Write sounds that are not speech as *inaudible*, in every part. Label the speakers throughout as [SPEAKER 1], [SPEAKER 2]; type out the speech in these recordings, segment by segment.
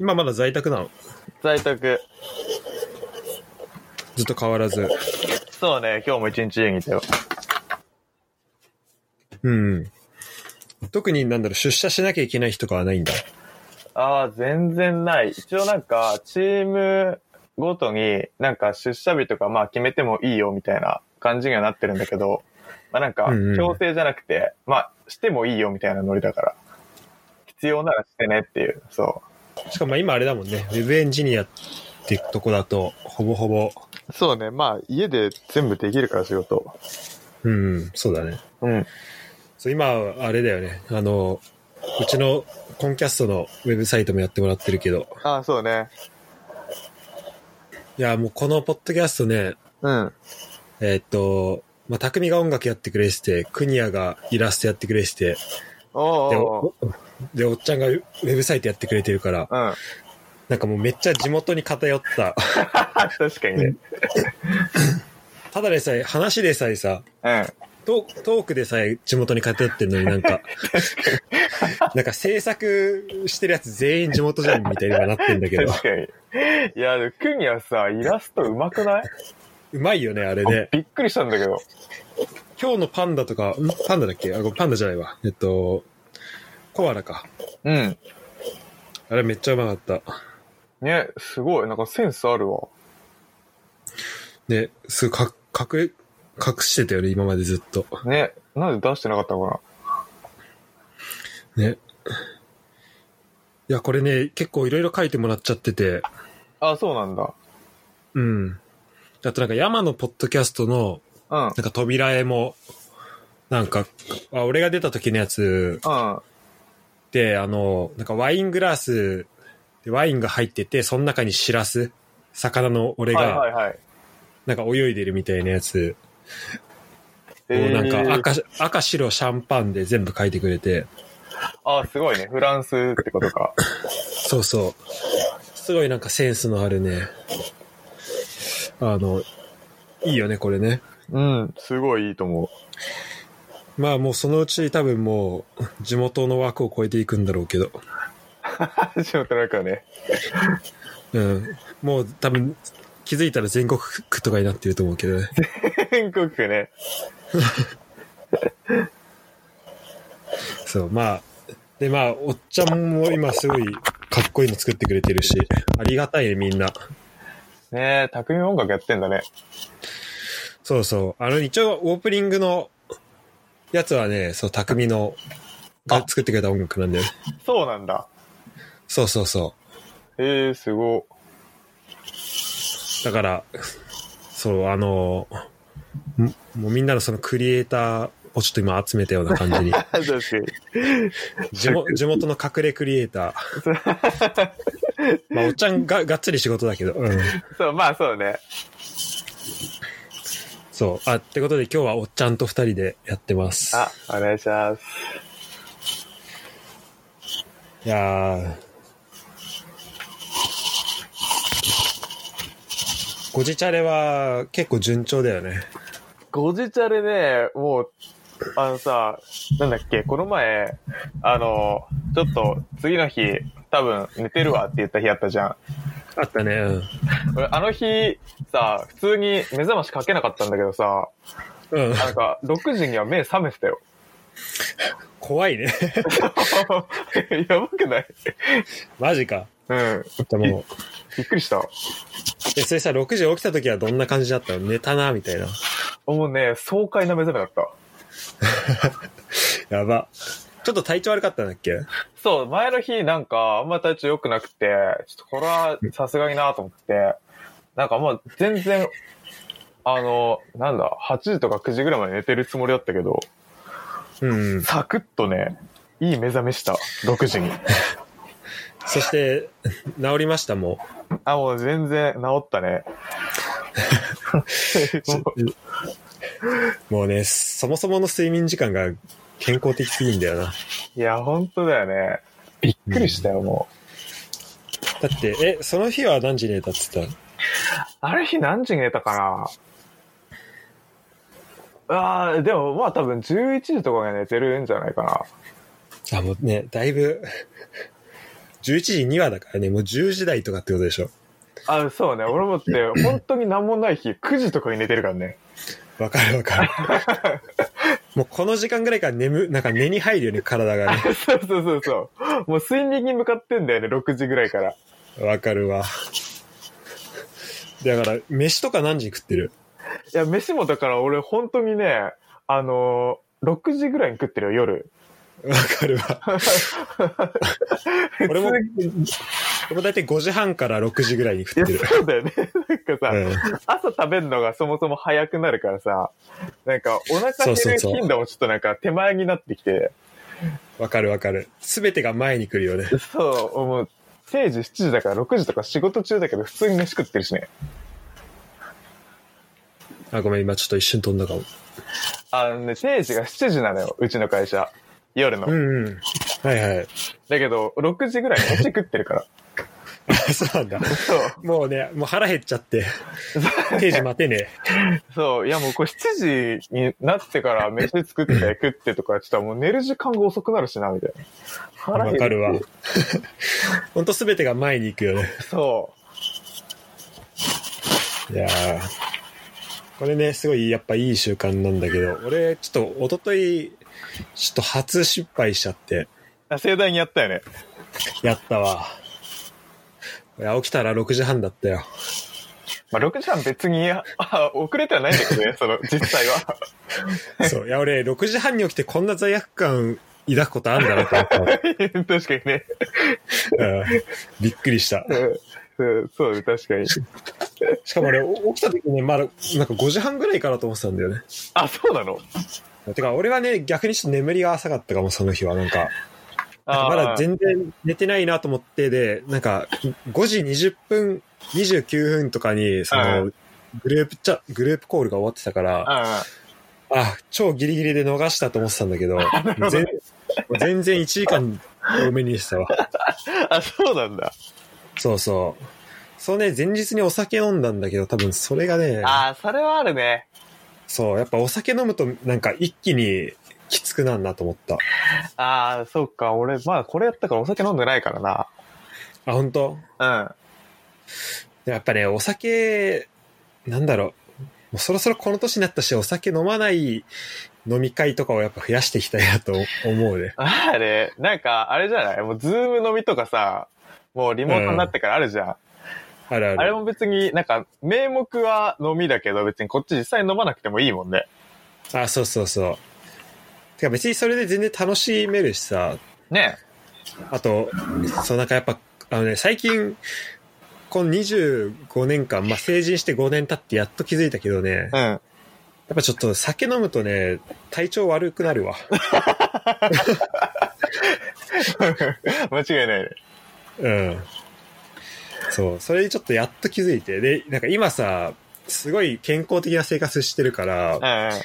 [SPEAKER 1] 今まだ在宅なの。
[SPEAKER 2] 在宅。
[SPEAKER 1] ずっと変わらず。
[SPEAKER 2] そうね、今日も一日家にいたよ。
[SPEAKER 1] うん。特になんだろう、出社しなきゃいけない日とかはないんだ。
[SPEAKER 2] ああ、全然ない。一応なんか、チームごとに、なんか出社日とか、まあ決めてもいいよみたいな感じにはなってるんだけど、まあなんか
[SPEAKER 1] うんうん、
[SPEAKER 2] 強制じゃなくて、まあしてもいいよみたいなノリだから、必要ならしてねっていう、そ
[SPEAKER 1] しかもまあ今あれだもんね、ウェブエンジニアってとこだと、ほぼほぼ、
[SPEAKER 2] う。そうね、まあ家で全部できるから仕事。
[SPEAKER 1] うん、そうだね。
[SPEAKER 2] うん。
[SPEAKER 1] そう、今、あれだよね。あの、うちのコンキャストのウェブサイトもやってもらってるけど、
[SPEAKER 2] ああ、そうね。
[SPEAKER 1] いや、もうこのポッドキャストね、
[SPEAKER 2] うん。
[SPEAKER 1] えーっと、まあ、匠が音楽やってくれしてて、クニアがイラストやってくれしてて、
[SPEAKER 2] お
[SPEAKER 1] で、
[SPEAKER 2] ー
[SPEAKER 1] お
[SPEAKER 2] お
[SPEAKER 1] でおっちゃんがウェブサイトやってくれてるから、
[SPEAKER 2] ー。うん。
[SPEAKER 1] なんかもうめっちゃ地元に偏った。
[SPEAKER 2] *laughs* 確かにね。
[SPEAKER 1] ただでさえ、話でさえさ、
[SPEAKER 2] うん。
[SPEAKER 1] トートークでさえ地元に偏ってんのになんか、なんか制作してるやつ全員地元じゃんみたいにはなってんだけど、
[SPEAKER 2] 確かに。いや、でもクニはさ、イラスト上手くないう
[SPEAKER 1] まいよね、あれね。
[SPEAKER 2] びっくりしたんだけど。
[SPEAKER 1] 今日のパンダとか、んパンダだっけあ、ごめんパンダじゃないわ。えっと、コアラか。
[SPEAKER 2] うん。
[SPEAKER 1] あれめっちゃうまかった。
[SPEAKER 2] ね、すごい。なんかセンスあるわ。
[SPEAKER 1] ね、すごいか、隠、隠してたよね、今までずっと。
[SPEAKER 2] ね、なんで出してなかったのか
[SPEAKER 1] ね。いや、これね、結構いろいろ書いてもらっちゃってて、
[SPEAKER 2] な。あ、そうなんだ。
[SPEAKER 1] うん。あとなんか山のポッドキャストの、
[SPEAKER 2] うん。
[SPEAKER 1] なんか扉絵も、なんか、あ俺が出た時のやつ
[SPEAKER 2] うん。
[SPEAKER 1] で、あの、なんかワイングラスでワインが入ってて、その中にシラス、魚の俺
[SPEAKER 2] はいは
[SPEAKER 1] が、
[SPEAKER 2] いはい。
[SPEAKER 1] なんか泳いでるみたいなやつを、なん
[SPEAKER 2] えー
[SPEAKER 1] か赤、赤白シャンパンで全部書いてくれて、
[SPEAKER 2] あ、すごいね。フランスってことか。
[SPEAKER 1] そうそう。すごいなんかセンスのあるね。あの、いいよね、これね。
[SPEAKER 2] うん。 *laughs* すごいいいと思
[SPEAKER 1] まあもうそのうち多分もう地元の枠を超えていくんだろうけど。
[SPEAKER 2] う。地元なんかね。
[SPEAKER 1] うん。もう多分気づいたら全国区とかになってると思うけどね。 *laughs*
[SPEAKER 2] 全国区ね。
[SPEAKER 1] そう、まあ。でまあ、おっちゃんも今すごいかっこいいの作ってくれてるし、ありがたいね、みんな。
[SPEAKER 2] ねえ、匠音楽やってんだね。
[SPEAKER 1] そうそう。あの、一応オープニングのやつはね、そう、匠のが作ってくれた音楽なんだよね。
[SPEAKER 2] そうなんだ。
[SPEAKER 1] そうそうそう。
[SPEAKER 2] えー、すご *laughs*
[SPEAKER 1] だから、そう、あの、んもうみんなのそのクリエイターをちょっと今集めたような感じに。
[SPEAKER 2] い。確かに。
[SPEAKER 1] 地元地元の隠れクリエイター。まあ、おっちゃんががっつり仕事だけど。うん。
[SPEAKER 2] そう、まあそうね。
[SPEAKER 1] そう。あ、ってことで今日はおっちゃんと二人でやってます。
[SPEAKER 2] あ、お願いします。
[SPEAKER 1] いやーごじチャレは結構順調だよね。
[SPEAKER 2] ゴジチャレね、もう、あのさ、なんだっけ、この前、あの、ちょっと次の日、多分寝てるわって言った日あったじゃん。
[SPEAKER 1] あったね。うん。
[SPEAKER 2] 俺、あの日、さ、普通に目覚ましかけなかったんだけどさ、
[SPEAKER 1] うん。
[SPEAKER 2] なんか、6時には目覚めてたよ。 *laughs*
[SPEAKER 1] 怖いね。 *laughs*
[SPEAKER 2] やばくない
[SPEAKER 1] マジか。
[SPEAKER 2] うん。
[SPEAKER 1] でもう、
[SPEAKER 2] びっくりした。
[SPEAKER 1] で、それさ、6時起きた時はどんな感じだったの寝たな、みたいな。
[SPEAKER 2] もうね、爽快な目覚めだった。
[SPEAKER 1] やば。ちょっと体調悪かったんだっけ
[SPEAKER 2] そう、前の日なんか、あんま体調良くなくて、ちょっとこれはさすがになと思って、なんかもう全然、あの、なんだ、8時とか9時ぐらいまで寝てるつもりだったけど、
[SPEAKER 1] うん。
[SPEAKER 2] サクッとね、いい目覚めした、6時に。
[SPEAKER 1] そして、治りました、も
[SPEAKER 2] あ、もう全然治ったね。
[SPEAKER 1] う。 *laughs* もうね、そもそもの睡眠時間が健康的すぎんだよな。
[SPEAKER 2] いや、本当だよね。びっくりしたよ、もう。
[SPEAKER 1] だって、え、その日は何時に寝たって言って
[SPEAKER 2] あれ日何時に寝たかなああ、でもまあ多分11時とかが寝てるんじゃないかな。
[SPEAKER 1] たあ、もうね、だいぶ、 11時にはだからね、もう10時台とかってことでしょ。
[SPEAKER 2] あ、そうね。俺もって、本当に何もない日、9時とかに寝てるからね。
[SPEAKER 1] わかるわかる。もうこの時間ぐらいから眠、なんか寝に入るよね、体がね。
[SPEAKER 2] そうそうそうそう。もう睡眠に向かってんだよね、6時ぐらいから。
[SPEAKER 1] わかるわ。だから、飯とか何時に食ってる
[SPEAKER 2] いや、飯もだから俺本当にね、あのー、6時ぐらいに食ってるよ、夜。
[SPEAKER 1] わかるわ。俺も、俺も大体5時半から6時ぐらいに食
[SPEAKER 2] い
[SPEAKER 1] っ
[SPEAKER 2] や、
[SPEAKER 1] てる。
[SPEAKER 2] そうだよね。なんかさ、
[SPEAKER 1] うん、
[SPEAKER 2] 朝食べるのがそもそも早くなるからさ、なんかお
[SPEAKER 1] そ
[SPEAKER 2] 腹
[SPEAKER 1] うそ
[SPEAKER 2] 減
[SPEAKER 1] う
[SPEAKER 2] る
[SPEAKER 1] そう
[SPEAKER 2] 頻度もちょっとなんか手前になってきて、
[SPEAKER 1] *laughs* わかるわかる。すべてが前に来るよね。
[SPEAKER 2] そう、もう、定時7時だから6時とか仕事中だけど普通に飯食ってるしね。
[SPEAKER 1] あ、ごめん、今ちょっと一瞬飛んだかも。
[SPEAKER 2] あのね、定時が7時なのよ、うちの会社。夜の。
[SPEAKER 1] うんうん。はい *laughs* はい。
[SPEAKER 2] だけど、6時ぐらいに飯食ってるから。
[SPEAKER 1] そうなんだ。
[SPEAKER 2] そう。
[SPEAKER 1] もうね、もう腹減っちゃ *laughs* って。定時待てね
[SPEAKER 2] そう。いやもうこれ7時になってから飯作って食ってとかやってたらもう寝る時間が遅くなるしな、みたいな。
[SPEAKER 1] え。
[SPEAKER 2] 腹
[SPEAKER 1] わ
[SPEAKER 2] 減
[SPEAKER 1] かるわ。ほんとすべてが前に行くよね。
[SPEAKER 2] そ
[SPEAKER 1] いやーこれね、すごいやっぱいい習慣なんだけど、俺、ちょっと一昨日ちょっと初失敗しちゃって、
[SPEAKER 2] う。あ盛大にやったよね。
[SPEAKER 1] やったわ。いや、起きたら6時半だったよ。
[SPEAKER 2] まあ、6時半別に、あ *laughs* 遅れてはないんだけどね、その、実際
[SPEAKER 1] *laughs*
[SPEAKER 2] は。
[SPEAKER 1] そう。いや、俺、6時半に起きてこんな罪悪感抱くことあるんだなと思ったわ
[SPEAKER 2] *laughs* 確かにね。
[SPEAKER 1] うん。びっくりした。
[SPEAKER 2] うんそう、確かに。
[SPEAKER 1] しかも俺、お起きた時ね、まだ、なんか5時半ぐらいからと思ってたんだよね。
[SPEAKER 2] あ、そうなの
[SPEAKER 1] てか、俺はね、逆にちょっと眠りが浅かったかも、その日は。なんか、なん
[SPEAKER 2] あ
[SPEAKER 1] かま
[SPEAKER 2] ー
[SPEAKER 1] だ全然寝てないなと思って、で、なんか、5時20分、29分とかに、そ
[SPEAKER 2] は
[SPEAKER 1] の、グループチャ、グループコールが終わってたから、
[SPEAKER 2] あ
[SPEAKER 1] あ、超ギリギリで逃したと思ってたんだけど、全全然1時間多めにしたわ。
[SPEAKER 2] あ、あそうなんだ。
[SPEAKER 1] そうそう。そうね、前日にお酒飲んだんだけど、多分それがね、
[SPEAKER 2] ああ、それはあるね。
[SPEAKER 1] そう、やっぱお酒飲むとなんか一気にきつくなんなと思った。
[SPEAKER 2] ああ、そうか。俺、まあ、これやったからお酒飲んでないから
[SPEAKER 1] あ、本当
[SPEAKER 2] な。
[SPEAKER 1] やっぱね、お酒、なんだろう。もうそろそろこの年になったし、お酒飲まない飲み会とかをやっぱ増やしていきたいなと思うね。
[SPEAKER 2] うん。あれ、なんか、あれじゃないもう、ズーム飲みとかさ、もうリモートになってからあるじゃん。
[SPEAKER 1] あるある。
[SPEAKER 2] あれも別になんか、名目は飲みだけど、別にこっち実際飲まなくてもいいもんね。
[SPEAKER 1] あ、そうそうそう。てか別にそれで全然楽しめるしさ、
[SPEAKER 2] ね
[SPEAKER 1] あと、そうなんかやっぱ、あのね、最近、この25年間、まあ、成人して5年経ってやっと気づいたけどね、
[SPEAKER 2] う
[SPEAKER 1] やっ
[SPEAKER 2] ん。
[SPEAKER 1] ぱちょっと酒飲むとね、体調悪くなるわ。
[SPEAKER 2] 間違いないね。
[SPEAKER 1] うん。そう、それにちょっとやっと気づいて。で、なんか今さ、すごい健康的な生活してるから、
[SPEAKER 2] うんうん。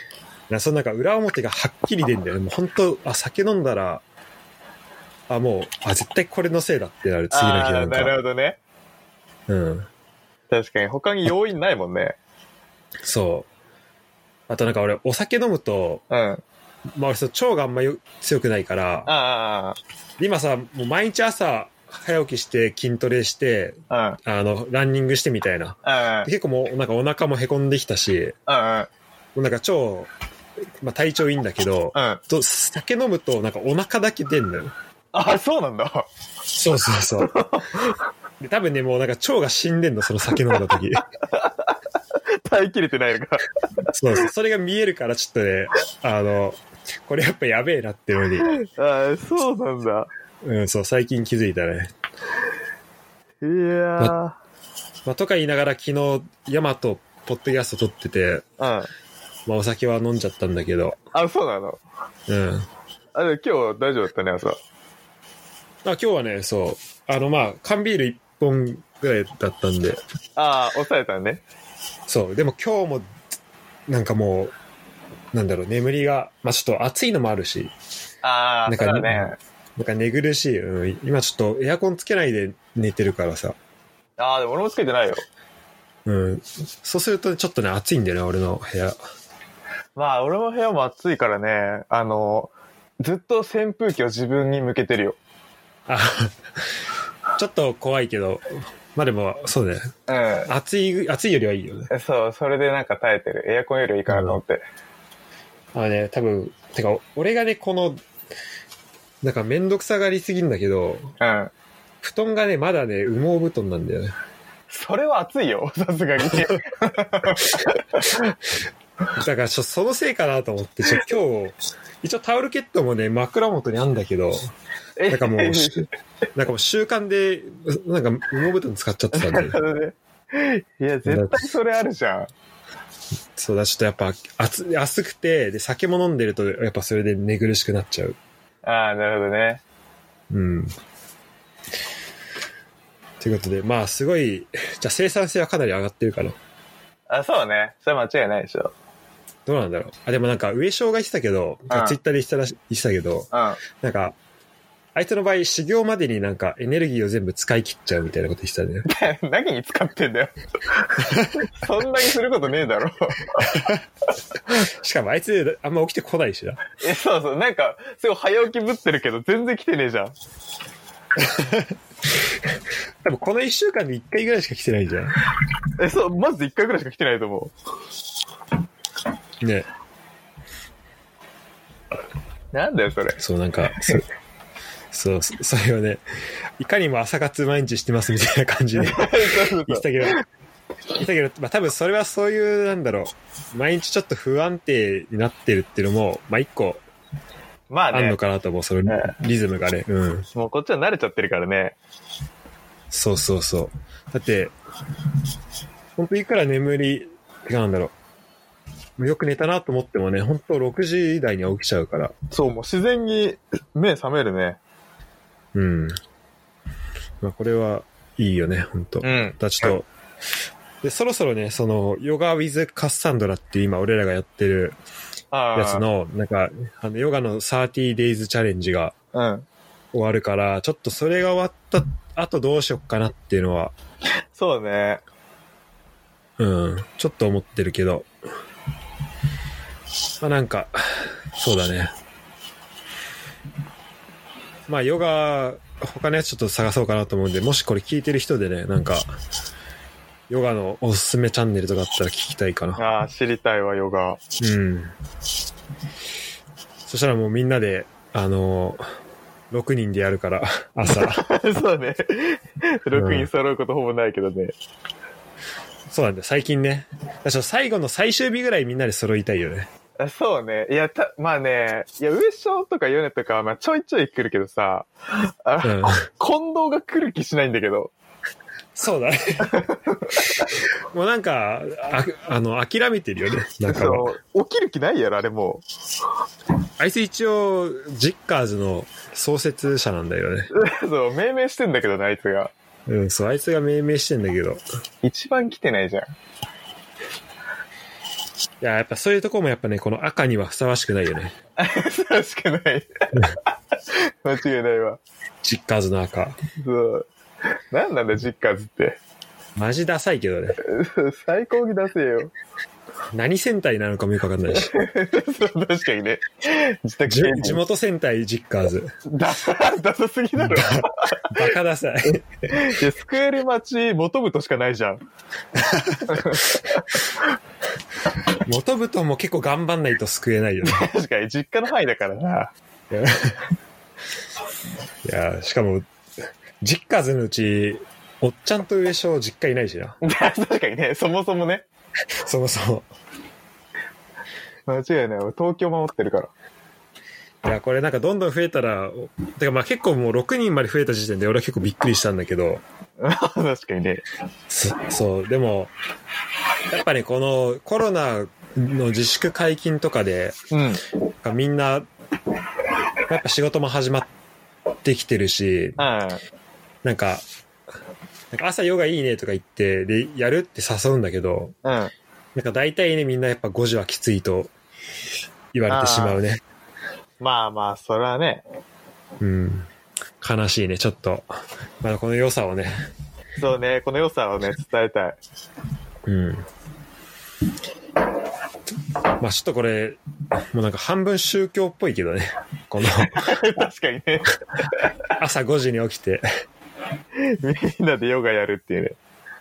[SPEAKER 1] なそのなんか裏表がはっきり出るんだよね。もう本当あ、酒飲んだら、あ、もう、あ、絶対これのせいだってなる、次の日
[SPEAKER 2] あ
[SPEAKER 1] な
[SPEAKER 2] あ、
[SPEAKER 1] ん
[SPEAKER 2] なる
[SPEAKER 1] か。
[SPEAKER 2] ほどね。
[SPEAKER 1] うん。
[SPEAKER 2] 確かに、他に要因ないもんね。
[SPEAKER 1] そう。あとなんか俺、お酒飲むと、
[SPEAKER 2] うん。あ
[SPEAKER 1] まあ俺そう、腸があんまよ強くないから、
[SPEAKER 2] あ
[SPEAKER 1] 今さ、もう毎日朝、早起きして筋トレして、
[SPEAKER 2] ああ、ああ、うん。
[SPEAKER 1] あの、ランニングしてみたいな。
[SPEAKER 2] うん
[SPEAKER 1] で結構もう、なんかお腹もへこんできたし、
[SPEAKER 2] うん。
[SPEAKER 1] もうなんか超、まあ、体調いいんだけど、
[SPEAKER 2] うん。
[SPEAKER 1] と酒飲むとなんかお腹だけ出んのよ。
[SPEAKER 2] あ、そうなんだ。 *laughs*
[SPEAKER 1] そうそうそう。 *laughs* で多分ね、もうなんか腸が死んでんの、その酒飲んだ *laughs* 時。
[SPEAKER 2] 耐えきれてないのか。
[SPEAKER 1] そうそう。それが見えるからちょっとね、あの、これやっぱやべえなっていうのに、
[SPEAKER 2] あそうなんだ。
[SPEAKER 1] うん、そう、最近気づいたね。
[SPEAKER 2] いや
[SPEAKER 1] まあ、とか言いながら昨日、ヤマト、ポッドキャスト撮ってて、
[SPEAKER 2] ー。うん。
[SPEAKER 1] まあ、お酒は飲んじゃったんだけど、
[SPEAKER 2] あ、そうなの。
[SPEAKER 1] うん。ま
[SPEAKER 2] あ、でも今日大丈夫だったね、朝。
[SPEAKER 1] あ今日はね、そう、あの、まあ、缶ビール一本ぐらいだったんで、
[SPEAKER 2] ああ、抑えたね。
[SPEAKER 1] そう、でも今日も、なんかもう、なんだろう、眠りが、まあちょっと暑いのもあるし、
[SPEAKER 2] ああ、
[SPEAKER 1] なん
[SPEAKER 2] そ
[SPEAKER 1] か
[SPEAKER 2] うだね。
[SPEAKER 1] なんか寝苦しい。うん、今ちょっとエアコンつけないで寝てるからさ。
[SPEAKER 2] ああ、でも俺もつけてないよ。
[SPEAKER 1] うん。そうするとちょっとね、暑いんだよね、俺の部屋。
[SPEAKER 2] まあ、俺も部屋も暑いからね、あの、ずっと扇風機を自分に向けてるよ。
[SPEAKER 1] あ *laughs* ちょっと怖いけど、まあでも、そうだよね。
[SPEAKER 2] う
[SPEAKER 1] 暑い、暑いよりはいいよね。
[SPEAKER 2] ん。そう、それでなんか耐えてる。エアコンよりいいかなと思って。
[SPEAKER 1] あのね、多分、てか、俺がね、この、なんかめんどくさがりすぎんだけど、
[SPEAKER 2] うん。
[SPEAKER 1] 布団がね、まだね、羽毛布団なんだよね。
[SPEAKER 2] それは暑いよ、 *laughs* さすがに。
[SPEAKER 1] だからちょ、そのせいかなと思って、ちょ、今日、一応タオルケットもね、枕元にあんだけど、
[SPEAKER 2] え
[SPEAKER 1] *laughs* なんかも *laughs* う、
[SPEAKER 2] *laughs*
[SPEAKER 1] しなんかもう習慣で、なんか羽毛布団使っちゃってたん
[SPEAKER 2] な
[SPEAKER 1] だ
[SPEAKER 2] る
[SPEAKER 1] よね。
[SPEAKER 2] ほどね。いや、絶対それあるじゃん。
[SPEAKER 1] そうだ、ちょっとやっぱ、暑、暑くて、で、酒も飲んでると、やっぱそれで寝苦しくなっちゃう。
[SPEAKER 2] ああ、なるほどね。
[SPEAKER 1] うん。ということで、まあ、すごい、じゃあ生産性はかなり上がってるかな。
[SPEAKER 2] あ、そうね。それは間違いないでしょ。
[SPEAKER 1] どうなんだろう。あ、でもなんか、上昇が言ってたけど、
[SPEAKER 2] うん
[SPEAKER 1] ツイッターで言ってたらし言ってたけど、
[SPEAKER 2] うん。
[SPEAKER 1] なんか、あいつの場合、修行までになんかエネルギーを全部使い切っちゃうみたいなこと言ってたね。
[SPEAKER 2] *laughs* *laughs* 何に使ってんだよ。 *laughs* そんなにすることねえだろ。
[SPEAKER 1] しかもあいつ、あんま起きてこないしな。
[SPEAKER 2] え、そうそう。なんか、すごい早起きぶってるけど、全然来てねえじゃん。
[SPEAKER 1] 多分この一週間で一回ぐらいしか来てないじゃん。
[SPEAKER 2] え、そう、まず一回ぐらいしか来てないと思
[SPEAKER 1] ね。
[SPEAKER 2] う。なんだよ、それ。 *laughs*
[SPEAKER 1] そう、なんか、そう、そう、そそれはね、いかにも朝活毎日してますみたいな感じで
[SPEAKER 2] そ
[SPEAKER 1] 言
[SPEAKER 2] う
[SPEAKER 1] ってたけど、言ってたけど、まあ多分それはそういう、なんだろう、毎日ちょっと不安定になってるっていうのも、まあ一個
[SPEAKER 2] まあ
[SPEAKER 1] あん
[SPEAKER 2] ね
[SPEAKER 1] の、かなと思う、その
[SPEAKER 2] ね
[SPEAKER 1] リズムがね。うん。
[SPEAKER 2] もうこっちは慣れちゃってるからね。
[SPEAKER 1] そうそうそう。だって、本当いくら眠り、てかなんだろう。よく寝たなと思ってもね、本当6時台には起きちゃうから。
[SPEAKER 2] そう、もう自然に目覚めるね。
[SPEAKER 1] うん。まあこれはいいよね、本当。だか
[SPEAKER 2] ん。
[SPEAKER 1] らちょっと、で、そろそろね、その、ヨガ with カッサンドラっていう今俺らがやってる
[SPEAKER 2] ああ。
[SPEAKER 1] やつの、なんか、あの、ヨガの 30days チャレンジが
[SPEAKER 2] うん。
[SPEAKER 1] 終わるから、ちょっとそれが終わった後どうしよっかなっていうのは、
[SPEAKER 2] そうね。
[SPEAKER 1] うん、ちょっと思ってるけど。まあなんか、そうだね。まあヨガ、他のやつちょっと探そうかなと思うんで、もしこれ聞いてる人でね、なんか、ヨガのおすすめチャンネルとかあったら聞きたいかな。
[SPEAKER 2] ああ、知りたいわ、ヨガ。 *laughs*
[SPEAKER 1] うん。そしたらもうみんなで、あの、6人でやるから、 *laughs* 朝。
[SPEAKER 2] そうね。6人揃うことほぼないけどね。
[SPEAKER 1] そうなんだよ、最近ね。だから最後の最終日ぐらいみんなで揃いたいよね。
[SPEAKER 2] あそうね。いや、た、まあね、いや、上昇とかヨネとか、まあちょいちょい来るけどさ、あ、
[SPEAKER 1] うん。
[SPEAKER 2] 近藤が来る気しないんだけど。
[SPEAKER 1] そうだね。 *laughs* もうなんか、ああの、諦めてるよね。なんか、
[SPEAKER 2] そう、起きる気ないやろ、あれも
[SPEAKER 1] あいつ一応、ジッカーズの創設者なんだよね。
[SPEAKER 2] う。 *laughs* そう、命名してんだけどね、あいつが。
[SPEAKER 1] うん、そう、あいつが命名してんだけど。い
[SPEAKER 2] 一番来てないじゃん。 *laughs*
[SPEAKER 1] や、やっぱそういうとこもやっぱね、この赤にはふさわしくないよね。
[SPEAKER 2] そうしかない。 *laughs* 間違いないわ。
[SPEAKER 1] ジッカーズの赤。
[SPEAKER 2] そう。なんなんだ、実家ずって。 *laughs*
[SPEAKER 1] マジダサいけどね。
[SPEAKER 2] 最高に出せよ。 *laughs*
[SPEAKER 1] 何戦隊なのかもよくわかんないし。
[SPEAKER 2] そう、確かにね。自宅
[SPEAKER 1] じ地元戦隊ジッカーズ。
[SPEAKER 2] ダサ、ダサすぎだろ。
[SPEAKER 1] バカダサい。
[SPEAKER 2] いや、救える街、求むとしかないじゃん。
[SPEAKER 1] 元部とも結構頑張んないと救えないよね。
[SPEAKER 2] 確かに、実家の範囲だからな。 *laughs*
[SPEAKER 1] いやいや、しかも、実家ずのうち、おっちゃんと上昇実家いないしな。
[SPEAKER 2] 確かにね、そもそもね。
[SPEAKER 1] そもそも。
[SPEAKER 2] 間違いない。俺東京守ってるから。
[SPEAKER 1] いや、これなんかどんどん増えたら、てかまあ結構もう6人まで増えた時点で俺は結構びっくりしたんだけど、
[SPEAKER 2] *laughs* 確かにね。
[SPEAKER 1] そそう、でも、やっぱね、このコロナの自粛解禁とかで、
[SPEAKER 2] うん。
[SPEAKER 1] なんかみんな、やっぱ仕事も始まってきてるし、
[SPEAKER 2] あ
[SPEAKER 1] なんか、なんか朝ヨガいいねとか言って、で、やるって誘うんだけど、
[SPEAKER 2] あ、うん。
[SPEAKER 1] なんか大体ね、みんなやっぱ5時はきついと言われてしまうね。
[SPEAKER 2] まあまあ、それはね。
[SPEAKER 1] うん。悲しいね、ちょっと。まだこの良さをね。
[SPEAKER 2] そうね、この良さをね、伝えたい。 *laughs*
[SPEAKER 1] うん。まあちょっとこれ、もうなんか半分宗教っぽいけどね。この
[SPEAKER 2] 確かにね。
[SPEAKER 1] 朝5時に起きて、
[SPEAKER 2] みんなでヨガやるっていうね。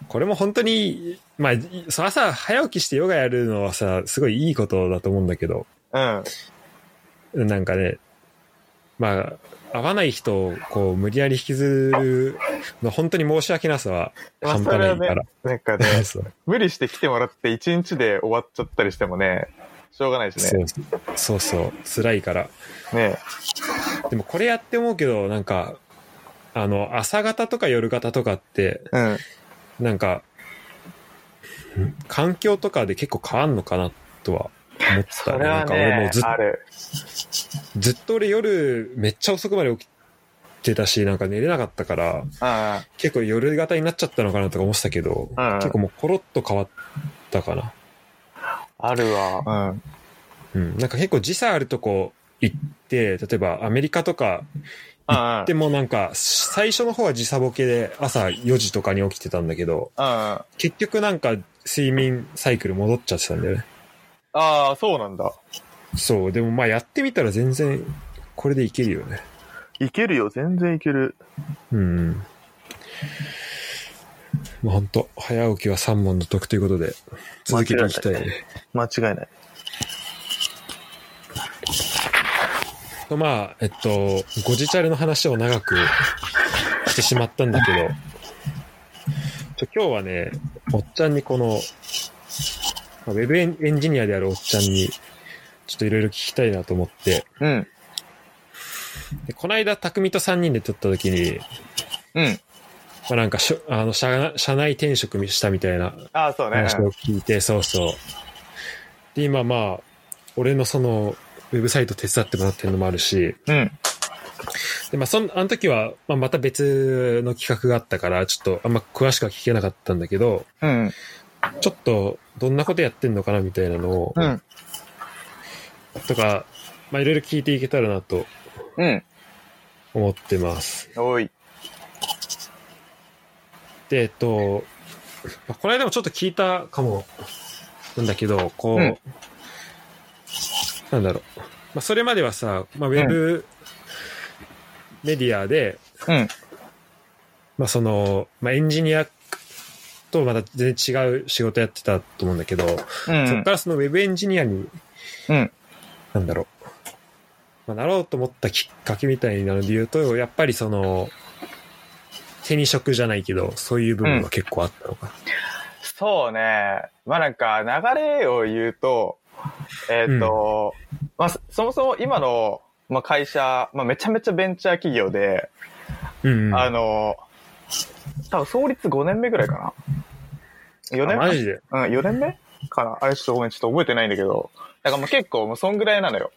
[SPEAKER 1] これも本当に、まあ、いそう朝早起きしてヨガやるのはさ、すごいいいことだと思うんだけど、
[SPEAKER 2] うん。
[SPEAKER 1] なんかね、まあ、合わない人をこう無理やり引きずるの本当に申し訳なさは
[SPEAKER 2] まあ
[SPEAKER 1] 半端ない
[SPEAKER 2] それ
[SPEAKER 1] から
[SPEAKER 2] はね。、なんかね、
[SPEAKER 1] *laughs* そう
[SPEAKER 2] 無理して来てもらって一日で終わっちゃったりしてもね、しょうがないです
[SPEAKER 1] そ
[SPEAKER 2] ね。
[SPEAKER 1] うそうそう、辛いから。
[SPEAKER 2] ね
[SPEAKER 1] でもこれやって思うけど、なんか、あの、朝方とか夜方とかって、
[SPEAKER 2] うん。
[SPEAKER 1] なんか、環境とかで結構変わんのかなとは思った
[SPEAKER 2] それ
[SPEAKER 1] な
[SPEAKER 2] は
[SPEAKER 1] んか俺も
[SPEAKER 2] ね
[SPEAKER 1] うず、
[SPEAKER 2] ある。
[SPEAKER 1] ずっと俺夜めっちゃ遅くまで起きてたし、なんか寝れなかったから、
[SPEAKER 2] うん。
[SPEAKER 1] 結構夜型になっちゃったのかなとか思ってたけど、
[SPEAKER 2] うん
[SPEAKER 1] 結構もうコロッと変わったかな。
[SPEAKER 2] あるわ。うん。
[SPEAKER 1] うん。なんか結構時差あるとこ行って、例えばアメリカとか
[SPEAKER 2] うん。
[SPEAKER 1] でもなんか、最初の方は時差ボケで朝4時とかに起きてたんだけど、
[SPEAKER 2] うん。あ
[SPEAKER 1] 結局なんか睡眠サイクル戻っちゃってたんだよね。
[SPEAKER 2] あ、そうなんだ。
[SPEAKER 1] そう、でもまあやってみたら全然これでいけるよね。
[SPEAKER 2] いけるよ、全然いける。
[SPEAKER 1] うん。まあほんと、早起きは3問の得ということで、続けていきたいね。
[SPEAKER 2] 間違いない。
[SPEAKER 1] とまあ、えっと、ゴジチャレの話を長くしてしまったんだけど、ちょ今日はね、おっちゃんにこの、まあウェブエンエンジニアであるおっちゃんに、ちょっといろいろ聞きたいなと思って、
[SPEAKER 2] うん。
[SPEAKER 1] でこの間、匠と3人で撮った時に、
[SPEAKER 2] うん。
[SPEAKER 1] まあ、なんかしょ、あの社、社内転職したみたいな
[SPEAKER 2] ああ、そうね。
[SPEAKER 1] 話を聞いて、そうそう。で、今まあ、俺のその、ウェブサイト手伝ってもらってるのもあるし、
[SPEAKER 2] うん。
[SPEAKER 1] で、まあ、そん、あの時は、まあ、また別の企画があったから、ちょっとあんま詳しくは聞けなかったんだけど、
[SPEAKER 2] うん。
[SPEAKER 1] ちょっと、どんなことやってんのかなみたいなのを、
[SPEAKER 2] うん。
[SPEAKER 1] とか、まあ、いろいろ聞いていけたらなと
[SPEAKER 2] うん。
[SPEAKER 1] 思ってます。
[SPEAKER 2] おい。
[SPEAKER 1] で、えっと、まあこの間もちょっと聞いたかも、なんだけど、こう、
[SPEAKER 2] うん
[SPEAKER 1] なんだろう。まあ、それまではさ、まあ、ウェブ、メディアで、
[SPEAKER 2] うん。
[SPEAKER 1] まあその、まあエンジニアとまた全然違う仕事やってたと思うんだけど、
[SPEAKER 2] う
[SPEAKER 1] そこ
[SPEAKER 2] ん
[SPEAKER 1] か。らそのウェブエンジニアに、
[SPEAKER 2] うん。
[SPEAKER 1] なんだろう、まあ、なろうと思ったきっかけみたいなので言うと、やっぱりその、手に職じゃないけど、そういう部分が結構あったのか。
[SPEAKER 2] そうね。まあなんか、流れを言うと、えっ、と、まあそそもそも今の、まあ、会社、まあ、めちゃめちゃベンチャー企業で、
[SPEAKER 1] うん、うん。
[SPEAKER 2] あの、多分創立5年目ぐらいかな。4
[SPEAKER 1] あ
[SPEAKER 2] 年
[SPEAKER 1] マ
[SPEAKER 2] 目
[SPEAKER 1] ジで。
[SPEAKER 2] うん、4年目かなあれちょっとごめん、ちょっと覚えてないんだけど。だからもう結構もうそんぐらいなのよ。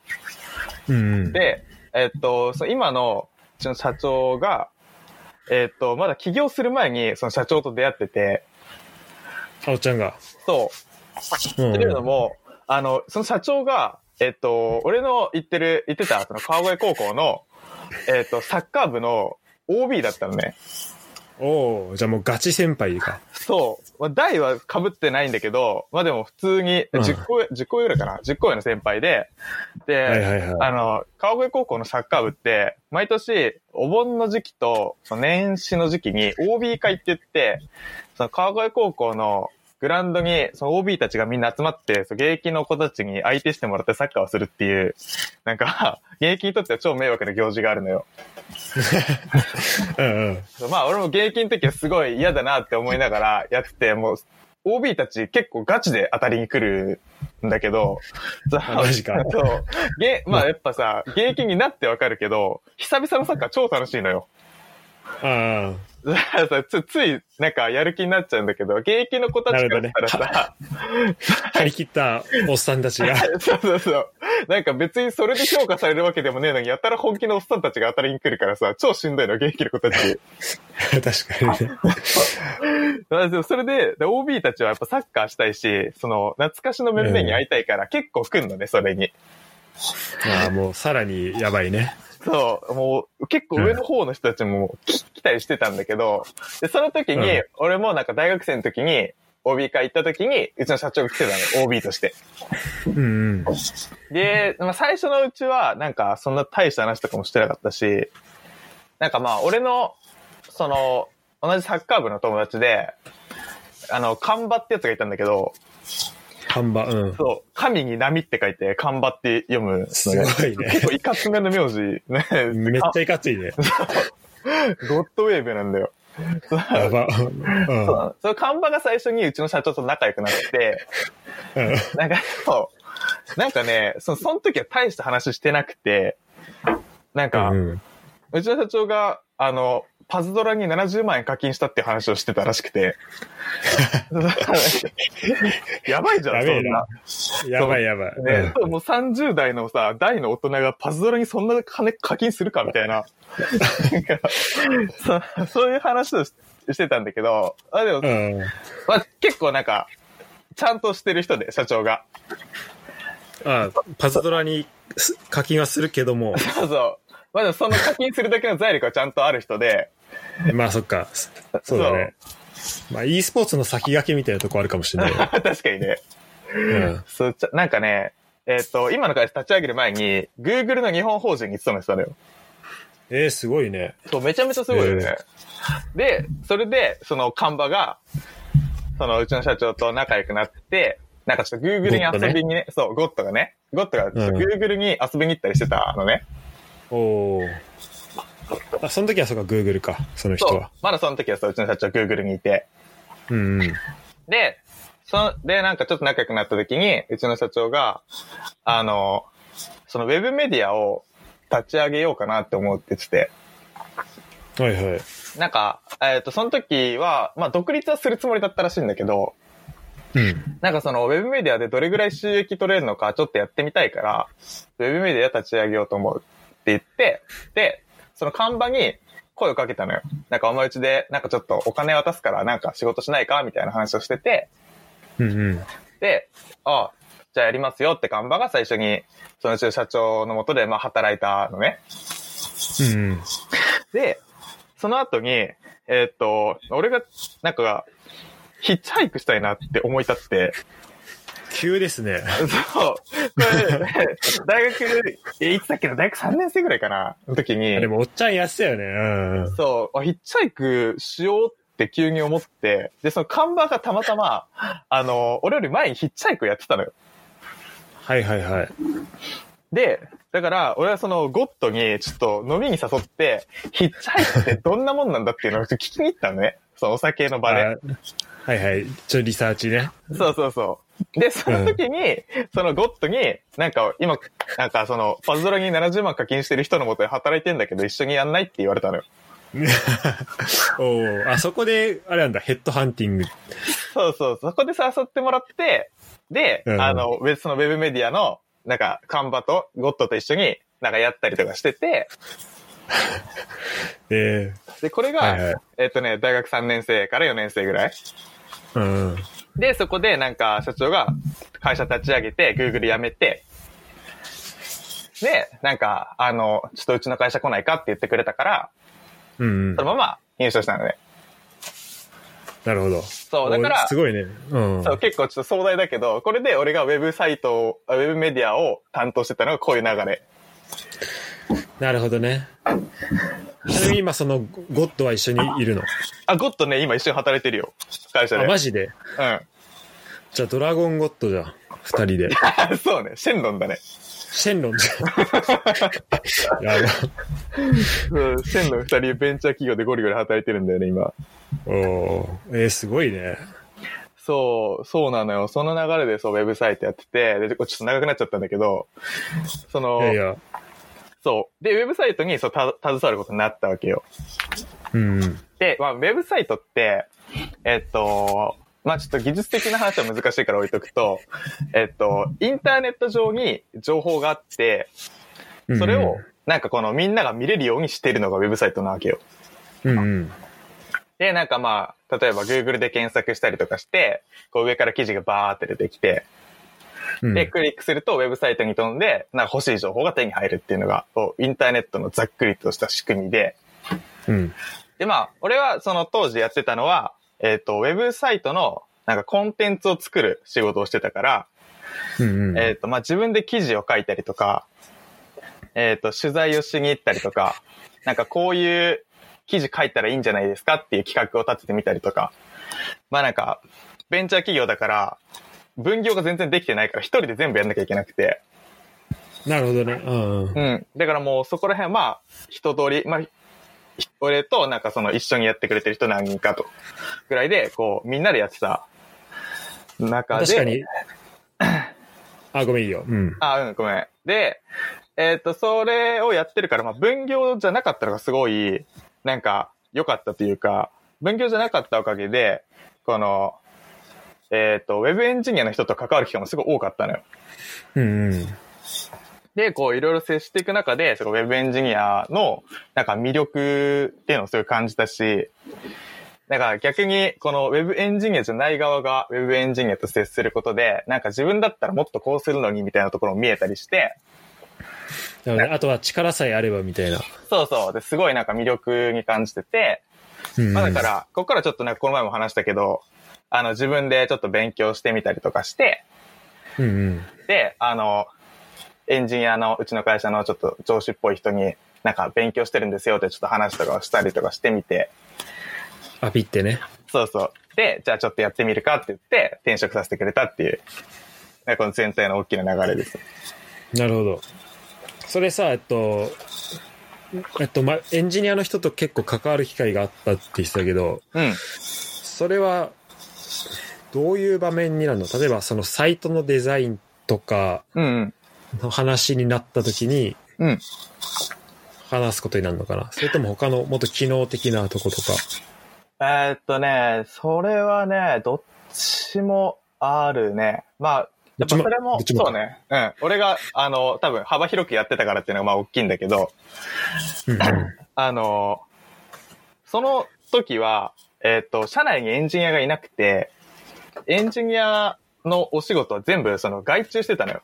[SPEAKER 1] うん、うん。
[SPEAKER 2] で、えっと、その今のうちの社長が、えっと、まだ起業する前にその社長と出会ってて、
[SPEAKER 1] あおちゃんが。
[SPEAKER 2] そう、
[SPEAKER 1] うん、
[SPEAKER 2] というのも、あの、その社長が、えっと、俺の行ってる、行ってた、その川越高校の、えっと、サッカー部の OB だったのね。
[SPEAKER 1] おうじゃあもうガチ先輩か。
[SPEAKER 2] そう。まあ、代は被ってないんだけど、まあでも普通に、
[SPEAKER 1] うん
[SPEAKER 2] 10個、10個ぐらいかな ?10 個上の先輩で、で、
[SPEAKER 1] はいはいはい。
[SPEAKER 2] あの、川越高校のサッカー部って、毎年、お盆の時期と、その年始の時期に OB 会って言って、その川越高校のグラウンドに、その OB たちがみんな集まって、その現役の子たちに相手してもらってサッカーをするっていう、なんか、現役にとっては超迷惑な行事があるのよ。
[SPEAKER 1] うんうん。
[SPEAKER 2] まあ、俺も現役の時はすごい嫌だなって思いながらやってて、もう、OB たち結構ガチで当たりに来るんだけど、
[SPEAKER 1] あマジか
[SPEAKER 2] そう。げ、まあやっぱさ、現役になってわかるけど、久々のサッカー超楽しいのよ。 *laughs*
[SPEAKER 1] あ
[SPEAKER 2] だからさつつい、なんかやる気になっちゃうんだけど、現役の子たちからしたらさ、 *laughs*
[SPEAKER 1] あ、張り切ったおっさんたちが。
[SPEAKER 2] そうそうそう。なんか別にそれで評価されるわけでもねえのに、やたら本気のおっさんたちが当たりに来るからさ、超しんどいの、現役の子たち。
[SPEAKER 1] *laughs* 確かにね。
[SPEAKER 2] まあでもそれで、で OB たちはやっぱサッカーしたいし、その、懐かしの面々に会いたいから、結構来んのね、それに。
[SPEAKER 1] まあもうさらにやばいね。
[SPEAKER 2] そう、もう、結構上の方の人たちもき来たりしてたんだけど、で、その時に
[SPEAKER 1] うん、
[SPEAKER 2] 俺もなんか大学生の時に、OB 会行った時に、うちの社長が来てたの、OB として。
[SPEAKER 1] うんうん。
[SPEAKER 2] で、まあ、最初のうちは、なんか、そんな大した話とかもしてなかったし、なんかまあ、俺の、その、同じサッカー部の友達で、あの、カンバってやつがいたんだけど、
[SPEAKER 1] 看板、うん。
[SPEAKER 2] そう、神に波って書いて、カンバって読むの
[SPEAKER 1] す
[SPEAKER 2] ね
[SPEAKER 1] ごいね
[SPEAKER 2] 結。構いかつめの名字、ね。
[SPEAKER 1] めっちゃいかついね。
[SPEAKER 2] ゴッドウェーブなんだよ。
[SPEAKER 1] やば。
[SPEAKER 2] そうなのその看板が最初にうちの社長と仲良くなって、
[SPEAKER 1] うん。うん
[SPEAKER 2] なんかそう、なんかね、そのその時は大した話してなくて、なんか、う
[SPEAKER 1] うん
[SPEAKER 2] ちの社長が、あの、パズドラに70万円課金したっていう話をしてたらし
[SPEAKER 1] *laughs*
[SPEAKER 2] くて。 *laughs* やばいじゃん、
[SPEAKER 1] や
[SPEAKER 2] そ
[SPEAKER 1] べえ
[SPEAKER 2] んな
[SPEAKER 1] な。。やばいやばい。
[SPEAKER 2] ね、もう30代のさ、大の大人がパズドラにそんな金課金するかみた
[SPEAKER 1] *laughs*
[SPEAKER 2] いな。なんかそ *laughs* そういう話をししてたんだけど、あでも、
[SPEAKER 1] うん。うん
[SPEAKER 2] まあ、結構なんか、ちゃんとしてる人で、社長が。 *laughs*
[SPEAKER 1] あパズドラにす課金はするけども、
[SPEAKER 2] そうそう。まあでもその課金するだけの財力はちゃんとある人で、
[SPEAKER 1] *laughs*
[SPEAKER 2] *laughs*
[SPEAKER 1] まあそっか。そうだね。まあ e スポーツの先駆けみたいなとこあるかもしれない。
[SPEAKER 2] 確かにね。
[SPEAKER 1] うん。
[SPEAKER 2] そう、ちゃなんかね、えっ、と、今の会社立ち上げる前に、Google の日本法人に勤めてたのよ。
[SPEAKER 1] えー、すごいね。
[SPEAKER 2] そう、めちゃめちゃすごいよね。で、それで、その、カンバが、その、うちの社長と仲良くなって、なんかちょっと Google に
[SPEAKER 1] ゴッドね
[SPEAKER 2] 遊びにね、そう、ゴッドがね、ゴッドがちょっと
[SPEAKER 1] うん
[SPEAKER 2] Google に遊びに行ったりしてたのね。
[SPEAKER 1] おお。あ、その時はそうか、Google か、その人
[SPEAKER 2] そう
[SPEAKER 1] は。。
[SPEAKER 2] まだその時はさ、うちの社長 Google にいて。
[SPEAKER 1] うんうん。
[SPEAKER 2] で、その、で、なんかちょっと仲良くなった時に、うちの社長が、あの、そのウェブメディアを立ち上げようかなって思っててて、
[SPEAKER 1] はいはい。
[SPEAKER 2] なんか、えっ、と、その時は、まあ、独立はするつもりだったらしいんだけど、
[SPEAKER 1] うん。
[SPEAKER 2] なんかそのウェブメディアでどれぐらい収益取れるのかちょっとやってみたいから、ウェブメディア立ち上げようと思うって言って、で、その看板に声をかけたのよ。なんかお前うちで、なんかちょっとお金渡すからなんか仕事しないかみたいな話をしてて、
[SPEAKER 1] うんうん。
[SPEAKER 2] で、ああ、じゃあやりますよって看板が最初に、そのうちの社長のもとで、まあ働いたのね。
[SPEAKER 1] うんうん。
[SPEAKER 2] で、その後に、えーっと、俺が、なんか、ヒッチハイクしたいなって思い立って、
[SPEAKER 1] 急ですね。
[SPEAKER 2] そう、これ、大学、え、いつだっけな、大学3年生ぐらいかな、の時に
[SPEAKER 1] あ、でも、おっちゃんやってたよね。うんうん。
[SPEAKER 2] そう、あヒッチハイクしようって急に思って、で、その看板がたまたま、あの、俺より前にヒッチハイクやってたのよ。
[SPEAKER 1] はいはいはい。
[SPEAKER 2] で、だから、俺はそのゴッドにちょっと飲みに誘って、ヒッチハイクってどんなもんなんだっていうのをちょっと聞きに行ったのね。そのお酒の場で。
[SPEAKER 1] あはいはい。ちょ、リサーチね。
[SPEAKER 2] そうそうそう。で、その時に、そのゴッドに、なんか今、なんかその、パズドラに70万課金してる人のもとで働いてんだけど、一緒にやんないって言われたのよ。
[SPEAKER 1] おお。あそこで、あれなんだ、ヘッドハンティング。
[SPEAKER 2] そうそう、そこで誘ってもらって、で、
[SPEAKER 1] うん
[SPEAKER 2] あの、別のウェブメディアの、なんか、カンバとゴッドと一緒に、なんかやったりとかしてて、
[SPEAKER 1] え
[SPEAKER 2] で、これが、
[SPEAKER 1] はいはい
[SPEAKER 2] えっ、とね、大学3年生から4年生ぐらい。
[SPEAKER 1] えうん。
[SPEAKER 2] で、そこでなんか社長が会社立ち上げて、Google 辞めて、で、なんか、あの、ちょっとうちの会社来ないかって言ってくれたから、
[SPEAKER 1] うんうん
[SPEAKER 2] そ。のまま入社したのね。
[SPEAKER 1] なるほど。
[SPEAKER 2] そう、だから
[SPEAKER 1] おす、ごいね。うん。
[SPEAKER 2] そう結構ちょっと壮大だけど、これで俺がウェブサイトを、あウェブメディアを担当してたのがこういう流れ。
[SPEAKER 1] なるほどね。ちなみに今、その、ゴッドは一緒にいるの。
[SPEAKER 2] あ、ゴッドね、今一緒に働いてるよ。会社で。
[SPEAKER 1] あ、マジで。
[SPEAKER 2] う
[SPEAKER 1] じゃあ、ドラゴンゴッドじゃん。二人で。
[SPEAKER 2] ん。 *laughs* そうね、シェンロンだね。
[SPEAKER 1] シェンロンじ *laughs* ゃん。や
[SPEAKER 2] うんシェンロン二人ベンチャー企業でゴリゴリ働いてるんだよね、今。
[SPEAKER 1] ば。おーえー、すごいね。
[SPEAKER 2] そう、そうなのよ。その流れで、そう、ウェブサイトやってて、で、ちょっと長くなっちゃったんだけど、その、
[SPEAKER 1] いやいや。
[SPEAKER 2] そう。で、ウェブサイトに、そう、た、携わることになったわけよ。
[SPEAKER 1] うん。
[SPEAKER 2] で、まあ、ウェブサイトって、えっと、まあ、ちょっと技術的な話は難しいから置いとくと、えっと、インターネット上に情報があって、
[SPEAKER 1] うん
[SPEAKER 2] それを、なんかこのみんなが見れるようにしてるのがウェブサイトなわけよ。
[SPEAKER 1] うんうん。
[SPEAKER 2] で、なんかまあ、例えば Google で検索したりとかして、こう上から記事がバーって出てきて、
[SPEAKER 1] うん
[SPEAKER 2] で、クリックするとウェブサイトに飛んで、なんか欲しい情報が手に入るっていうのが、こうインターネットのざっくりとした仕組みで。
[SPEAKER 1] うん。
[SPEAKER 2] で、まあ、俺はその当時やってたのは、えっ、と、ウェブサイトの、なんかコンテンツを作る仕事をしてたから、
[SPEAKER 1] うんうん。
[SPEAKER 2] えっ、と、まあ自分で記事を書いたりとか、えっ、と、取材をしに行ったりとか、なんかこういう記事書いたらいいんじゃないですかっていう企画を立ててみたりとか。まあなんか、ベンチャー企業だから、分業が全然できてないから、一人で全部やんなきゃいけなくて。
[SPEAKER 1] なるほどね。うんうん。
[SPEAKER 2] うん。だからもうそこら辺、まあ、一通り、まあ、ひ俺と、なんかその一緒にやってくれてる人何人かと、ぐらいで、こう、みんなでやってた中で。
[SPEAKER 1] 確か
[SPEAKER 2] *laughs*
[SPEAKER 1] に。あ、ごめん、いいよ。うん。
[SPEAKER 2] あ、うん、ごめん。で、えっ、と、それをやってるから、まあ、分業じゃなかったのがすごい、なんか、良かったというか、分業じゃなかったおかげで、この、えっ、と、ウェブエンジニアの人と関わる機会もすごい多かったのよ。
[SPEAKER 1] うんうん。
[SPEAKER 2] で、こう、いろいろ接していく中で、そのウェブエンジニアの、なんか魅力っていうのをすごい感じたし、だから逆に、このウェブエンジニアじゃない側がウェブエンジニアと接することで、なんか自分だったらもっとこうするのにみたいなところも見えたりして、
[SPEAKER 1] なのであとは力さえあればみたいな。
[SPEAKER 2] そうそう、ですごいなんか魅力に感じてて、
[SPEAKER 1] うんうん
[SPEAKER 2] まあだから、ここからちょっとなんかこの前も話したけど、あの自分でちょっと勉強してみたりとかして、
[SPEAKER 1] うんうん。
[SPEAKER 2] で、あの、エンジニアのうちの会社のちょっと上司っぽい人に、なんか勉強してるんですよってちょっと話とかをしたりとかしてみて、
[SPEAKER 1] アピってね。
[SPEAKER 2] そうそう。で、じゃあちょっとやってみるかって言って転職させてくれたっていう、ねこの全体の大きな流れです。
[SPEAKER 1] なるほど。それさ、えっと、えっと、ま、エンジニアの人と結構関わる機会があったって言ってたけど、
[SPEAKER 2] うん。
[SPEAKER 1] それは、どういう場面になるの例えば、そのサイトのデザインとか
[SPEAKER 2] うん
[SPEAKER 1] の話になった時に
[SPEAKER 2] うん。うん。
[SPEAKER 1] 話すことになるのかなそれとも他のもっと機能的なとことか。
[SPEAKER 2] えーっとね、それはね、どっちもあるね。まあ、やっぱそれも
[SPEAKER 1] どっ、ちも
[SPEAKER 2] そうね。うん。俺が、あの、多分幅広くやってたからっていうのがまあ大きいんだけど、
[SPEAKER 1] うんうん
[SPEAKER 2] あの、その時は、えっ、と、社内にエンジニアがいなくて、エンジニアのお仕事は全部その外注してたのよ。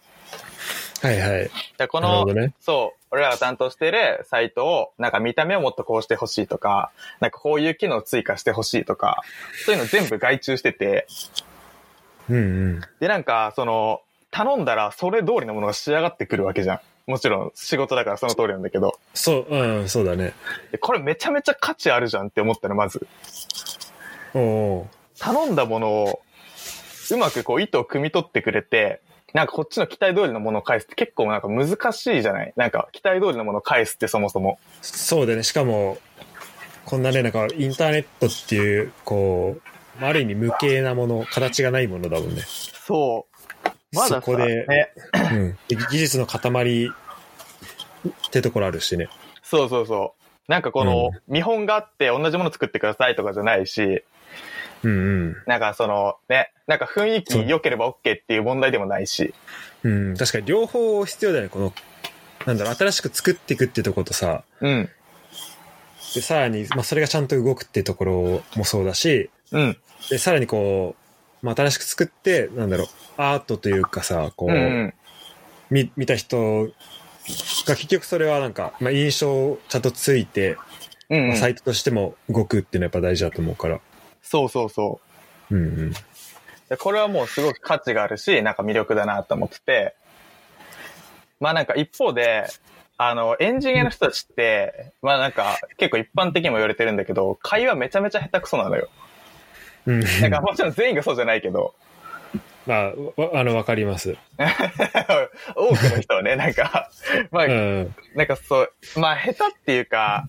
[SPEAKER 1] はいはい。
[SPEAKER 2] でこ
[SPEAKER 1] なる
[SPEAKER 2] の
[SPEAKER 1] ほ、どね。
[SPEAKER 2] そう、俺らが担当してるサイトを、なんか見た目をもっとこうしてほしいとか、なんかこういう機能追加してほしいとか、そういうの全部外注してて、
[SPEAKER 1] うんうん。
[SPEAKER 2] で、なんか、その、頼んだらそれ通りのものが仕上がってくるわけじゃん。もちろん仕事だからその通りなんだけど、
[SPEAKER 1] そう、うん、そうだね。
[SPEAKER 2] でこれめちゃめちゃ価値あるじゃんって思ったの、まず。
[SPEAKER 1] おお
[SPEAKER 2] 頼んだものをうまくこう意図を汲み取ってくれて、なんかこっちの期待通りのものを返すって結構なんか難しいじゃないなんか期待通りのものを返すってそもそも。
[SPEAKER 1] そうだね。しかも、こんなね、なんかインターネットっていう、こう、ある意味無形なもの、形がないものだもんね。
[SPEAKER 2] そう。まださ
[SPEAKER 1] そこで
[SPEAKER 2] ね。
[SPEAKER 1] うん。で技術の塊ってところあるしね。
[SPEAKER 2] そうそうそう。なんかこの見本があって同じもの作ってくださいとかじゃないし、
[SPEAKER 1] うんうん。
[SPEAKER 2] なんかそのね、なんか雰囲気良ければ OK っていう問題でもないし。
[SPEAKER 1] うん、確かに両方必要だよね。この、なんだろう、新しく作っていくってとことさ、
[SPEAKER 2] うん。
[SPEAKER 1] で、さらに、まあ、それがちゃんと動くってところもそうだし、
[SPEAKER 2] うん。
[SPEAKER 1] で、さらにこう、まあ、新しく作って、なんだろう、アートというかさ、こう、
[SPEAKER 2] うんうん。
[SPEAKER 1] 見見た人が結局それはなんか、まあ、印象ちゃんとついて、
[SPEAKER 2] うん、
[SPEAKER 1] ま
[SPEAKER 2] う
[SPEAKER 1] あ、
[SPEAKER 2] ん。
[SPEAKER 1] サイトとしても動くっていうのはやっぱ大事だと思うから。
[SPEAKER 2] そうそうそう。
[SPEAKER 1] うんうん。
[SPEAKER 2] でこれはもうすごく価値があるし、なんか魅力だなと思ってて。まあなんか一方で、あの、エンジニアの人たちって、まあなんか結構一般的にも言われてるんだけど、会話めちゃめちゃ下手くそなのよ。
[SPEAKER 1] うん、
[SPEAKER 2] なんかもちろん全員がそうじゃないけど、
[SPEAKER 1] *laughs*
[SPEAKER 2] *laughs*
[SPEAKER 1] まあ、わあの、わかります。
[SPEAKER 2] 多くの人はね、なんか、まあ、
[SPEAKER 1] うん。
[SPEAKER 2] なんかそう、まあ下手っていうか、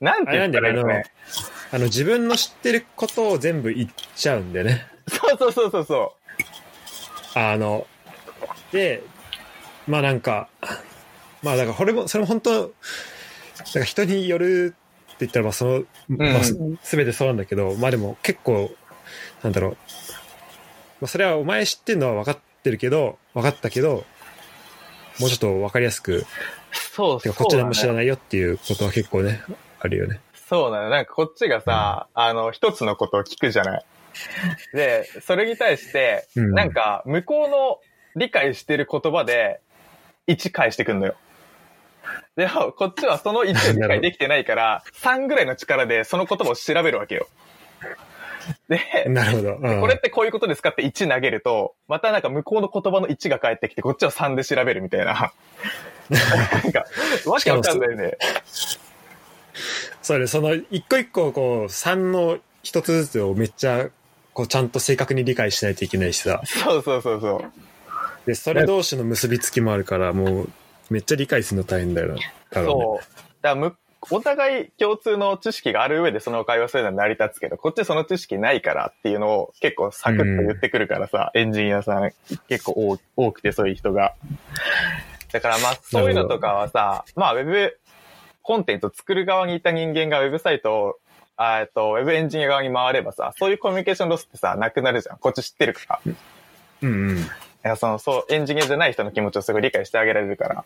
[SPEAKER 2] なん
[SPEAKER 1] あれ
[SPEAKER 2] て言
[SPEAKER 1] な
[SPEAKER 2] っ
[SPEAKER 1] ん
[SPEAKER 2] た
[SPEAKER 1] だ
[SPEAKER 2] らいい
[SPEAKER 1] よ
[SPEAKER 2] で
[SPEAKER 1] ね
[SPEAKER 2] すね。。
[SPEAKER 1] あの、あの自分の知ってることを全部言っちゃうんでね。
[SPEAKER 2] そうそうそうそうそ
[SPEAKER 1] あの、で、まあなんか、まあだからこれも、それも本当、なんか人によるって言ったら、まあその、まあす
[SPEAKER 2] う
[SPEAKER 1] べてそうなんだけど、まあでも結構、なんだろう。まあそれはお前知ってるのは分かってるけど、分かったけど、もうちょっと分かりやすく、
[SPEAKER 2] う。そう
[SPEAKER 1] て
[SPEAKER 2] そう、
[SPEAKER 1] かこっち何も知ら
[SPEAKER 2] い。
[SPEAKER 1] ないよっていうことは結構ね、あるよね。
[SPEAKER 2] そうなの。なんかこっちがさ、あの、一つのことを聞くじゃ
[SPEAKER 1] *laughs*
[SPEAKER 2] ない。で、それに対して、
[SPEAKER 1] うん
[SPEAKER 2] なんか、向こうの理解してる言葉で、1返してくんのよ。でも、こっちはその1を理解できてない
[SPEAKER 1] *laughs*
[SPEAKER 2] から、3ぐらいの力でその言葉を調べるわけよ。で、
[SPEAKER 1] なるほど。うん
[SPEAKER 2] これってこういうことですかって1投げると、またなんか向こうの言葉の1が返ってきて、こっちは3で調べ
[SPEAKER 1] *laughs*
[SPEAKER 2] るみたいな。なんか、わけわかんないね。
[SPEAKER 1] それ、その、一個一個、こう、3の一つずつをめっちゃ、こう、ちゃんと正確に理解しないといけないしさ。
[SPEAKER 2] そうそうそうそう。
[SPEAKER 1] で、それ同士の結びつきもあるから、もう、めっちゃ理解するの大変だよな。だからね
[SPEAKER 2] そう。だからむ、お互い共通の知識がある上でその会話するのは成り立つけど、こっちその知識ないからっていうのを結構サクッと言ってくるからさ、エンジニアさん結構多多くてそういう人が。だからまあそういうのとかはさ、まあウェブコンテンツを作る側にいた人間がウェブサイトをあえっと、ウェブエンジニア側に回ればさ、そういうコミュニケーションロスってさ、なくなるじゃん。こっち知ってるから。い
[SPEAKER 1] うんうん。
[SPEAKER 2] や、その、そう、エンジニアじゃない人の気持ちをすごい理解してあげられるから。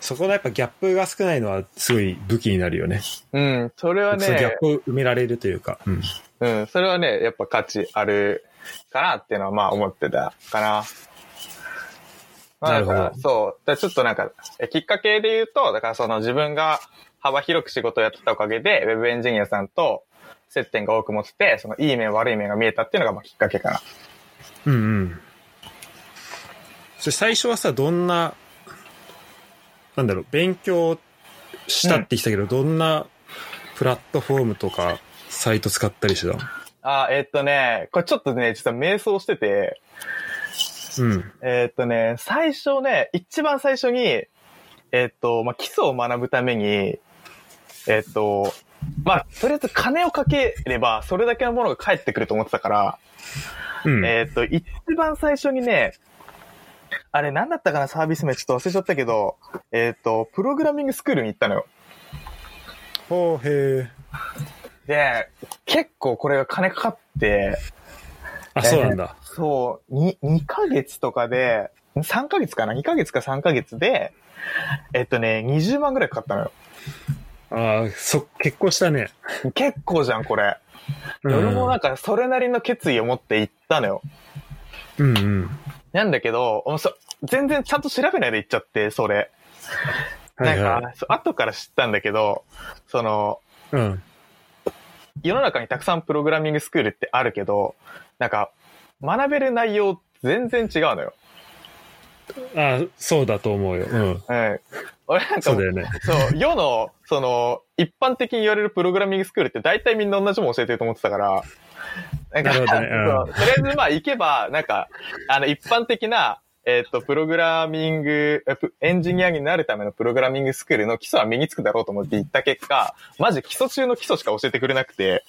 [SPEAKER 1] そこがやっぱギャップが少ないのは、すごい武器になるよね。
[SPEAKER 2] うん、それはね。
[SPEAKER 1] そのギャップを埋められるというか。うん。
[SPEAKER 2] うん、それはね、やっぱ価値あるかなっていうのはまあ思ってたかな。まあ、だか
[SPEAKER 1] なる
[SPEAKER 2] ら
[SPEAKER 1] ほ
[SPEAKER 2] そう。だからちょっとなんか、えきっかけで言うと、だからその自分が幅広く仕事をやってたおかげで、ウェブエンジニアさんと接点が多く持ってて、そのいい面悪い面が見えたっていうのがまあきっかけかな。
[SPEAKER 1] うんうん。それ最初はさ、どんな、なんだろう、勉強したって言ってたけど、どんなプラットフォームとか、サイト使ったりしてたの
[SPEAKER 2] あ、えっとね、これちょっとね、実は迷走してて、
[SPEAKER 1] うん。
[SPEAKER 2] えっとね、最初ね、一番最初に、えっと、まあ、基礎を学ぶために、えっと、まあ、とりあえず金をかければ、それだけのものが返ってくると思ってたから、
[SPEAKER 1] うん。
[SPEAKER 2] えっと、一番最初にね、あれ、なんだったかな、サービス名ちょっと忘れちゃったけど、えっと、プログラミングスクールに行ったのよ。
[SPEAKER 1] ほうへ
[SPEAKER 2] で、結構これが金かかって、
[SPEAKER 1] ーあ、そうなんだ。
[SPEAKER 2] そう、に、2ヶ月とかで、3ヶ月かな ?2 ヶ月か3ヶ月で、えっとね、20万ぐらいかかったのよ。
[SPEAKER 1] ああ、そ、結構したね。
[SPEAKER 2] 結構じゃん、これ。
[SPEAKER 1] うん
[SPEAKER 2] 俺もなんか、それなりの決意を持って行ったのよ。
[SPEAKER 1] うんうん。
[SPEAKER 2] なんだけど、もうそ全然ちゃんと調べないで行っちゃって、それ。
[SPEAKER 1] はい
[SPEAKER 2] な
[SPEAKER 1] は
[SPEAKER 2] ん
[SPEAKER 1] い。
[SPEAKER 2] か、そう後から知ったんだけど、その、
[SPEAKER 1] うん。
[SPEAKER 2] 世の中にたくさんプログラミングスクールってあるけど、なんか、学べる内容全然違うのよ。
[SPEAKER 1] ああ、そうだと思うよ。うん。
[SPEAKER 2] うん。俺なんか
[SPEAKER 1] そう
[SPEAKER 2] も
[SPEAKER 1] だ
[SPEAKER 2] う、
[SPEAKER 1] よね。
[SPEAKER 2] そう、世の、その、一般的に言われるプログラミングスクールって大体みんな同じもん教えてると思ってたから、なんか、
[SPEAKER 1] なるほどね
[SPEAKER 2] そうとりあえずまあ行けば、なんか、あの、一般的な、えっ、と、プログラミング、えプエンジニアになるためのプログラミングスクールの基礎は身につくだろうと思って行った結果、マジ基礎中の基礎しか教えてくれなくて、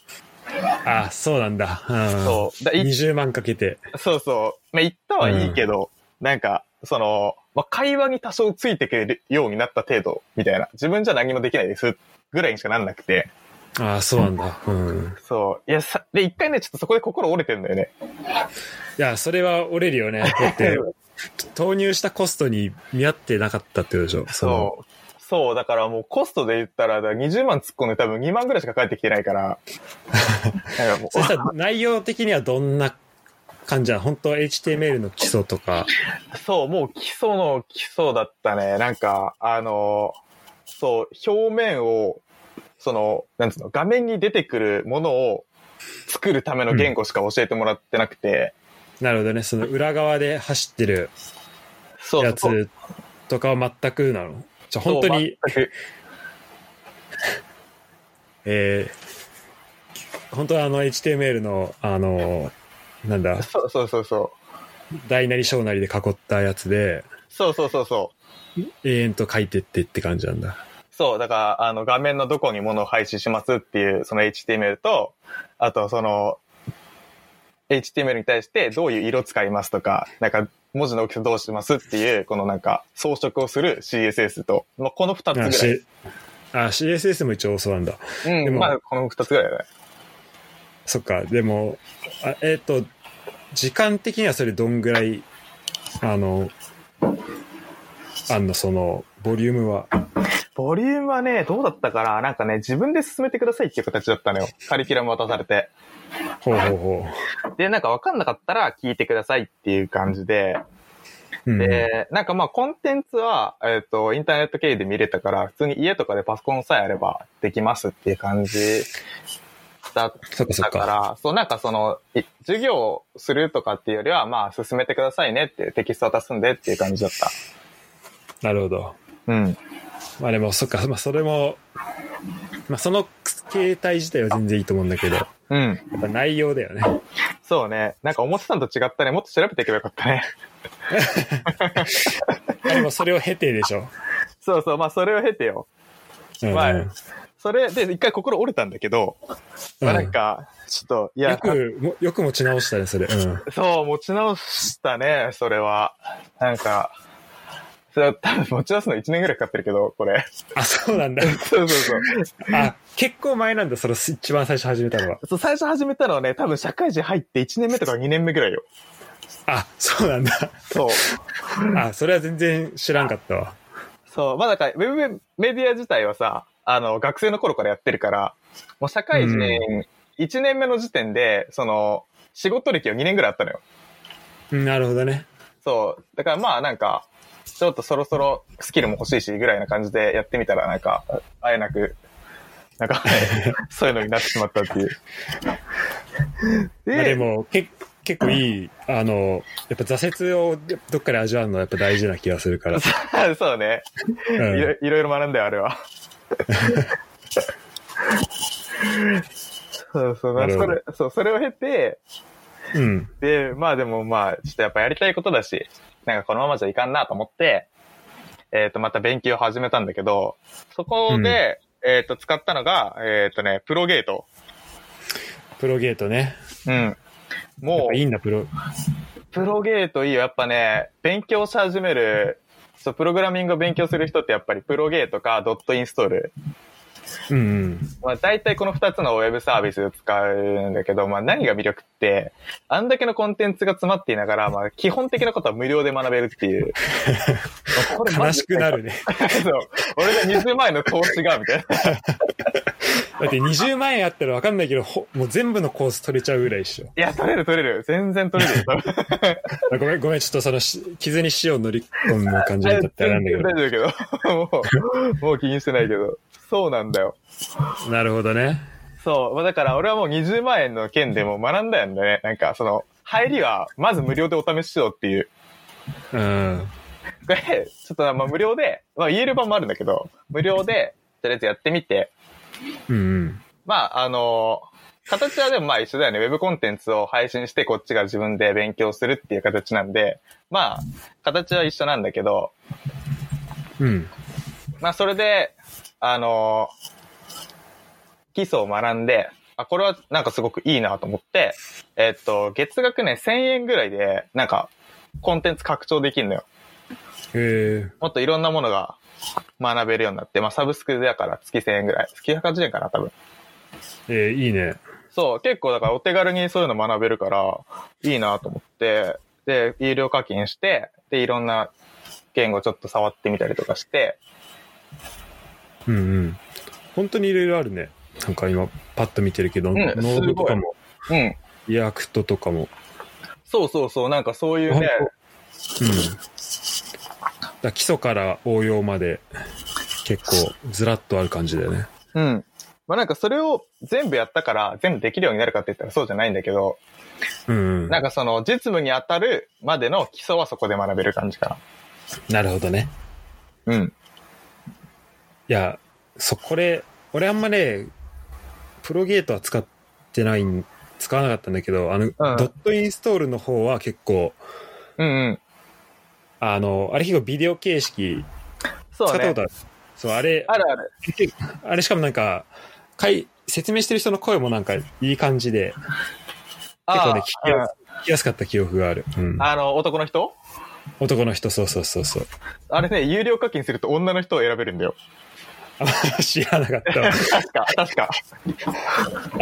[SPEAKER 1] ああ、そうなんだ。うん。
[SPEAKER 2] そう、だい
[SPEAKER 1] 20万かけて。
[SPEAKER 2] そうそう、まあ行ったはいいけど、なんか、その、まあ、会話に多少ついてくれるようになった程度、みたいな。自分じゃ何もできないです、ぐらいにしかなんなくて。
[SPEAKER 1] ああ、そうなんだ。うん。
[SPEAKER 2] そう。いや、さ、で、一回ね、ちょっとそこで心折れてんだよね。
[SPEAKER 1] いや、それは折れるよ
[SPEAKER 2] *laughs*
[SPEAKER 1] ね。だって、投入したコストに見合ってなかったってことでしょ。その
[SPEAKER 2] そう。そう、だからもうコストで言ったら、だから20万突っ込んで多分2万ぐらいしか返ってきてな
[SPEAKER 1] *laughs*
[SPEAKER 2] いから。なんかもう
[SPEAKER 1] そしたら内容的にはどんな感じなの本当 HTML の基礎とか。
[SPEAKER 2] そう、もう基礎の基礎だったね。なんか、あの、そう、表面を、その、なんつうの、画面に出てくるものを作るための言語しか教えてもらってなくて。
[SPEAKER 1] なるほどね。その裏側で走ってる
[SPEAKER 2] そう、
[SPEAKER 1] やつとかは全くなの。じゃあ本当に、。
[SPEAKER 2] そう全く
[SPEAKER 1] えー、本当はあの HTML の、あの、なんだ、
[SPEAKER 2] そうそうそうそう。
[SPEAKER 1] 大なり小なりで囲ったやつで、
[SPEAKER 2] そうそうそうそう。
[SPEAKER 1] 永遠と書いてってって感じなんだ。
[SPEAKER 2] そう、だから、あの、画面のどこにものを配置しますっていう、その HTML と、あと、その、HTML に対してどういう色使いますとか、なんか、文字の大きさどうしますっていう、このなんか、装飾をする CSS と、まあ、この二つぐ
[SPEAKER 1] あ
[SPEAKER 2] らい。
[SPEAKER 1] しあ CSS も一応そうなんだ。
[SPEAKER 2] う
[SPEAKER 1] で
[SPEAKER 2] ん、
[SPEAKER 1] も
[SPEAKER 2] まあ、この二つぐらいだね。
[SPEAKER 1] そっか、でも、あえっ、と、時間的にはそれどんぐらい、あの、あんの、その、ボリュームは。
[SPEAKER 2] ボリュームはね、どうだったかななんかね、自分で進めてくださいっていう形だったのよ。カリキュラム渡されて。
[SPEAKER 1] ほうほうほ
[SPEAKER 2] で、なんかわかんなかったら聞いてくださいっていう感じで、
[SPEAKER 1] う。うん、
[SPEAKER 2] で、なんかまあコンテンツは、えっ、と、インターネット経由で見れたから、普通に家とかでパソコンさえあればできますっていう感じだっ
[SPEAKER 1] そっかそ
[SPEAKER 2] た
[SPEAKER 1] っ
[SPEAKER 2] か
[SPEAKER 1] か。
[SPEAKER 2] ら、そう、なんかその、い授業をするとかっていうよりは、まあ進めてくださいねっていうテキスト渡すんでっていう感じだった。
[SPEAKER 1] なるほど。
[SPEAKER 2] うん。
[SPEAKER 1] まあでも、そっか、まあそれも、まあ、その形態自体は全然いいと思うんだけど、や
[SPEAKER 2] うん。
[SPEAKER 1] っぱ内容だよね。
[SPEAKER 2] そうね。なんか思ってたのと違ったね。もっと調べていけばよかったね。 *laughs*
[SPEAKER 1] でもそれを経てでしょ。
[SPEAKER 2] そうそう。まあ、それを経てよ。
[SPEAKER 1] うん
[SPEAKER 2] *laughs* まあ、それで一回心折れたんだけど、まあなんか、ちょっと、い
[SPEAKER 1] よ
[SPEAKER 2] や、
[SPEAKER 1] く、もよく持ち直したね、それ。うん。
[SPEAKER 2] そう、持ち直したね、それは。なんか、それは多分持ち直すの1年ぐらいかかってるけど、これ。
[SPEAKER 1] あ、そうなんだ。
[SPEAKER 2] そうそうそう。
[SPEAKER 1] あ、結構前なんだ、その一番最初始めたのは。
[SPEAKER 2] そう最初始めたのはね、多分社会人入って1年目とか2年目ぐらいよ。
[SPEAKER 1] あ、そうなんだ。
[SPEAKER 2] そう。
[SPEAKER 1] あ、それは全然知らんかったわ。
[SPEAKER 2] そう。まあだから、ウェブメディア自体はさ、あの、学生の頃からやってるから、もう社会人
[SPEAKER 1] う
[SPEAKER 2] 1年目の時点で、その、仕事歴は2年ぐらいあったのよ。
[SPEAKER 1] うんなるほどね。
[SPEAKER 2] そう。だからまあなんか、ちょっとそろそろスキルも欲しいしぐらいな感じでやってみたらなんか、あえなく、なんか、そういうのになってしまったっていう。
[SPEAKER 1] まあ、で
[SPEAKER 2] で、
[SPEAKER 1] も、け結構いい、あの、やっぱ挫折をどっかで味わうのはやっぱ大事な気がする
[SPEAKER 2] *laughs*
[SPEAKER 1] から。
[SPEAKER 2] *laughs* そうね、
[SPEAKER 1] う
[SPEAKER 2] いろ
[SPEAKER 1] ん、
[SPEAKER 2] いろいろ学んだよ、あれ
[SPEAKER 1] *laughs*
[SPEAKER 2] は。そうそう、ま
[SPEAKER 1] な
[SPEAKER 2] あ
[SPEAKER 1] るほ
[SPEAKER 2] そ
[SPEAKER 1] ど
[SPEAKER 2] れ、そう、それを経て、
[SPEAKER 1] うん。
[SPEAKER 2] で、まあでもまあ、ちょっとやっぱやりたいことだし、なんかこのままじゃいかんなと思って、えっ、と、また勉強を始めたんだけど、そこで、えっ、と、使ったのが、えっ、とね、プロゲート。
[SPEAKER 1] プロゲートね。
[SPEAKER 2] うん。
[SPEAKER 1] やっ
[SPEAKER 2] も、
[SPEAKER 1] ぱいういんだ、プロ。
[SPEAKER 2] プロゲートいいよ。やっぱね、勉強し始める、そう、プログラミングを勉強する人ってやっぱりプロゲートかドットインストール。
[SPEAKER 1] うん、うん。
[SPEAKER 2] まあ大体この2つのウェブサービスを使うんだけど、まあ何が魅力って、あんだけのコンテンツが詰まっていながら、まあ基本的なことは無料で学べるって *laughs* いう。まあこれマ
[SPEAKER 1] 悲
[SPEAKER 2] ジ
[SPEAKER 1] し
[SPEAKER 2] で
[SPEAKER 1] くなるね。
[SPEAKER 2] そう。俺が20万円の投資が、み *laughs* たいな。
[SPEAKER 1] だって20万円あったらわかんないけど、ほもう全部のコース取れちゃうぐらいでしょ。
[SPEAKER 2] いや、取れる取れる。全然取れるよ。多分
[SPEAKER 1] あごめん、ごめん、ちょっとそのし、傷に塩を塗り込む感じだったらなんだけ
[SPEAKER 2] *laughs* *laughs* 全然大丈夫だけど。もう、もう気にしてないけど。そうなんだよ。
[SPEAKER 1] ど。なるほどね。
[SPEAKER 2] そう。まあだから俺はもう20万円の件でもう学んだんだね。なんかその、入りは、まず無料でお試ししようっていう。
[SPEAKER 1] うん。
[SPEAKER 2] これ、ちょっとまあ無料で、まあ言える版もあるんだけど、無料で、とりあえずやってみて、
[SPEAKER 1] うんうん。
[SPEAKER 2] まああの形はでもまあ一緒だよね。ウェブコンテンツを配信してこっちが自分で勉強するっていう形なんで、まあ、形は一緒なんだけど、
[SPEAKER 1] うん。
[SPEAKER 2] まあ、それで、あの基礎を学んで、あ、これはなんかすごくいいなと思って、えっと、月額ね、1000円ぐらいで、なんか、コンテンツ拡張できるのよ。
[SPEAKER 1] へ
[SPEAKER 2] もっといろんなものが学べるようになって、まあ、サブスクだから月1000円ぐらい。月180円かな、多分。
[SPEAKER 1] ええーいいね。
[SPEAKER 2] そう、結構だからお手軽にそういうの学べるから、いいなと思って、で、有料課金して、で、いろんな言語ちょっと触ってみたりとかして、
[SPEAKER 1] うんうん。本当にいろいろあるね。なんか今、パッと見てるけど、
[SPEAKER 2] ん
[SPEAKER 1] ノードとか
[SPEAKER 2] す
[SPEAKER 1] も、
[SPEAKER 2] うん。
[SPEAKER 1] リアクトとかも。
[SPEAKER 2] そうそうそう、なんかそういう
[SPEAKER 1] うん。だ
[SPEAKER 2] ね、
[SPEAKER 1] から基礎から応用まで、結構、ずらっとある感じだよね。
[SPEAKER 2] うん。まあなんかそれを全部やったから全部できるようになるかって言ったらそうじゃないんだけど、
[SPEAKER 1] うんうん。
[SPEAKER 2] なんかその実務に当たるまでの基礎はそこで学べる感じか
[SPEAKER 1] なるほどね。
[SPEAKER 2] な。うん。
[SPEAKER 1] いや、そ、これ、俺あんまね、プロゲートは使ってないん、使わなかったんだけど、あの、ドットインストールの方は結構、
[SPEAKER 2] うんうん。
[SPEAKER 1] あの、あれ結構ビデオ形式、
[SPEAKER 2] そ
[SPEAKER 1] 使っ
[SPEAKER 2] う
[SPEAKER 1] たこと。あ
[SPEAKER 2] ね
[SPEAKER 1] る。そう、あれ、
[SPEAKER 2] あるある。
[SPEAKER 1] あれしかもなんか、かい説明してる人の声もなんかいい感じで、結構ね、聞きやす聞きやすかった記憶がある。うん、
[SPEAKER 2] ああの、男の人
[SPEAKER 1] 男の人、そうそうそうそう。
[SPEAKER 2] あれね、有料課金すると女の人を選べるんだよ。
[SPEAKER 1] あ知らなかったわ
[SPEAKER 2] 確か、確か。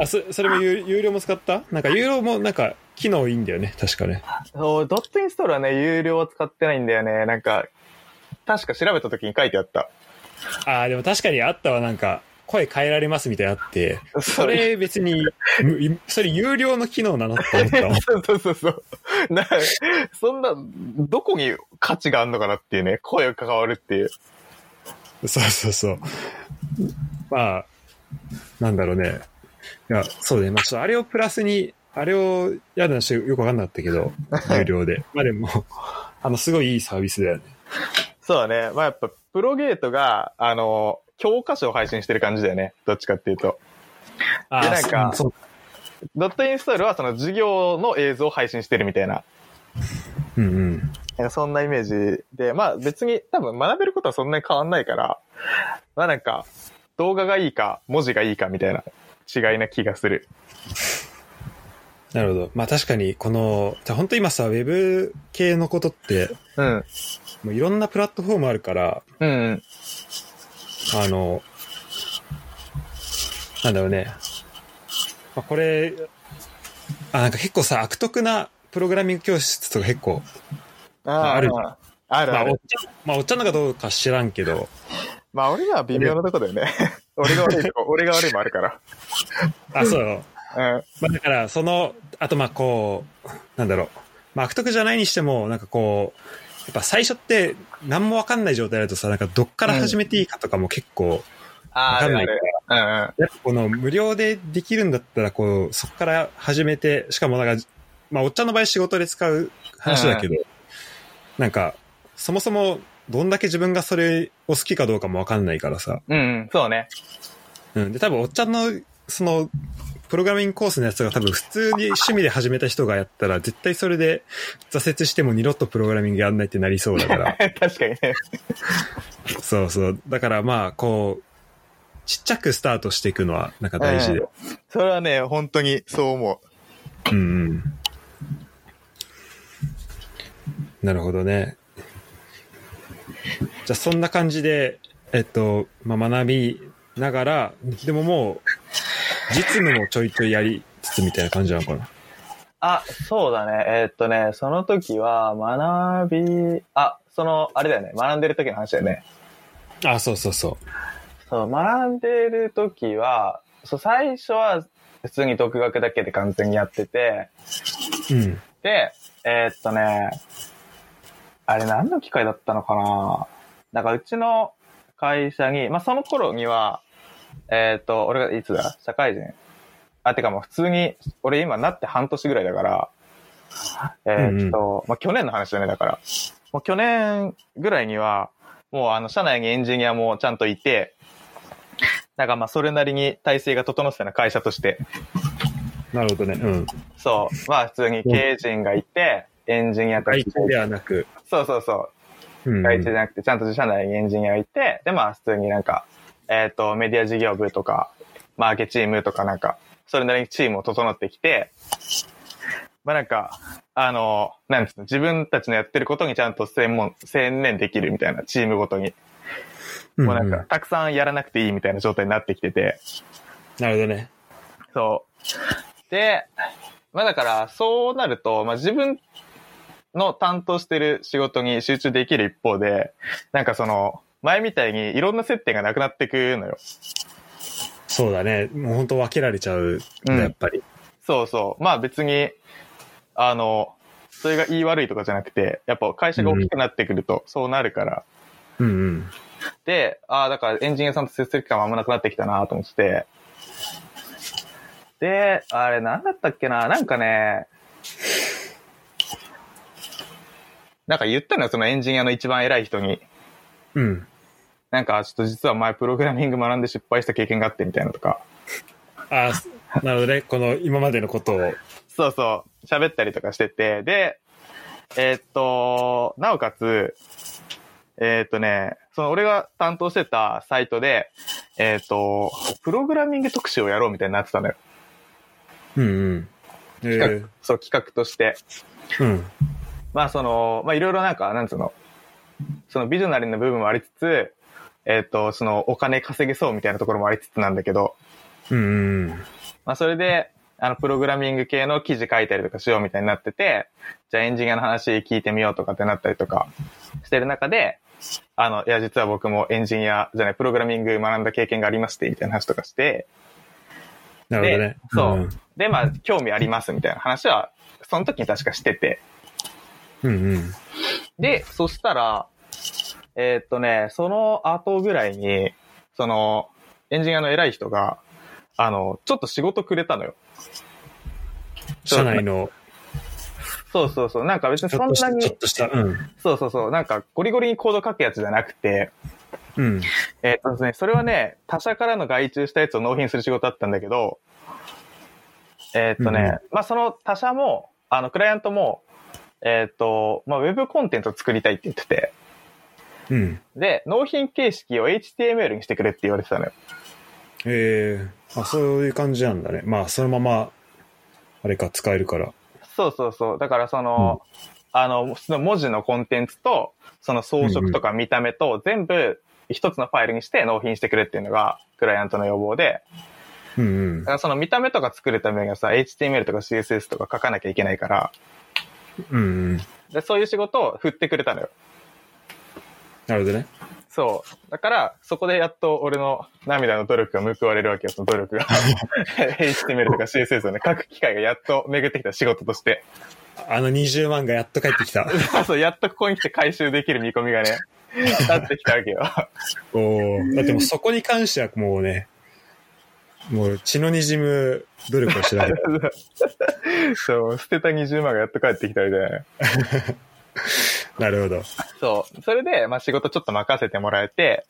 [SPEAKER 1] あそ、それも有有料も使ったなんか有料もなんか機能いいんだよね、確かね。
[SPEAKER 2] そう、ドットインストールはね、有料は使ってないんだよね。なんか、確か調べた時に書いてあった。
[SPEAKER 1] ああ、でも確かにあったわ、なんか、声変えられますみたいなのあって、
[SPEAKER 2] そ
[SPEAKER 1] *laughs* それ別に、むそれ有料の機能なのって思 *laughs* ったわ
[SPEAKER 2] そうそうそうそう。な、そんな、どこに価値があるのかなっていうね、声が関わるっていう。
[SPEAKER 1] そうそうそう。まあ、なんだろうね。いや、そうね。まあ、ちょっとあれをプラスに、あれをやるのしよくわかんなかったけ *laughs* ど、有料で。まあでも、あの、すごいいいサービスだよね。
[SPEAKER 2] そうだね。まあやっぱ、プロゲートが、あの、教科書を配信してる感じだよね。どっちかっていうと。
[SPEAKER 1] あ
[SPEAKER 2] で
[SPEAKER 1] ー
[SPEAKER 2] なんか
[SPEAKER 1] そう
[SPEAKER 2] ドットインストールはその授業の映像を配信してるみたいな。
[SPEAKER 1] そううんうん。
[SPEAKER 2] なんかそんなイメージで、まあ別に多分学べることはそんなに変わんないから、まあなんか動画がいいか文字がいいかみたいな違いな気がする。
[SPEAKER 1] なるほど。まあ確かに、この、じゃあ本当今さ、ウェブ系のことって、
[SPEAKER 2] うん。
[SPEAKER 1] もういろんなプラットフォームあるから、
[SPEAKER 2] うん。
[SPEAKER 1] あの、なんだろうね。まあ、これ、あ、なんか結構さ、悪徳なプログラミング教室とか結構、
[SPEAKER 2] あ
[SPEAKER 1] ある
[SPEAKER 2] あ
[SPEAKER 1] ま
[SPEAKER 2] るあ
[SPEAKER 1] あ、お
[SPEAKER 2] る
[SPEAKER 1] っ。ちゃん、まあ、おっちゃんのかどうか知らんけど、
[SPEAKER 2] まあ俺らは微妙なとこだ *laughs* よね。俺が悪いとこ、俺が悪いもあるか
[SPEAKER 1] あ、そう。
[SPEAKER 2] ら。うん。
[SPEAKER 1] まあ、だから、その、あと、まあ、こう、なんだろう。まあ、悪徳じゃないにしても、なんかこう、やっぱ最初って何もわかんない状態だとさ、なんかどっから始めていいかとかも結構わ
[SPEAKER 2] あ
[SPEAKER 1] かんない
[SPEAKER 2] るある。
[SPEAKER 1] やっぱこの無料でできるんだったら、こう、そこから始めて、しかもなんか、まあ、おっちゃんの場合仕事で使う話だけど、なんか、そもそも、どんだけ自分がそれを好きかどうかもわかんないからさ。
[SPEAKER 2] うんうん。うん、そうね。 *laughs*
[SPEAKER 1] うん。で、多分、おっちゃんの、その、プログラミングコースのやつが多分、普通に趣味で始めた人がやったら、絶対それで、挫折しても二度とプログラミングやんないってなりそうだから。
[SPEAKER 2] 確かに *laughs* ね。
[SPEAKER 1] そうそう。だから、まあ、こう、ちっちゃくスタートしていくのは、なんか大事で。
[SPEAKER 2] うんそれはね、本当にそう思
[SPEAKER 1] う
[SPEAKER 2] う。
[SPEAKER 1] んうん。なるほどね。じゃあそんな感じで、えっと、まあ、学びながら、でももう、実務もちょいちょいやりつつみたいな感じなのかな。
[SPEAKER 2] あ、そうだね。えーっとね、その時は学び、あ、その、あれだよね。学んでる時の話だよね。
[SPEAKER 1] あ、そうそうそ
[SPEAKER 2] そう、学んでる時は、そう、最初は普通に独学だけで完全にやってて、
[SPEAKER 1] う。うん。
[SPEAKER 2] で、えーっとね、あれ何の機会だったのかななんかうちの会社に、まあ、その頃には、えーっと、俺がいつだ社会人。あ、てかもう普通に、俺今なって半年ぐらいだから、えーっと、まあ、去年の話だね、だから。もう去年ぐらいには、もうあの、社内にエンジニアもちゃんといて、なんかまあ、それなりに体制が整ってたな、会社として。
[SPEAKER 1] なるほどね。うん。
[SPEAKER 2] そう。まあ普通に経営陣がいて、エンジニアた
[SPEAKER 1] 外
[SPEAKER 2] ち
[SPEAKER 1] 注ではなく。
[SPEAKER 2] そうそうそう。
[SPEAKER 1] うん。
[SPEAKER 2] 外注じゃなくて、ちゃんと自社内にエンジニアがいて、でまあ普通になんか、えっ、と、メディア事業部とか、マーケチームとかなんか、それなりにチームを整ってきて、まあなんか、あの、なんつうの、自分たちのやってることにちゃんと専門、専念できるみたいな、チームごとに。
[SPEAKER 1] うん
[SPEAKER 2] もうなん
[SPEAKER 1] うん
[SPEAKER 2] か、たくさんやらなくていいみたいな状態になってきてて、
[SPEAKER 1] なるほどね。
[SPEAKER 2] そう。で、まあだから、そうなると、まあ自分の担当してる仕事に集中できる一方で、なんかその、前みたいにいろんな接点がなくなってくのよ。
[SPEAKER 1] そうだね。もう本当分けられちゃう、
[SPEAKER 2] うん
[SPEAKER 1] やっぱり。
[SPEAKER 2] そうそう。まあ別に、あの、それが言い悪いとかじゃなくて、やっぱ会社が大きくなってくるとそうなるから。
[SPEAKER 1] うんうん。
[SPEAKER 2] で、ああ、だからエンジニアさんと接する機会もあんまなくなってきたなと思ってて。で、あれなんだったっけななんかね、なんか言ったのよ、そのエンジニアの一番偉い人に。
[SPEAKER 1] うん。
[SPEAKER 2] なんか、ちょっと実は前プログラミング学んで失敗した経験があってみたいなとか。
[SPEAKER 1] あ、なるほどね。この今までのことを。
[SPEAKER 2] そうそう、喋ったりとかしてて、で、えーっと、なおかつ、えーっとね、その俺が担当してたサイトで、えーっと、プログラミング特集をやろうみたいになってたのよ。
[SPEAKER 1] うんうん。え
[SPEAKER 2] 企
[SPEAKER 1] ー
[SPEAKER 2] 画、そう、企画として。
[SPEAKER 1] うん。
[SPEAKER 2] まあ、その、まあ、いろいろなんか、なんつうの、そのビジョナリーな部分もありつつ、えーっと、その、お金稼げそうみたいなところもありつつなんだけど、
[SPEAKER 1] うんうん。
[SPEAKER 2] まあ、それで、あの、プログラミング系の記事書いたりとかしようみたいになってて、じゃあエンジニアの話聞いてみようとかってなったりとかしてる中で、あの、いや、実は僕もエンジニアじゃない、プログラミング学んだ経験がありまして、みたいな話とかして、
[SPEAKER 1] なるほどね。
[SPEAKER 2] そう。で、まあ、興味ありますみたいな話は、その時に確かしてて。
[SPEAKER 1] うん。うんうん。
[SPEAKER 2] で、そしたら、えーっとね、その後ぐらいに、その、エンジニアの偉い人が、あの、ちょっと仕事くれたのよ。
[SPEAKER 1] 社内の
[SPEAKER 2] そうそうそう。なんか別に
[SPEAKER 1] ち
[SPEAKER 2] そ
[SPEAKER 1] ょっ
[SPEAKER 2] ん
[SPEAKER 1] とし
[SPEAKER 2] な
[SPEAKER 1] た、
[SPEAKER 2] に
[SPEAKER 1] ちょっとした、うん。
[SPEAKER 2] そうそうそう。なんか、ゴリゴリにコード書くやつじゃなくて、
[SPEAKER 1] うん。
[SPEAKER 2] えーっとですね、それはね、他社からの外注したやつを納品する仕事だったんだけど、えーっとね、
[SPEAKER 1] うん
[SPEAKER 2] まあその他社も、あの、クライアントも、えーっと、まあウェブコンテンツを作りたいって言ってて、
[SPEAKER 1] うん。
[SPEAKER 2] で、納品形式を HTML にしてくれって言われてたのよ。
[SPEAKER 1] ええあ、そういう感じなんだね。まあ、そのまま、あれか、使えるから。
[SPEAKER 2] そうそうそう。だからその、あの、その文字のコンテンツと、その装飾とか見た目と、全部一つのファイルにして納品してくれっていうのが、クライアントの要望で、
[SPEAKER 1] うん
[SPEAKER 2] だからその見た目とか作るためにはさ、HTML とか CSS とか書かなきゃいけないから、
[SPEAKER 1] うん。うんうん。
[SPEAKER 2] でそういう仕事を振ってくれたのよ。
[SPEAKER 1] なるほどね。
[SPEAKER 2] そう。だから、そこでやっと俺の涙の努力が報われるわけよ、その努
[SPEAKER 1] *laughs*
[SPEAKER 2] 力が。HTML とか CSS をね、書く機会がやっと巡ってきた仕事
[SPEAKER 1] *laughs*
[SPEAKER 2] として。
[SPEAKER 1] あの20万がやっと帰ってきた。
[SPEAKER 2] そうそう、やっとここに来て回収できる見込み
[SPEAKER 1] *laughs*
[SPEAKER 2] がね、立ってきたわけよ。
[SPEAKER 1] おーだってもうそこに関してはもうね、もう血の滲む努力をし
[SPEAKER 2] *laughs*
[SPEAKER 1] ながら。
[SPEAKER 2] そう、捨てた20万がやっと帰ってきたみたいな。
[SPEAKER 1] なるほど。
[SPEAKER 2] そう。それで、まあ仕事ちょっと任せてもらえて、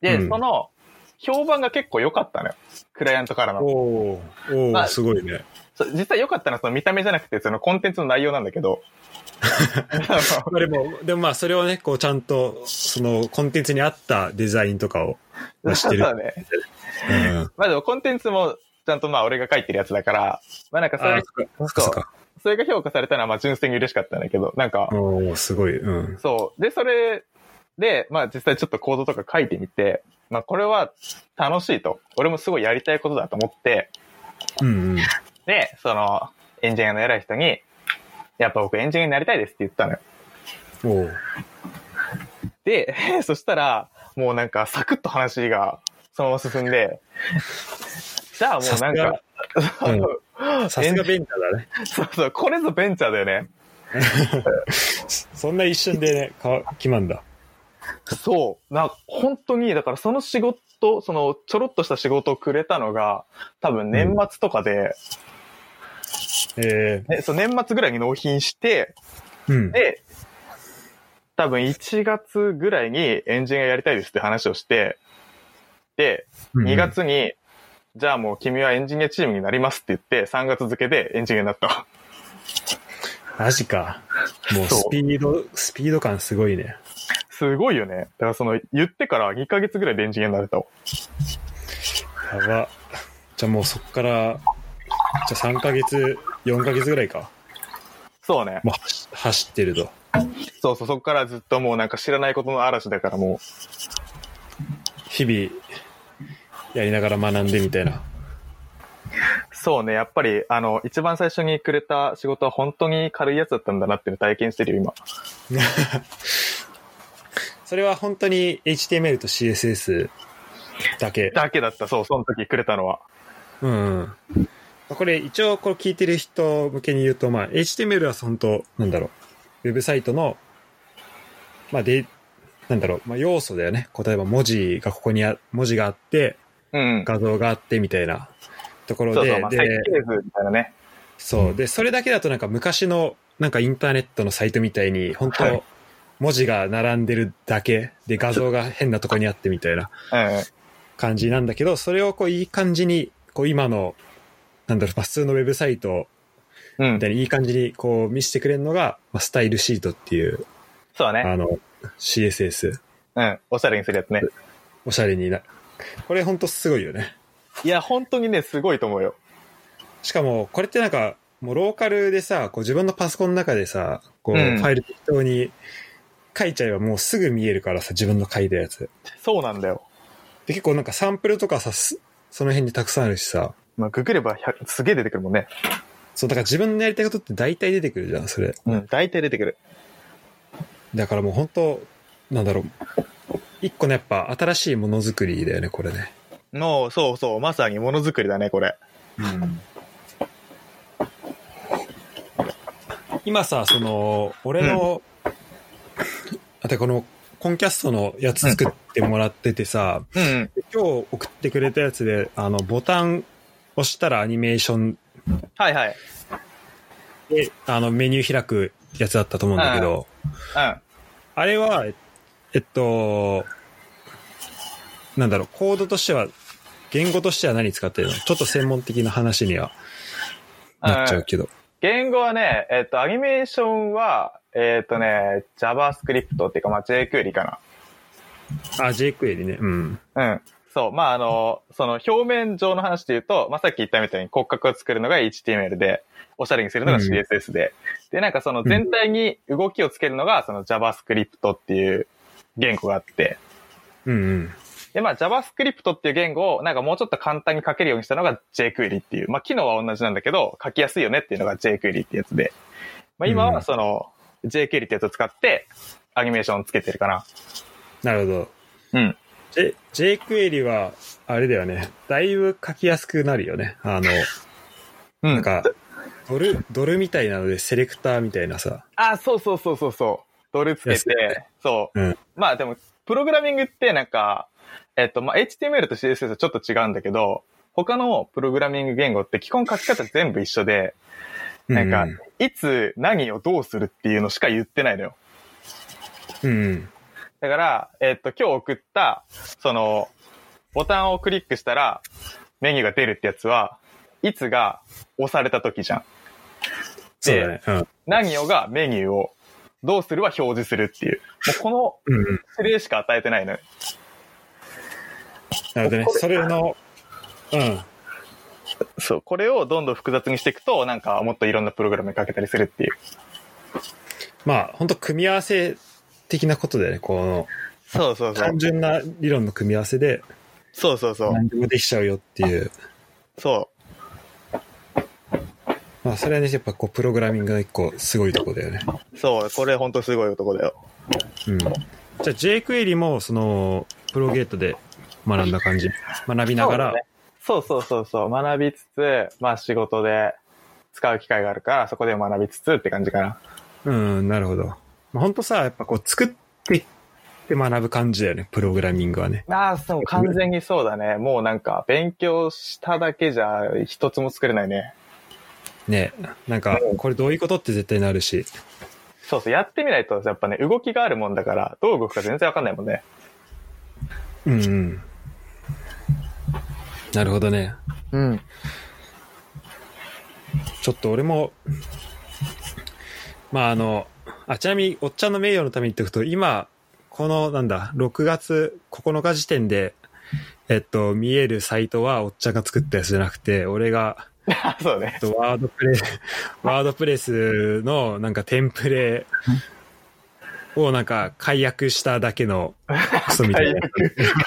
[SPEAKER 2] で、
[SPEAKER 1] うん
[SPEAKER 2] その、評判が結構良かったのよ。クライアントからの。
[SPEAKER 1] おーおー、
[SPEAKER 2] まあ
[SPEAKER 1] すごいね。
[SPEAKER 2] そう実際良かったのはその見た目じゃなくて、そのコンテンツの内容なんだけ *laughs* ど。
[SPEAKER 1] まあでも、でもまあそれをね、こうちゃんと、そのコンテンツに合ったデザインとかを出してる
[SPEAKER 2] *laughs* そ。うね。
[SPEAKER 1] うん。
[SPEAKER 2] まあでもコンテンツも、ちゃんとまあ俺が書いてるやつだから、まあなんかそ
[SPEAKER 1] あー、
[SPEAKER 2] れ
[SPEAKER 1] そっか
[SPEAKER 2] そう
[SPEAKER 1] そっか。
[SPEAKER 2] それが評価されたのはまあ純粋に嬉しかったんだけど、なんか、
[SPEAKER 1] おおすごい。うん。
[SPEAKER 2] そう。で、それで、まあ実際ちょっとコードとか書いてみて、まあこれは楽しいと。俺もすごいやりたいことだと思って、
[SPEAKER 1] うんうん。
[SPEAKER 2] で、その、エンジニアの偉い人に、やっぱ僕エンジニアになりたいですって言ったのよ。
[SPEAKER 1] おー
[SPEAKER 2] で、 *laughs* そしたら、もうなんかサクッと話がそのまま進んで、じゃあもうなんか、
[SPEAKER 1] がさすがベンチャーだね。
[SPEAKER 2] そうそう、これぞベンチャーだよね。
[SPEAKER 1] そんな一瞬でね、か決まんだ。
[SPEAKER 2] そう。なんか本当に、だからその仕事、そのちょろっとした仕事をくれたのが、多分年末とかで、
[SPEAKER 1] え
[SPEAKER 2] ねそう年末ぐらいに納品して、
[SPEAKER 1] えうん。
[SPEAKER 2] で、多分1月ぐらいにエンジニアやりたいですって話をして、で、
[SPEAKER 1] うん
[SPEAKER 2] 2。月に、じゃあもう君はエンジニアチームになりますって言って、3月付けでエンジニアになった。 *laughs*
[SPEAKER 1] マジか。もう
[SPEAKER 2] そう
[SPEAKER 1] スピード、スピード感すごいね。
[SPEAKER 2] すごいよね。だからその、言ってから2ヶ月ぐらいでエンジニアになれたわ。
[SPEAKER 1] やば。じゃあもうそっから、じゃあ3ヶ月、4ヶ月ぐらいか。
[SPEAKER 2] そうね。
[SPEAKER 1] もう走走ってると。
[SPEAKER 2] そうそう、そこからずっともうなんか知らないことの嵐だからも
[SPEAKER 1] 日々、やりながら学んでみたいな。
[SPEAKER 2] う。そうね、やっぱり、あの、一番最初にくれた仕事は本当に軽いやつだったんだなっていうのを体験してるよ、今。
[SPEAKER 1] それは本当に HTML と CSS だけ。
[SPEAKER 2] だけだった、そう、その時くれたのは。
[SPEAKER 1] うんうん。これ一応これ聞いてる人向けに言うと、まあ HTML は本当、なんだろう、ウェブサイトの、まあで、なんだろう、まあ要素だよね。例えば文字がここにあ、文字があって、
[SPEAKER 2] うん。
[SPEAKER 1] 画像があってみたいなところ
[SPEAKER 2] そうそう、
[SPEAKER 1] で
[SPEAKER 2] まあ、、設
[SPEAKER 1] で、
[SPEAKER 2] 計図みたいなね。
[SPEAKER 1] そう。で、それだけだとなんか昔のなんかインターネットのサイトみたいに、本
[SPEAKER 2] は
[SPEAKER 1] 当
[SPEAKER 2] い
[SPEAKER 1] 文字が並んでるだけで画像が変なとこにあってみたいな
[SPEAKER 2] うん。
[SPEAKER 1] 感じなんだけど、それをこういい感じに、こう今の、なんだろう、まあ普通のウェブサイト
[SPEAKER 2] うん
[SPEAKER 1] みた。いにいい感じにこう見せてくれるのが、まあスタイルシートっていう、
[SPEAKER 2] そうだね。
[SPEAKER 1] あの、CSS。
[SPEAKER 2] うん。おしゃれにするやつね。
[SPEAKER 1] おしゃれにな。これ本当すごいよね。
[SPEAKER 2] いや、本当にね、すごいと思うよ。
[SPEAKER 1] しかも、これってなんか、もうローカルでさ、こう自分のパソコンの中でさ、こう、
[SPEAKER 2] うん
[SPEAKER 1] ファイル適当に書いちゃえばもうすぐ見えるからさ、自分の書いたやつ。
[SPEAKER 2] そうなんだよ。
[SPEAKER 1] で、結構なんかサンプルとかさ、すその辺にたくさんあるしさ、
[SPEAKER 2] まあ、ググれば100すげえ出てくるもんね。
[SPEAKER 1] そう、だから自分のやりたいことって大体出てくるじゃん、それ。
[SPEAKER 2] うん。大体出てくる。
[SPEAKER 1] だからもう本当なんだろう。一個ね、やっぱ新しいものづくりだよね、これね。
[SPEAKER 2] の、そうそう、まさにものづくりだね、これ。
[SPEAKER 1] 今さ、その、俺の、あてこの、コンキャストのやつ作ってもらっててさ、
[SPEAKER 2] うん。
[SPEAKER 1] 今日送ってくれたやつで、あの、ボタン押したらアニメーション
[SPEAKER 2] はいはい。
[SPEAKER 1] で、あの、メニュー開くやつだったと思うんだけど、
[SPEAKER 2] う
[SPEAKER 1] あれは、えっと、なんだろう、コードとしては、言語としては何使ってるのちょっと専門的な話にはなっちゃうけど。
[SPEAKER 2] 言語はね、えっ、と、アニメーションは、えっ、とね、JavaScript っていうか、まあ、JQuery か
[SPEAKER 1] あ、JQuery ね。うん。
[SPEAKER 2] な。うん。そう。まあ、あの、その表面上の話で言うと、まあ、さっき言ったみたいに骨格を作るのが HTML で、おしゃれにするのが CSS で、で、なんかその全体に動きをつけるのが、その JavaScript っていう言語があって、
[SPEAKER 1] うんうん。
[SPEAKER 2] で、まあ JavaScript っていう言語をなんかもうちょっと簡単に書けるようにしたのが jQuery っていう。まあ機能は同じなんだけど、書きやすいよねっていうのが jQuery ってやつで。まあ今
[SPEAKER 1] うん
[SPEAKER 2] はその jQuery ってやつを使ってアニメーションつけてるかな。
[SPEAKER 1] なるほど。
[SPEAKER 2] うん。
[SPEAKER 1] J、JQuery は、あれだよね。だいぶ書きやすくなるよね。あの、
[SPEAKER 2] う
[SPEAKER 1] なん
[SPEAKER 2] ん。
[SPEAKER 1] か、 *laughs* ドル、ドルみたいなので、セレクターみたいなさ。
[SPEAKER 2] あ、そうそうそうそうそう。ドルつけ
[SPEAKER 1] 安く
[SPEAKER 2] て
[SPEAKER 1] ね、
[SPEAKER 2] そう。
[SPEAKER 1] うん。
[SPEAKER 2] まあでも、プログラミングってなんか、えっと、まあ HTML と CSS はちょっと違うんだけど、他のプログラミング言語って基本書き方全部一緒で、なんか、いつ何をどうするっていうのしか言ってないのよ。
[SPEAKER 1] うん、うん。
[SPEAKER 2] だから、えっと、今日送った、その、ボタンをクリックしたら、メニューが出るってやつは、いつが押された時じゃん。
[SPEAKER 1] そうだね。
[SPEAKER 2] 何をがメニューを、どうするは表示するっていう。もう
[SPEAKER 1] うん。うん、うん。
[SPEAKER 2] この指令しか与えてないのよ。
[SPEAKER 1] なるほどね。それの、うん。
[SPEAKER 2] そう。これをどんどん複雑にしていくと、なんかもっといろんなプログラムにかけたりするっていう。
[SPEAKER 1] まあ、本当組み合わせ的なことだよね。この、
[SPEAKER 2] そうそうそう
[SPEAKER 1] 単。純な理論の組み合わせで、
[SPEAKER 2] そうそうそう。
[SPEAKER 1] 何でもできちゃうよっていう。
[SPEAKER 2] そ
[SPEAKER 1] まあ、それはね、やっぱこう、プログラミングの一個、すごいとこだよね。
[SPEAKER 2] う。そう。これほんとすごい男だよ。
[SPEAKER 1] うん。じゃあ、JQuery も、その、プロゲートで学んだ感じ。学びながら、
[SPEAKER 2] そうそうそうそう。学びつつ、まあ仕事で使う機会があるから、そこで学びつつって感じかな。
[SPEAKER 1] うん、なるほど。まあ、本当さ、やっぱこう、作ってって学ぶ感じだよね。プログラミングはね。
[SPEAKER 2] ああ、そう、完全にそうだね。もうなんか、勉強しただけじゃ一つも作れないね。
[SPEAKER 1] ね。なんか、これどういうことって絶対なるし。
[SPEAKER 2] そうそう、やってみないと、やっぱね、動きがあるもんだから、どう動くか全然わかんないもんね。
[SPEAKER 1] うん、うん。なるほどね。
[SPEAKER 2] うん。
[SPEAKER 1] ちょっと俺も、まああの、あ、ちなみに、おっちゃんの名誉のために言っておくと、今、この、なんだ、6月9日時点で、えっと、見えるサイトは、おっちゃんが作ったやつじゃなくて、俺が、
[SPEAKER 2] あそうね。
[SPEAKER 1] えっとワードプレス、ワードプレスの、なんか、テンプレを、なんか、解約しただけの、クソみたい
[SPEAKER 2] 最
[SPEAKER 1] な。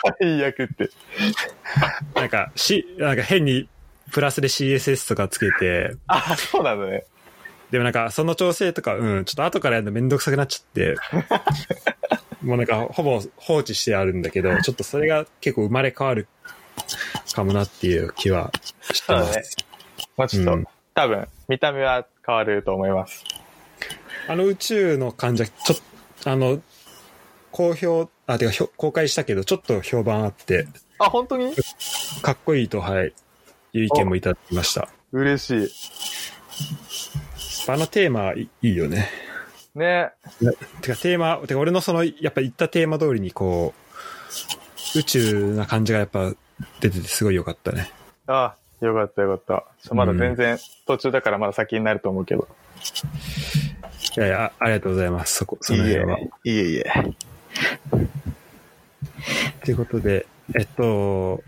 [SPEAKER 2] 悪。最悪って。
[SPEAKER 1] なんか、し、なんか変に、プラスで CSS とかつけて、
[SPEAKER 2] ああ、そうなんだね。
[SPEAKER 1] でもなんか、その調整とか、うん、ちょっと後からやるのめんどくさくなっちゃ
[SPEAKER 2] *laughs*
[SPEAKER 1] って、もうなんか、ほぼ放置してあるんだけど、ちょっとそれが結構生まれ変わるかもなっていう気はしてま
[SPEAKER 2] そうだね
[SPEAKER 1] す。
[SPEAKER 2] まあちょっと、
[SPEAKER 1] うん
[SPEAKER 2] 多分、見た目は変わると思います。
[SPEAKER 1] あの宇宙の患者、ちょっと、あの、公表、あ、てかひょ、公開したけど、ちょっと評判あって、
[SPEAKER 2] あ、本当に
[SPEAKER 1] かっこいいと、はい、いう意見もいただきました。
[SPEAKER 2] 嬉し
[SPEAKER 1] あのテーマいいいよね。
[SPEAKER 2] い。ね。
[SPEAKER 1] てかテーマ、てか俺のその、やっぱ言ったテーマ通りにこう、宇宙な感じがやっぱ出ててすごい良かったね。
[SPEAKER 2] あよかったよかった。まだ全然、途中だからまだ先になると思うけど。
[SPEAKER 1] いやいや、あありがとうございます。そこ、その辺は。
[SPEAKER 2] いえいえ。
[SPEAKER 1] ということで、えっと、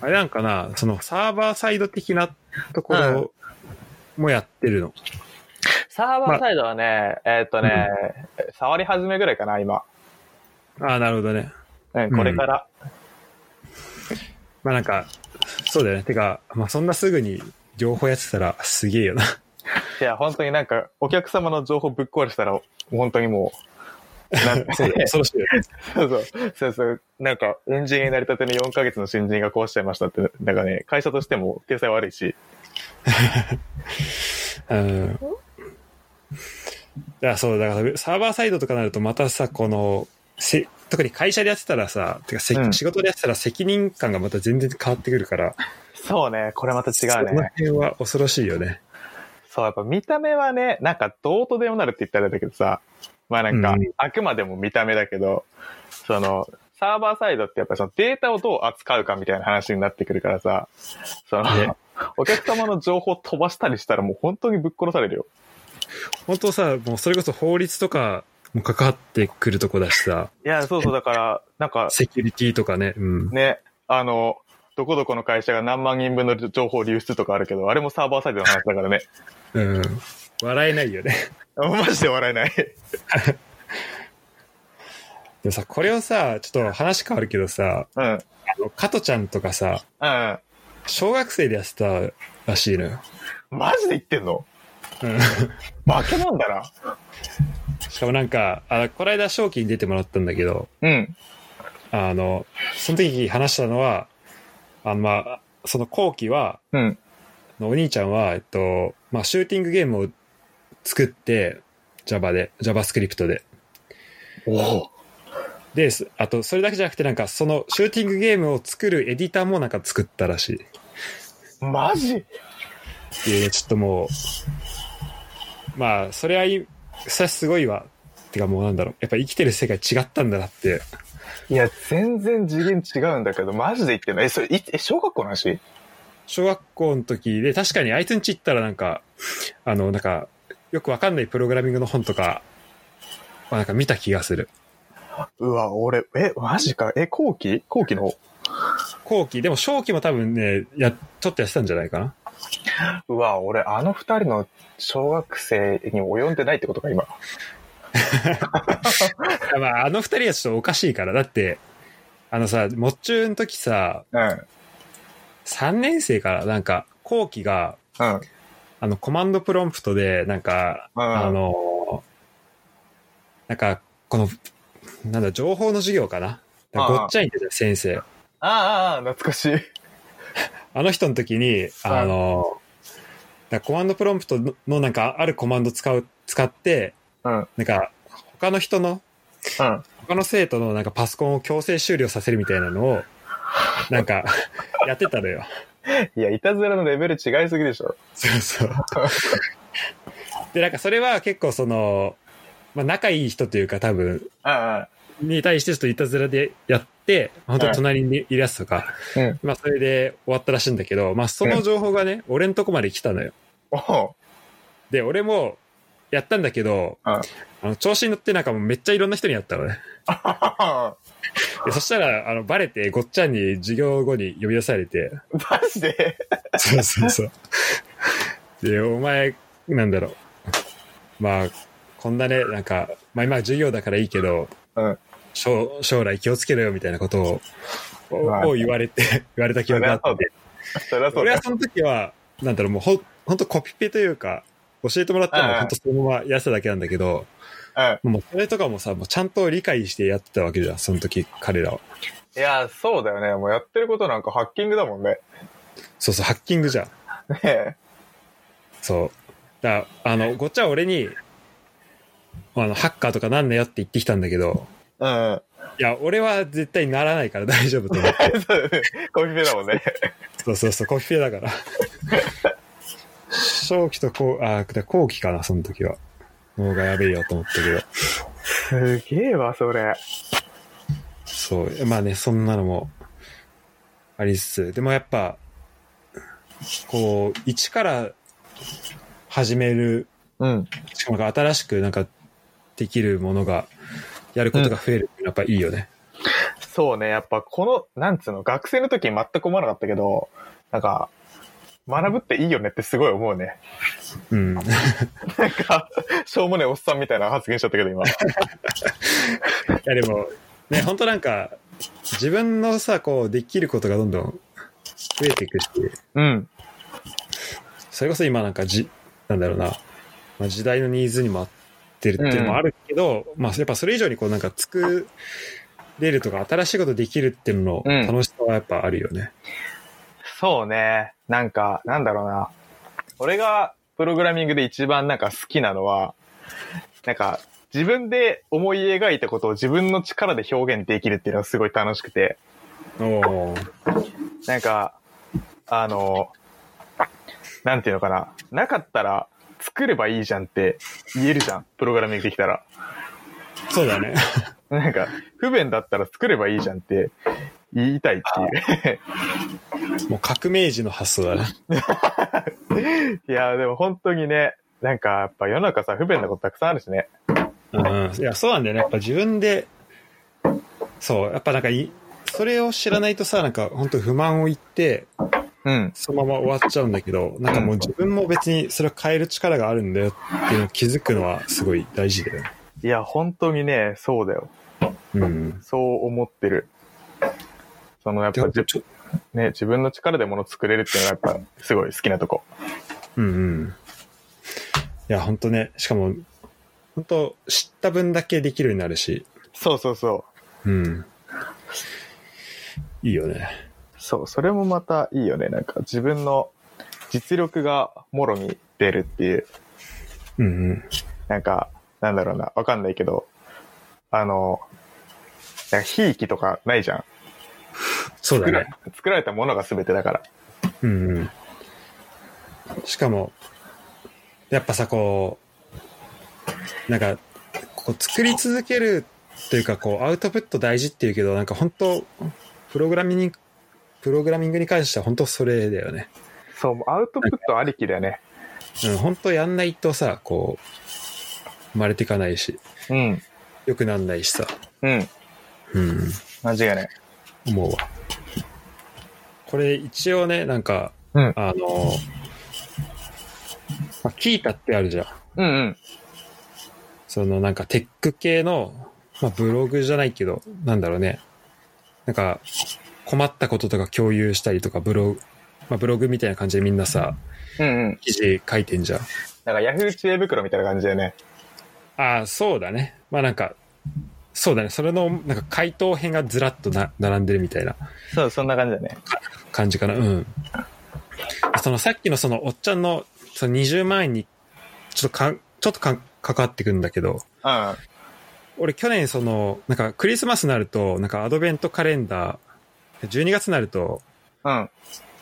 [SPEAKER 1] あれなんかな、そのサーバーサイド的なところもやってるの。
[SPEAKER 2] サーバーサイドはね、えーっとね、触り始めぐらいかな、今。
[SPEAKER 1] ああ、なるほどね。
[SPEAKER 2] うん、これから。
[SPEAKER 1] まあなんか、そうだよね。てか、まあそんなすぐに両方やってたらすげえ
[SPEAKER 2] *laughs*
[SPEAKER 1] よな。
[SPEAKER 2] いや、本当になんか、お客様の情報ぶっ壊したら、本当にもう、なんて
[SPEAKER 1] *laughs* そうだ、恐ろしいよね。
[SPEAKER 2] そうそう、そうそう、なんか、エンジニアになりたての4ヶ月の新人が壊しちゃいましたって、なんかね、会社としても、掲載悪いし、
[SPEAKER 1] うん。いや、そう、だからサーバーサイドとかなるとまたさ、この、せ特に会社でやってたらさ、てかせ、
[SPEAKER 2] うん
[SPEAKER 1] 仕事でやってたら責任感がまた全然変わってくるから、
[SPEAKER 2] そうね、これまた違
[SPEAKER 1] そうの
[SPEAKER 2] ね。
[SPEAKER 1] 辺は恐ろしいよね。
[SPEAKER 2] そう、やっぱ見た目はね、なんか、どうとでもなるって言ったらあれだけどさ、まあなんか
[SPEAKER 1] うん、
[SPEAKER 2] あくまでも見た目だけど、その、サーバーサイドってやっぱりそのデータをどう扱うかみたいな話になってくるからさ、その、
[SPEAKER 1] ね
[SPEAKER 2] お客様の情報飛ばしたりしたらもう本当にぶっ殺されるよ。
[SPEAKER 1] 本当さ、もうそれこそ法律とかも関わってくるとこだしさ、
[SPEAKER 2] いや、そうそう、だから、なんか、
[SPEAKER 1] セキュリティとかね、うん。
[SPEAKER 2] ね、あの、どこどこの会社が何万人分の情報流出とかあるけど、あれもサーバーサイドの話だからね。
[SPEAKER 1] うん。笑えないよね。 *laughs*
[SPEAKER 2] マジで笑えない。
[SPEAKER 1] でもさ、これをさ、ちょっと話変わるけどさ、
[SPEAKER 2] うん。うん。
[SPEAKER 1] あの、加トちゃんとかさ、小学生でやってたらしいのよ。
[SPEAKER 2] マジで言ってんの
[SPEAKER 1] うん。
[SPEAKER 2] 化け物だな。
[SPEAKER 1] しかもなんか、あこの間、正気に出てもらったんだけど、
[SPEAKER 2] うん。
[SPEAKER 1] あの、その時に話したのは、あの、まあ、その後期は、
[SPEAKER 2] うん。
[SPEAKER 1] あのお兄ちゃんは、えっと、まあ、シューティングゲームを作って、Java で、JavaScript で。
[SPEAKER 2] おお。
[SPEAKER 1] で、すあと、それだけじゃなくて、なんか、その、シューティングゲームを作るエディターもなんか作ったらしい。
[SPEAKER 2] マジ
[SPEAKER 1] いやちょっともう、まあ、それはいい、それはすごいわ。てかもうなんだろう、やっぱ生きてる世界違ったんだなって。
[SPEAKER 2] いや、全然次元違うんだけど、マジで言ってんのえ、それ、いえ、小学校の話
[SPEAKER 1] 小学校の時で、確かにあいつんち行ったらなんか、あの、なんか、よくわかんないプログラミングの本とか、まあなんか見た気がする。
[SPEAKER 2] うわ、俺、え、マジか。え、後期後期の方
[SPEAKER 1] 後期、でも正期も多分ね、や、ちょっとやってたんじゃないかな。
[SPEAKER 2] うわ、俺、あの二人の小学生に及んでないってことか、今。
[SPEAKER 1] まあ、あの二人はちょっとおかしいから。だって、あのさ、もっちゅうの時さ、
[SPEAKER 2] うん。
[SPEAKER 1] 3年生からなんか、後期が、
[SPEAKER 2] うん。
[SPEAKER 1] あの、コマンドプロンプトで、なんか、
[SPEAKER 2] うん
[SPEAKER 1] あの、なんか、この、なんだ、情報の授業かな。なんか
[SPEAKER 2] うん
[SPEAKER 1] ごっちゃに出てた先生。
[SPEAKER 2] ああ、懐かしい。
[SPEAKER 1] あの人の時に、あの、なんかコマンドプロンプトののなんか、あるコマンド使う、使って、
[SPEAKER 2] うん。うん。
[SPEAKER 1] なんか、他の人の、他の生徒のなんかパソコンを強制終了させるみたいなのを、なんか、やってたのよ。
[SPEAKER 2] いや、いたずらのレベル違いすぎでしょ。
[SPEAKER 1] そうそう。で、なんかそれは結構その、まあ仲いい人というか多分、
[SPEAKER 2] あ
[SPEAKER 1] に対してちょっといたずらでやって、本当に隣にいるやつとか、
[SPEAKER 2] あ、うん。
[SPEAKER 1] まあそれで終わったらしいんだけど、まあその情報がね、俺のとこまで来たのよ。
[SPEAKER 2] おお
[SPEAKER 1] で、俺もやったんだけど、
[SPEAKER 2] うん
[SPEAKER 1] あの調子に乗ってなんかもうめっちゃいろんな人にやったのね。
[SPEAKER 2] マ
[SPEAKER 1] でそしたら、あの、バレて、ごっちゃんに授業後に呼び出され
[SPEAKER 2] *laughs*
[SPEAKER 1] て、
[SPEAKER 2] ジで
[SPEAKER 1] そうそうそう。で、お前、なんだろう。まあ、こんなね、なんか、まあ今授業だからいいけど、
[SPEAKER 2] うん。
[SPEAKER 1] 将将来気をつけろよみたいなことを、を
[SPEAKER 2] まあ
[SPEAKER 1] を言われて、 *laughs* 言われた記憶があって。
[SPEAKER 2] そりゃそう
[SPEAKER 1] 俺
[SPEAKER 2] だ
[SPEAKER 1] は。その時は、なんだろう、もうほん、ほんとコピペというか、教えてもらったの
[SPEAKER 2] うん
[SPEAKER 1] はほんとそのままやってただけなんだけど、
[SPEAKER 2] うん。
[SPEAKER 1] もうそれとかもさ、もうちゃんと理解してやってたわけじゃん、その時彼らは。
[SPEAKER 2] いや、そうだよね。もうやってることなんかハッキングだもんね。
[SPEAKER 1] そうそう、ハッキングじゃん。
[SPEAKER 2] ねえ。
[SPEAKER 1] そう。だあの、ごっちゃん俺に、あの、ハッカーとかなんなよって言ってきたんだけど、
[SPEAKER 2] うん。
[SPEAKER 1] いや、俺は絶対ならないから大丈夫と思って。 *laughs*
[SPEAKER 2] そうだね。 *laughs* コピペだもんね。
[SPEAKER 1] そうそうそう、コピペだから。正期と後、あ、で後期かな、その時は。脳がやべえよと思ったけど。
[SPEAKER 2] すげえわ、それ。
[SPEAKER 1] そう。まあね、そんなのもありつつ。でもやっぱ、こう、一から始める、
[SPEAKER 2] うん。
[SPEAKER 1] しかもなんか新しくなんかできるものが、やることが増えるってやっぱいいよね。
[SPEAKER 2] そうね。やっぱこの、なんつうの、学生の時全く思わなかったけど、なんか、学ぶっていいよねってすごい思うね。 *laughs*
[SPEAKER 1] *laughs* うん。
[SPEAKER 2] なんか、しょうもないおっさんみたいな発言しちゃったけど、今。
[SPEAKER 1] いやでも、ね、本当なんか、自分のさ、こう、できることがどんどん増えていくし、
[SPEAKER 2] うん。
[SPEAKER 1] それこそ今なんかじ、なんだろうな、まあ、時代のニーズにも合ってるっていうのもあるけど、まあやっぱそれ以上にこうなんか作れるとか、新しいことできるっていうの
[SPEAKER 2] うん
[SPEAKER 1] の楽しさはやっぱあるよね。
[SPEAKER 2] そうね。なんか、なんだろうな。俺がプログラミングで一番なんか好きなのは、なんか、自分で思い描いたことを自分の力で表現できるっていうのがすごい楽しくて、
[SPEAKER 1] おー
[SPEAKER 2] なんか、あの、なんていうのかな。なかったら作ればいいじゃんって言えるじゃん。プログラミングできたら。
[SPEAKER 1] そうだね。
[SPEAKER 2] なんか、不便だったら作ればいいじゃんって言いたいっていう。
[SPEAKER 1] もう革命児の発想だね。
[SPEAKER 2] いやー、でも本当にね、なんかやっぱ世の中さ、不便なことたくさんあるしね。
[SPEAKER 1] うん。いや、そうなんだよね。やっぱ自分で、そう、やっぱなんかい、それを知らないとさ、なんか本当不満を言って、
[SPEAKER 2] うん。
[SPEAKER 1] そのまま終わっちゃうんだけど、なんかもう自分も別にそれを変える力があるんだよっていうのを気づくのはすごい大事だよね。
[SPEAKER 2] いや、本当にね、そうだよ。
[SPEAKER 1] うん。
[SPEAKER 2] そう思ってる。そのやっぱ
[SPEAKER 1] で
[SPEAKER 2] じ
[SPEAKER 1] ちょ
[SPEAKER 2] ね、自分の力で物作れるっていうのがやっぱすごい好きなとこ。
[SPEAKER 1] うんうん。いや、本当ね、しかも、本当知った分だけできるようになるし、
[SPEAKER 2] そうそうそ
[SPEAKER 1] うん。いいよね。
[SPEAKER 2] う。そう、それもまたいいよね。なんか自分の実力がもろに出るっていう。
[SPEAKER 1] うんうん。
[SPEAKER 2] なんか、なんだろうな、わかんないけど、あの、なんかひいきとかないじゃん。
[SPEAKER 1] そうだ
[SPEAKER 2] 作ら
[SPEAKER 1] ね。
[SPEAKER 2] 作られたものが全てだから。
[SPEAKER 1] うんうん。しかも、やっぱさ、こう、なんか、こう作り続けるっていうか、こう、アウトプット大事っていうけど、なんか本当、プログラミング、プログラミングに関しては本当それだよね。
[SPEAKER 2] そう、もうアウトプットありきだよね。
[SPEAKER 1] うん、本当やんないとさ、こう、生まれていかないし、
[SPEAKER 2] うん。
[SPEAKER 1] 良くなんないしさ、
[SPEAKER 2] うん。
[SPEAKER 1] うん、
[SPEAKER 2] 間違いない。
[SPEAKER 1] 思うわ。これ一応ね、なんか、
[SPEAKER 2] うん。
[SPEAKER 1] あの、まあ、キータってあるじゃん。
[SPEAKER 2] うんうん。
[SPEAKER 1] そのなんかテック系の、まあ、ブログじゃないけど、なんだろうね。なんか困ったこととか共有したりとか、ブログ、まあ、ブログみたいな感じでみんなさ、
[SPEAKER 2] うんうん。
[SPEAKER 1] 記事書いてんじゃん。
[SPEAKER 2] なんかヤフー知恵袋みたいな感じだよね。
[SPEAKER 1] ああ、そうだね。まあなんか、そうだね。それのなんか回答編がずらっとな並んでるみたいな
[SPEAKER 2] そう、そんな感じだね。
[SPEAKER 1] 感じかな。うん。そのさっきのそのおっちゃんのその20万円にちょっとかん、ちょっとかんかかってくるんだけど、
[SPEAKER 2] うん。
[SPEAKER 1] 俺去年そのなんかクリスマスになるとなんかアドベントカレンダー12月になると
[SPEAKER 2] うん。うん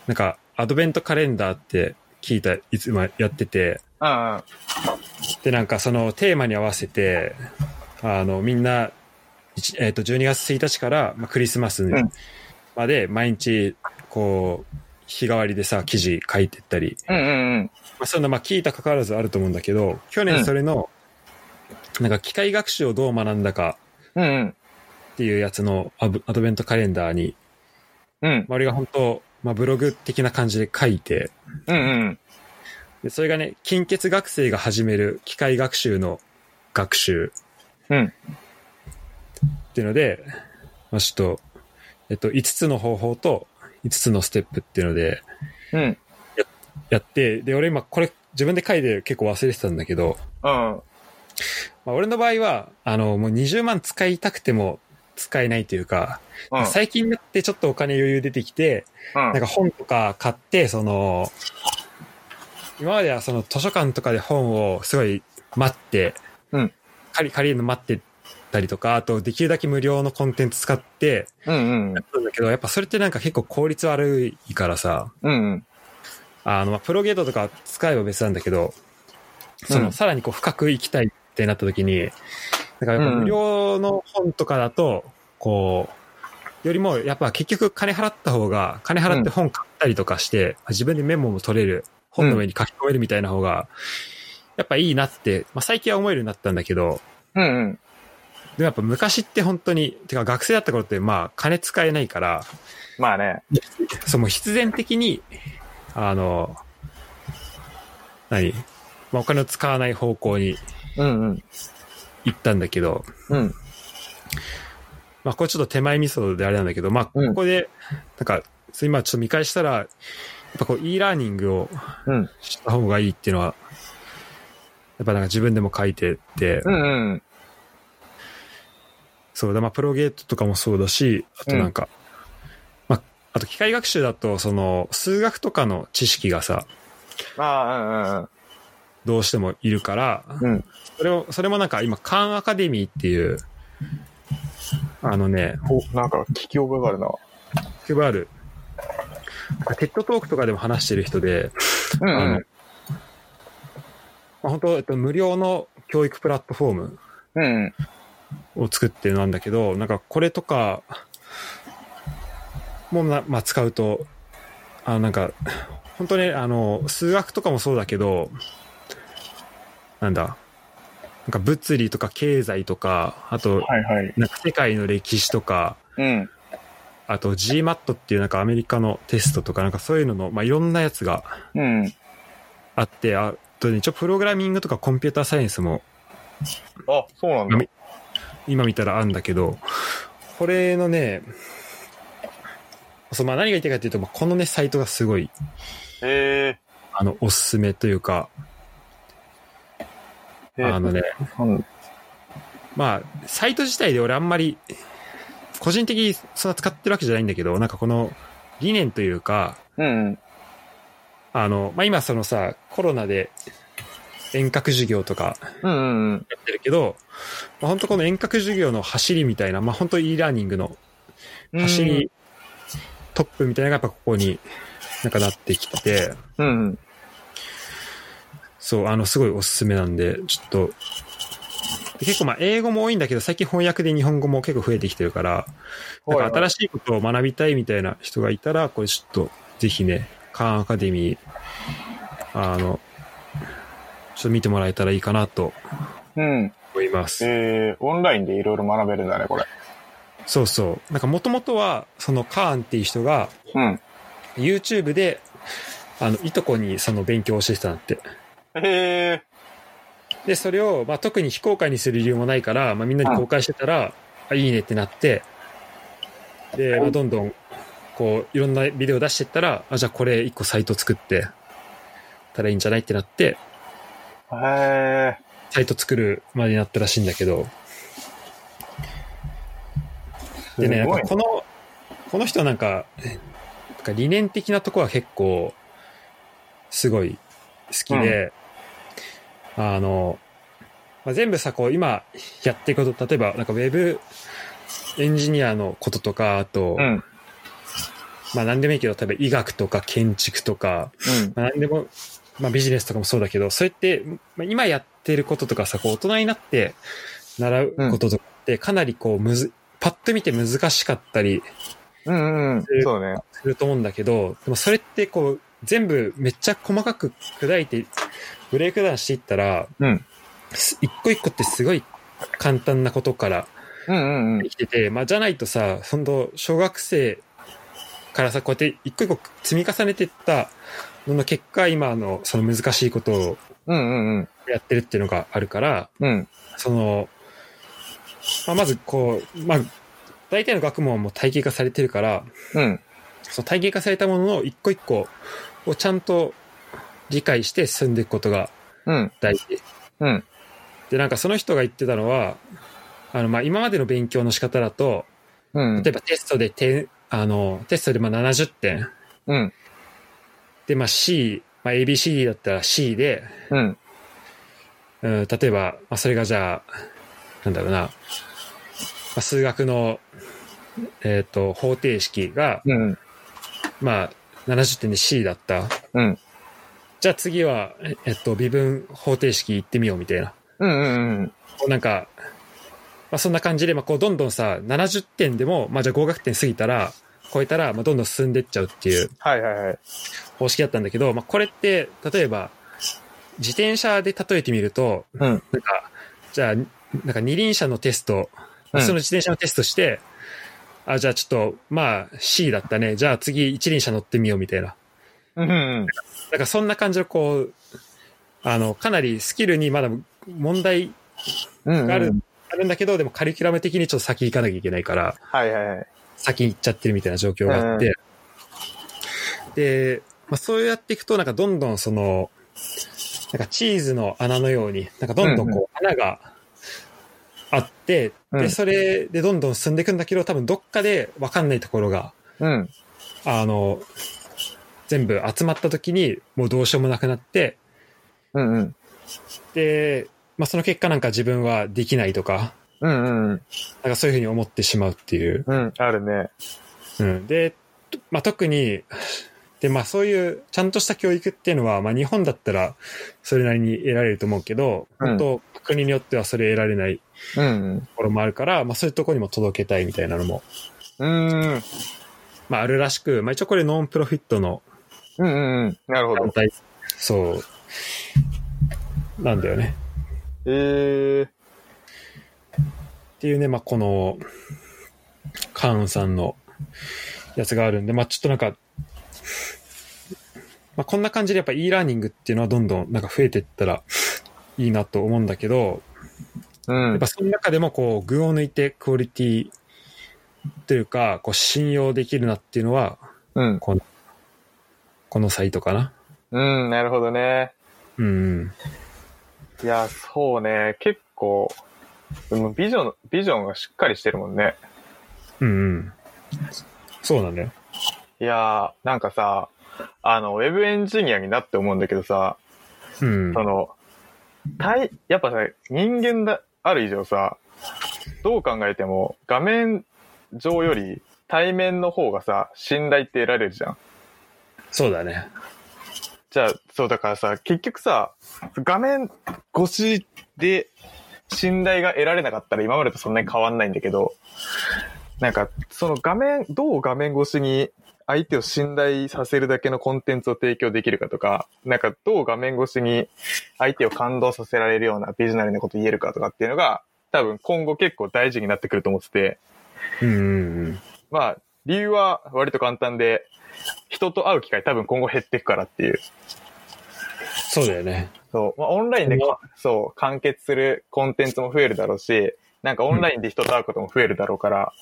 [SPEAKER 1] なんかアドベントカレンダーって聞いたいつもやってて
[SPEAKER 2] うん。
[SPEAKER 1] でなんかそのテーマに合わせてあのみんな、一えっと12月1日から、まあ、クリスマス
[SPEAKER 2] ん
[SPEAKER 1] まで毎日こう日替わりでさ記事書いてったり、
[SPEAKER 2] うんうんうん。
[SPEAKER 1] まあ、そんなまあ聞いたかかわらずあると思うんだけど去
[SPEAKER 2] うん
[SPEAKER 1] 年それの、なんか機械学習をどう学んだか
[SPEAKER 2] うんうん。
[SPEAKER 1] っていうやつのアブアドベントカレンダーに
[SPEAKER 2] うん。
[SPEAKER 1] まあ、俺が本当、まあ、ブログ的な感じで書いて、
[SPEAKER 2] うんうん。
[SPEAKER 1] で、それがね、近欠学生が始める機械学習の学習
[SPEAKER 2] うん。
[SPEAKER 1] っていうので、まあ、ちょっと、えっと、5つの方法と5つのステップっていうので
[SPEAKER 2] うん。
[SPEAKER 1] やって、で、俺今これ自分で書いて結構忘れてたんだけど、
[SPEAKER 2] うん。
[SPEAKER 1] まあ、俺の場合は、あの、もう20万使いたくても使えないというか、
[SPEAKER 2] うん。
[SPEAKER 1] 最近になってちょっとお金余裕出てきて、
[SPEAKER 2] うん
[SPEAKER 1] なんか本とか買って、その、今まではその図書館とかで本をすごい待って、
[SPEAKER 2] うん
[SPEAKER 1] 借り、借りるの待ってたりとか、あとできるだけ無料のコンテンツ使って、
[SPEAKER 2] うんうん。
[SPEAKER 1] なんだけど、やっぱそれってなんか結構効率悪いからさ、
[SPEAKER 2] うんうん。
[SPEAKER 1] あの、まあプロゲートとか使えば別なんだけど、そうの、
[SPEAKER 2] ん
[SPEAKER 1] さらにこう深く行きたいってなった時に、だからやっぱ無料の本とかだと、こう、よりもやっぱ結局金払った方が、金払って本買ったりとかして、自分でメモも取れる、本の上に書き込めるみたいな方が、やっぱいいなって、まあ最近は思えるようになったんだけど、
[SPEAKER 2] うんうん。
[SPEAKER 1] でもやっぱ昔って本当に、てか学生だった頃ってまあ金使えないから、
[SPEAKER 2] まあね。
[SPEAKER 1] その必然的に、あの、何まあ、お金を使わない方向に
[SPEAKER 2] うんうん。
[SPEAKER 1] 行ったんだけど、
[SPEAKER 2] うん。
[SPEAKER 1] まあ、これちょっと手前味噌であれなんだけど、まあ、
[SPEAKER 2] うん
[SPEAKER 1] ここで、なんか、そう今ちょっと見返したら、やっぱこう、e ラーニングを
[SPEAKER 2] うん。
[SPEAKER 1] した方がいいっていうのは、やっぱなんか自分でも書いてて、
[SPEAKER 2] うんうん。
[SPEAKER 1] そうだ、まあ、プロゲートとかもそうだし、あとなんか、まあ、あと機械学習だと、その、数学とかの知識がさ、
[SPEAKER 2] あ
[SPEAKER 1] どうしてもいるから、
[SPEAKER 2] あ、うんうんうん。
[SPEAKER 1] それを、それもなんか今、カンアカデミーっていう、あのね、
[SPEAKER 2] お、なんか聞き覚えがあるな。
[SPEAKER 1] 配るなんかテッドトークとかでも話してる人で、
[SPEAKER 2] う
[SPEAKER 1] あの
[SPEAKER 2] ん、
[SPEAKER 1] まあ、本当、えっと、無料の教育プラットフォーム
[SPEAKER 2] うん。うん。
[SPEAKER 1] を作ってなんだけど、なんかこれとかもな、まあ、使うと、あなんか、本当にあの、数学とかもそうだけど、なんだ、なんか物理とか経済とか、あと、
[SPEAKER 2] はいはい。
[SPEAKER 1] なんか世界の歴史とか、
[SPEAKER 2] うん。
[SPEAKER 1] あと GMAT っていうなんかアメリカのテストとかなんかそういうのの、まあ、いろんなやつが
[SPEAKER 2] うん。
[SPEAKER 1] あって、あとね、一応プログラミングとかコンピューターサイエンスも
[SPEAKER 2] あ、そうなんだ。
[SPEAKER 1] み今見たらあるんだけど、これのね、そう、まあ何が言いたいかっていうと、まあこのね、サイトがすごい、
[SPEAKER 2] え
[SPEAKER 1] あの、おすすめというか、
[SPEAKER 2] ー、えー。
[SPEAKER 1] あのね、
[SPEAKER 2] うん
[SPEAKER 1] まあ、サイト自体で俺あんまり、個人的にそんな使ってるわけじゃないんだけど、なんかこの理念というか、
[SPEAKER 2] うん。
[SPEAKER 1] あの、まあ今そのさ、コロナで遠隔授業とか
[SPEAKER 2] うんうんうん。
[SPEAKER 1] やってるけど、まあ、本当この遠隔授業の走りみたいな、まあ本当 e ラーニングの
[SPEAKER 2] うん
[SPEAKER 1] 走りトップみたいなのがやっぱここになんかなってきて、
[SPEAKER 2] うんうん。
[SPEAKER 1] そう、あの、すごいおすすめなんで、ちょっと、で結構まあ英語も多いんだけど、最近翻訳で日本語も結構増えてきてるから、なんか新しいことを学びたいみたいな人がいたら、これちょっと、ぜひね、カーンアカデミー、あの、ちょっと見てもらえたらいいかなと
[SPEAKER 2] うん。
[SPEAKER 1] 思います。
[SPEAKER 2] えー、オンラインでいろいろ学べるんだね、これ。
[SPEAKER 1] そうそう。なんかもともとは、そのカーンっていう人が、
[SPEAKER 2] うん。
[SPEAKER 1] YouTube で、あの、いとこにその勉強を教えてたんだって。
[SPEAKER 2] え
[SPEAKER 1] で、それを、まあ、特に非公開にする理由もないから、まあ、みんなに公開してたら、あいいねってなって、で、まあ、どんどん、こう、いろんなビデオ出してったら、あ、じゃあこれ一個サイト作って、たらいいんじゃないってなって、
[SPEAKER 2] ー、え
[SPEAKER 1] サイト作るまでになったらしいんだけど、
[SPEAKER 2] ー、
[SPEAKER 1] でね、
[SPEAKER 2] す
[SPEAKER 1] なん
[SPEAKER 2] ご
[SPEAKER 1] か
[SPEAKER 2] い
[SPEAKER 1] この、この人はなんか、なんか理念的なとこは結構、すごい好きで、あの、まあ、全部さ、こう今やってること、例えばなんかウェブエンジニアのこととか、あと、
[SPEAKER 2] うん。うん。
[SPEAKER 1] まあ何でもいいけど、例えば医学とか建築とか、まあ、何でも、まあビジネスとかもそうだけど、それって、まあ、今やってることとかさ、こう大人になって習うこととかって、かなりこうむず、パッと見て難しかったり
[SPEAKER 2] うんうんうん。そうね。
[SPEAKER 1] すると思うんだけど、でもそれってこう、全部めっちゃ細かく砕いて、ブレイクダウンしていったら、
[SPEAKER 2] うん。
[SPEAKER 1] す一個一個ってすごい簡単なことから
[SPEAKER 2] うんうんうん
[SPEAKER 1] で。きてて、まあじゃないとさ、ほんと小学生からさ、こうやって一個一個積み重ねていったのの結果、今のその難しいことを
[SPEAKER 2] うんうんうん。
[SPEAKER 1] やってるっていうのがあるから、
[SPEAKER 2] うん。
[SPEAKER 1] その、まあ、まずこう、まあ、大体の学問はもう体系化されてるから、
[SPEAKER 2] うん。
[SPEAKER 1] その体系化されたものの一個一個をちゃんと理解して進んでいくことが
[SPEAKER 2] うん。
[SPEAKER 1] 大事。
[SPEAKER 2] うん。
[SPEAKER 1] で、なんかその人が言ってたのは、あの、まあ、今までの勉強の仕方だと、
[SPEAKER 2] うん。
[SPEAKER 1] 例えばテストで点、あの、テストでまあ70点。
[SPEAKER 2] うん。
[SPEAKER 1] で、まあ、C、まあ、ABCD だったら C で、
[SPEAKER 2] うん。
[SPEAKER 1] うん、例えば、まあ、それがじゃあ、なんだろうな、まあ、数学の、えっ、と、方程式が、
[SPEAKER 2] うん。
[SPEAKER 1] まあ、70点で C だった。
[SPEAKER 2] うん。
[SPEAKER 1] じゃあ次は、ええっと、微分方程式行ってみようみたいな。
[SPEAKER 2] うんうん
[SPEAKER 1] こうなんか、まあ、そんな感じで、まあ、こう、どんどんさ、70点でも、まあ、じゃあ合格点過ぎたら、超えたら、まあ、どんどん進んでっちゃうっていう
[SPEAKER 2] はいはいはい。
[SPEAKER 1] 方式だったんだけど、まあ、これって、例えば、自転車で例えてみると、
[SPEAKER 2] うん。
[SPEAKER 1] なんか、じゃあ、なんか二輪車のテスト、
[SPEAKER 2] うん
[SPEAKER 1] その自転車のテストして、あ、じゃあちょっと、まあ C だったね。じゃあ次一輪車乗ってみようみたいな。
[SPEAKER 2] うんうん。
[SPEAKER 1] なんかそんな感じのこう、あの、かなりスキルにまだ問題
[SPEAKER 2] うん。
[SPEAKER 1] がある,、。あるんだけど、でもカリキュラム的にちょっと先行かなきゃいけないから、
[SPEAKER 2] はいはいはい。
[SPEAKER 1] 先行っちゃってるみたいな状況があって、で、まあ、そうやっていくと、なんかどんどんその、なんかチーズの穴のように、なんかどんどん
[SPEAKER 2] うん
[SPEAKER 1] こう穴があって、
[SPEAKER 2] う
[SPEAKER 1] で、
[SPEAKER 2] ん
[SPEAKER 1] それでどんどん進んでいくんだけど、多分どっかでわかんないところが、
[SPEAKER 2] うん。
[SPEAKER 1] あの、全部集まった時にもうどうしようもなくなって、
[SPEAKER 2] うんうん。
[SPEAKER 1] で、まあ、その結果なんか自分はできないとか、
[SPEAKER 2] うんうん。
[SPEAKER 1] なんかそういうふうに思ってしまうっていう。
[SPEAKER 2] うん。あるね。
[SPEAKER 1] うん、で、とまあ、特に、で、まあそういうちゃんとした教育っていうのは、まあ日本だったらそれなりに得られると思うけど、
[SPEAKER 2] うん
[SPEAKER 1] 本当国によってはそれ得られない
[SPEAKER 2] うん
[SPEAKER 1] ところもあるから、まあそういうところにも届けたいみたいなのも、
[SPEAKER 2] うん。うーん。
[SPEAKER 1] まああるらしく、まあ一応これノンプロフィットの
[SPEAKER 2] うんうんうん。なるほ
[SPEAKER 1] 団
[SPEAKER 2] ど。
[SPEAKER 1] 体、そう、なんだよね。
[SPEAKER 2] え
[SPEAKER 1] っていうね、まあこの、カーンさんのやつがあるんで、まあちょっとなんか、まあこんな感じでやっぱ e ラーニングっていうのはどんどんなんか増えていったらいいなと思うんだけど、
[SPEAKER 2] ー。う
[SPEAKER 1] やっ
[SPEAKER 2] ん
[SPEAKER 1] ぱ。その中でもこう、群を抜いてクオリティというか、こう、信用できるなっていうのは、
[SPEAKER 2] うん。
[SPEAKER 1] このサイトかな。
[SPEAKER 2] うん、なるほどね。
[SPEAKER 1] うん。
[SPEAKER 2] いや、そうね。結構、でもビジョン、ビジョンがしっかりしてるもんね。
[SPEAKER 1] うんうん。そうなんだよ。
[SPEAKER 2] いやー、なんかさ、あの、ウェブエンジニアになって思うんだけどさ、
[SPEAKER 1] うん。
[SPEAKER 2] その、対、やっぱさ、人間だ、ある以上さ、どう考えても、画面上より対面の方がさ、信頼って得られるじゃん。
[SPEAKER 1] そうだね。
[SPEAKER 2] じゃあ、そうだからさ、結局さ、画面越しで信頼が得られなかったら今までとそんなに変わんないんだけど、なんか、その画面、どう画面越しに相手を信頼させるだけのコンテンツを提供できるかとか、なんか、どう画面越しに相手を感動させられるようなビジュナルなこと言えるかとかっていうのが、多分今後結構大事になってくると思ってて、
[SPEAKER 1] うんうんうん。
[SPEAKER 2] まあ、理由は割と簡単で、人と会う機会多分今後減っていくからっていう。
[SPEAKER 1] そうだよね。
[SPEAKER 2] そう。まあ、オンラインで
[SPEAKER 1] う
[SPEAKER 2] か、そう、完結するコンテンツも増えるだろうし、なんかオンラインで人と会うことも増えるだろうから、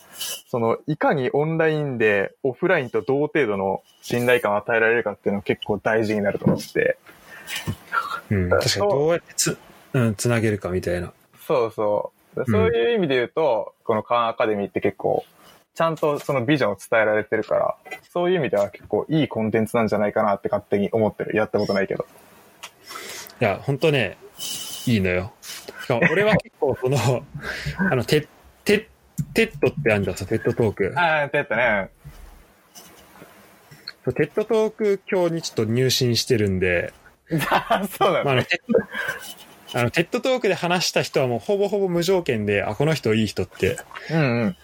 [SPEAKER 2] その、いかにオンラインでオフラインと同程度の信頼感を与えられるかっていうのは結構大事になると思ってて。
[SPEAKER 1] うん。確かにどうやってつ、うん、つなげるかみたいな。
[SPEAKER 2] そうそう。
[SPEAKER 1] ん
[SPEAKER 2] そういう意味で言うと、このカンアカデミーって結構、ちゃんとそのビジョンを伝えられてるから、そういう意味では結構いいコンテンツなんじゃないかなって勝手に思ってる。やったことないけど。
[SPEAKER 1] いや、ほんとね、いいのよ。しかも俺は結構
[SPEAKER 2] *laughs*
[SPEAKER 1] その、あの、て、て、テッドってあるんださ、テッドトーク。
[SPEAKER 2] ああ、ってやったね。
[SPEAKER 1] そうテッドトーク教にちょっと入信してるんで、
[SPEAKER 2] *laughs* そうな
[SPEAKER 1] まあ、あの、
[SPEAKER 2] の。
[SPEAKER 1] テッドあの、テッドトークで話した人はもうほぼほぼ無条件で、あ、この人いい人って
[SPEAKER 2] うんうん。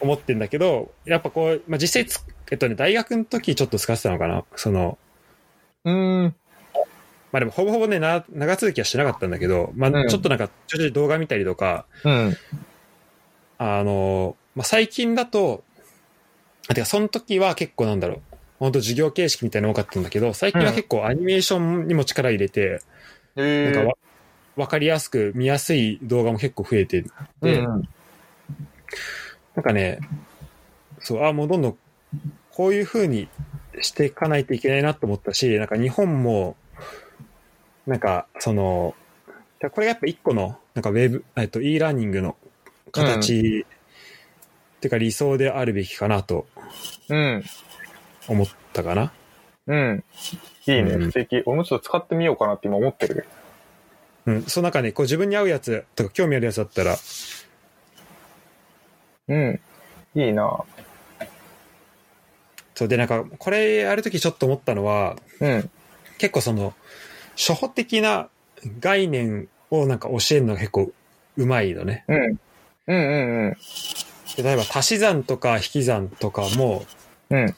[SPEAKER 1] 思ってんだけど、やっぱこう、まあ、実際つ、えっとね、大学の時ちょっと使ってたのかなその、
[SPEAKER 2] うーん。
[SPEAKER 1] まあ、でもほぼほぼね、な、長続きはしなかったんだけど、ま
[SPEAKER 2] うん
[SPEAKER 1] あ、ちょっとなんか、徐々に動画見たりとか、
[SPEAKER 2] うん。
[SPEAKER 1] あの、まあ、最近だと、あ、てか、その時は結構なんだろう。本当授業形式みたいなの多かったんだけど、最近は結構アニメーションにも力入れて、
[SPEAKER 2] え
[SPEAKER 1] なんかわ、わかりやすく見やすい動画も結構増えてて、
[SPEAKER 2] うん
[SPEAKER 1] なんかね、そう、あ、もうどんどんこういう風にしていかないといけないなと思ったし、なんか日本も、なんかその、だからこれがやっぱ一個の、なんかウェブ、えっと、e ラーニングの形、っていうか理想であるべきかなと
[SPEAKER 2] うん。
[SPEAKER 1] 思ったかな。
[SPEAKER 2] うん。いい
[SPEAKER 1] うん
[SPEAKER 2] ね、素敵。俺もちょっと使ってみようかなって今思ってる。
[SPEAKER 1] うん。その中ね、こう自分に合うやつとか興味あるやつだったら、
[SPEAKER 2] うん。いいな
[SPEAKER 1] そうでなんか、これやるときちょっと思ったのは、
[SPEAKER 2] うん。
[SPEAKER 1] 結構その、初歩的な概念をなんか教えるのが結構うまいのね。
[SPEAKER 2] うん。うんうんうん。
[SPEAKER 1] で例えば足し算とか引き算とかも、
[SPEAKER 2] うん。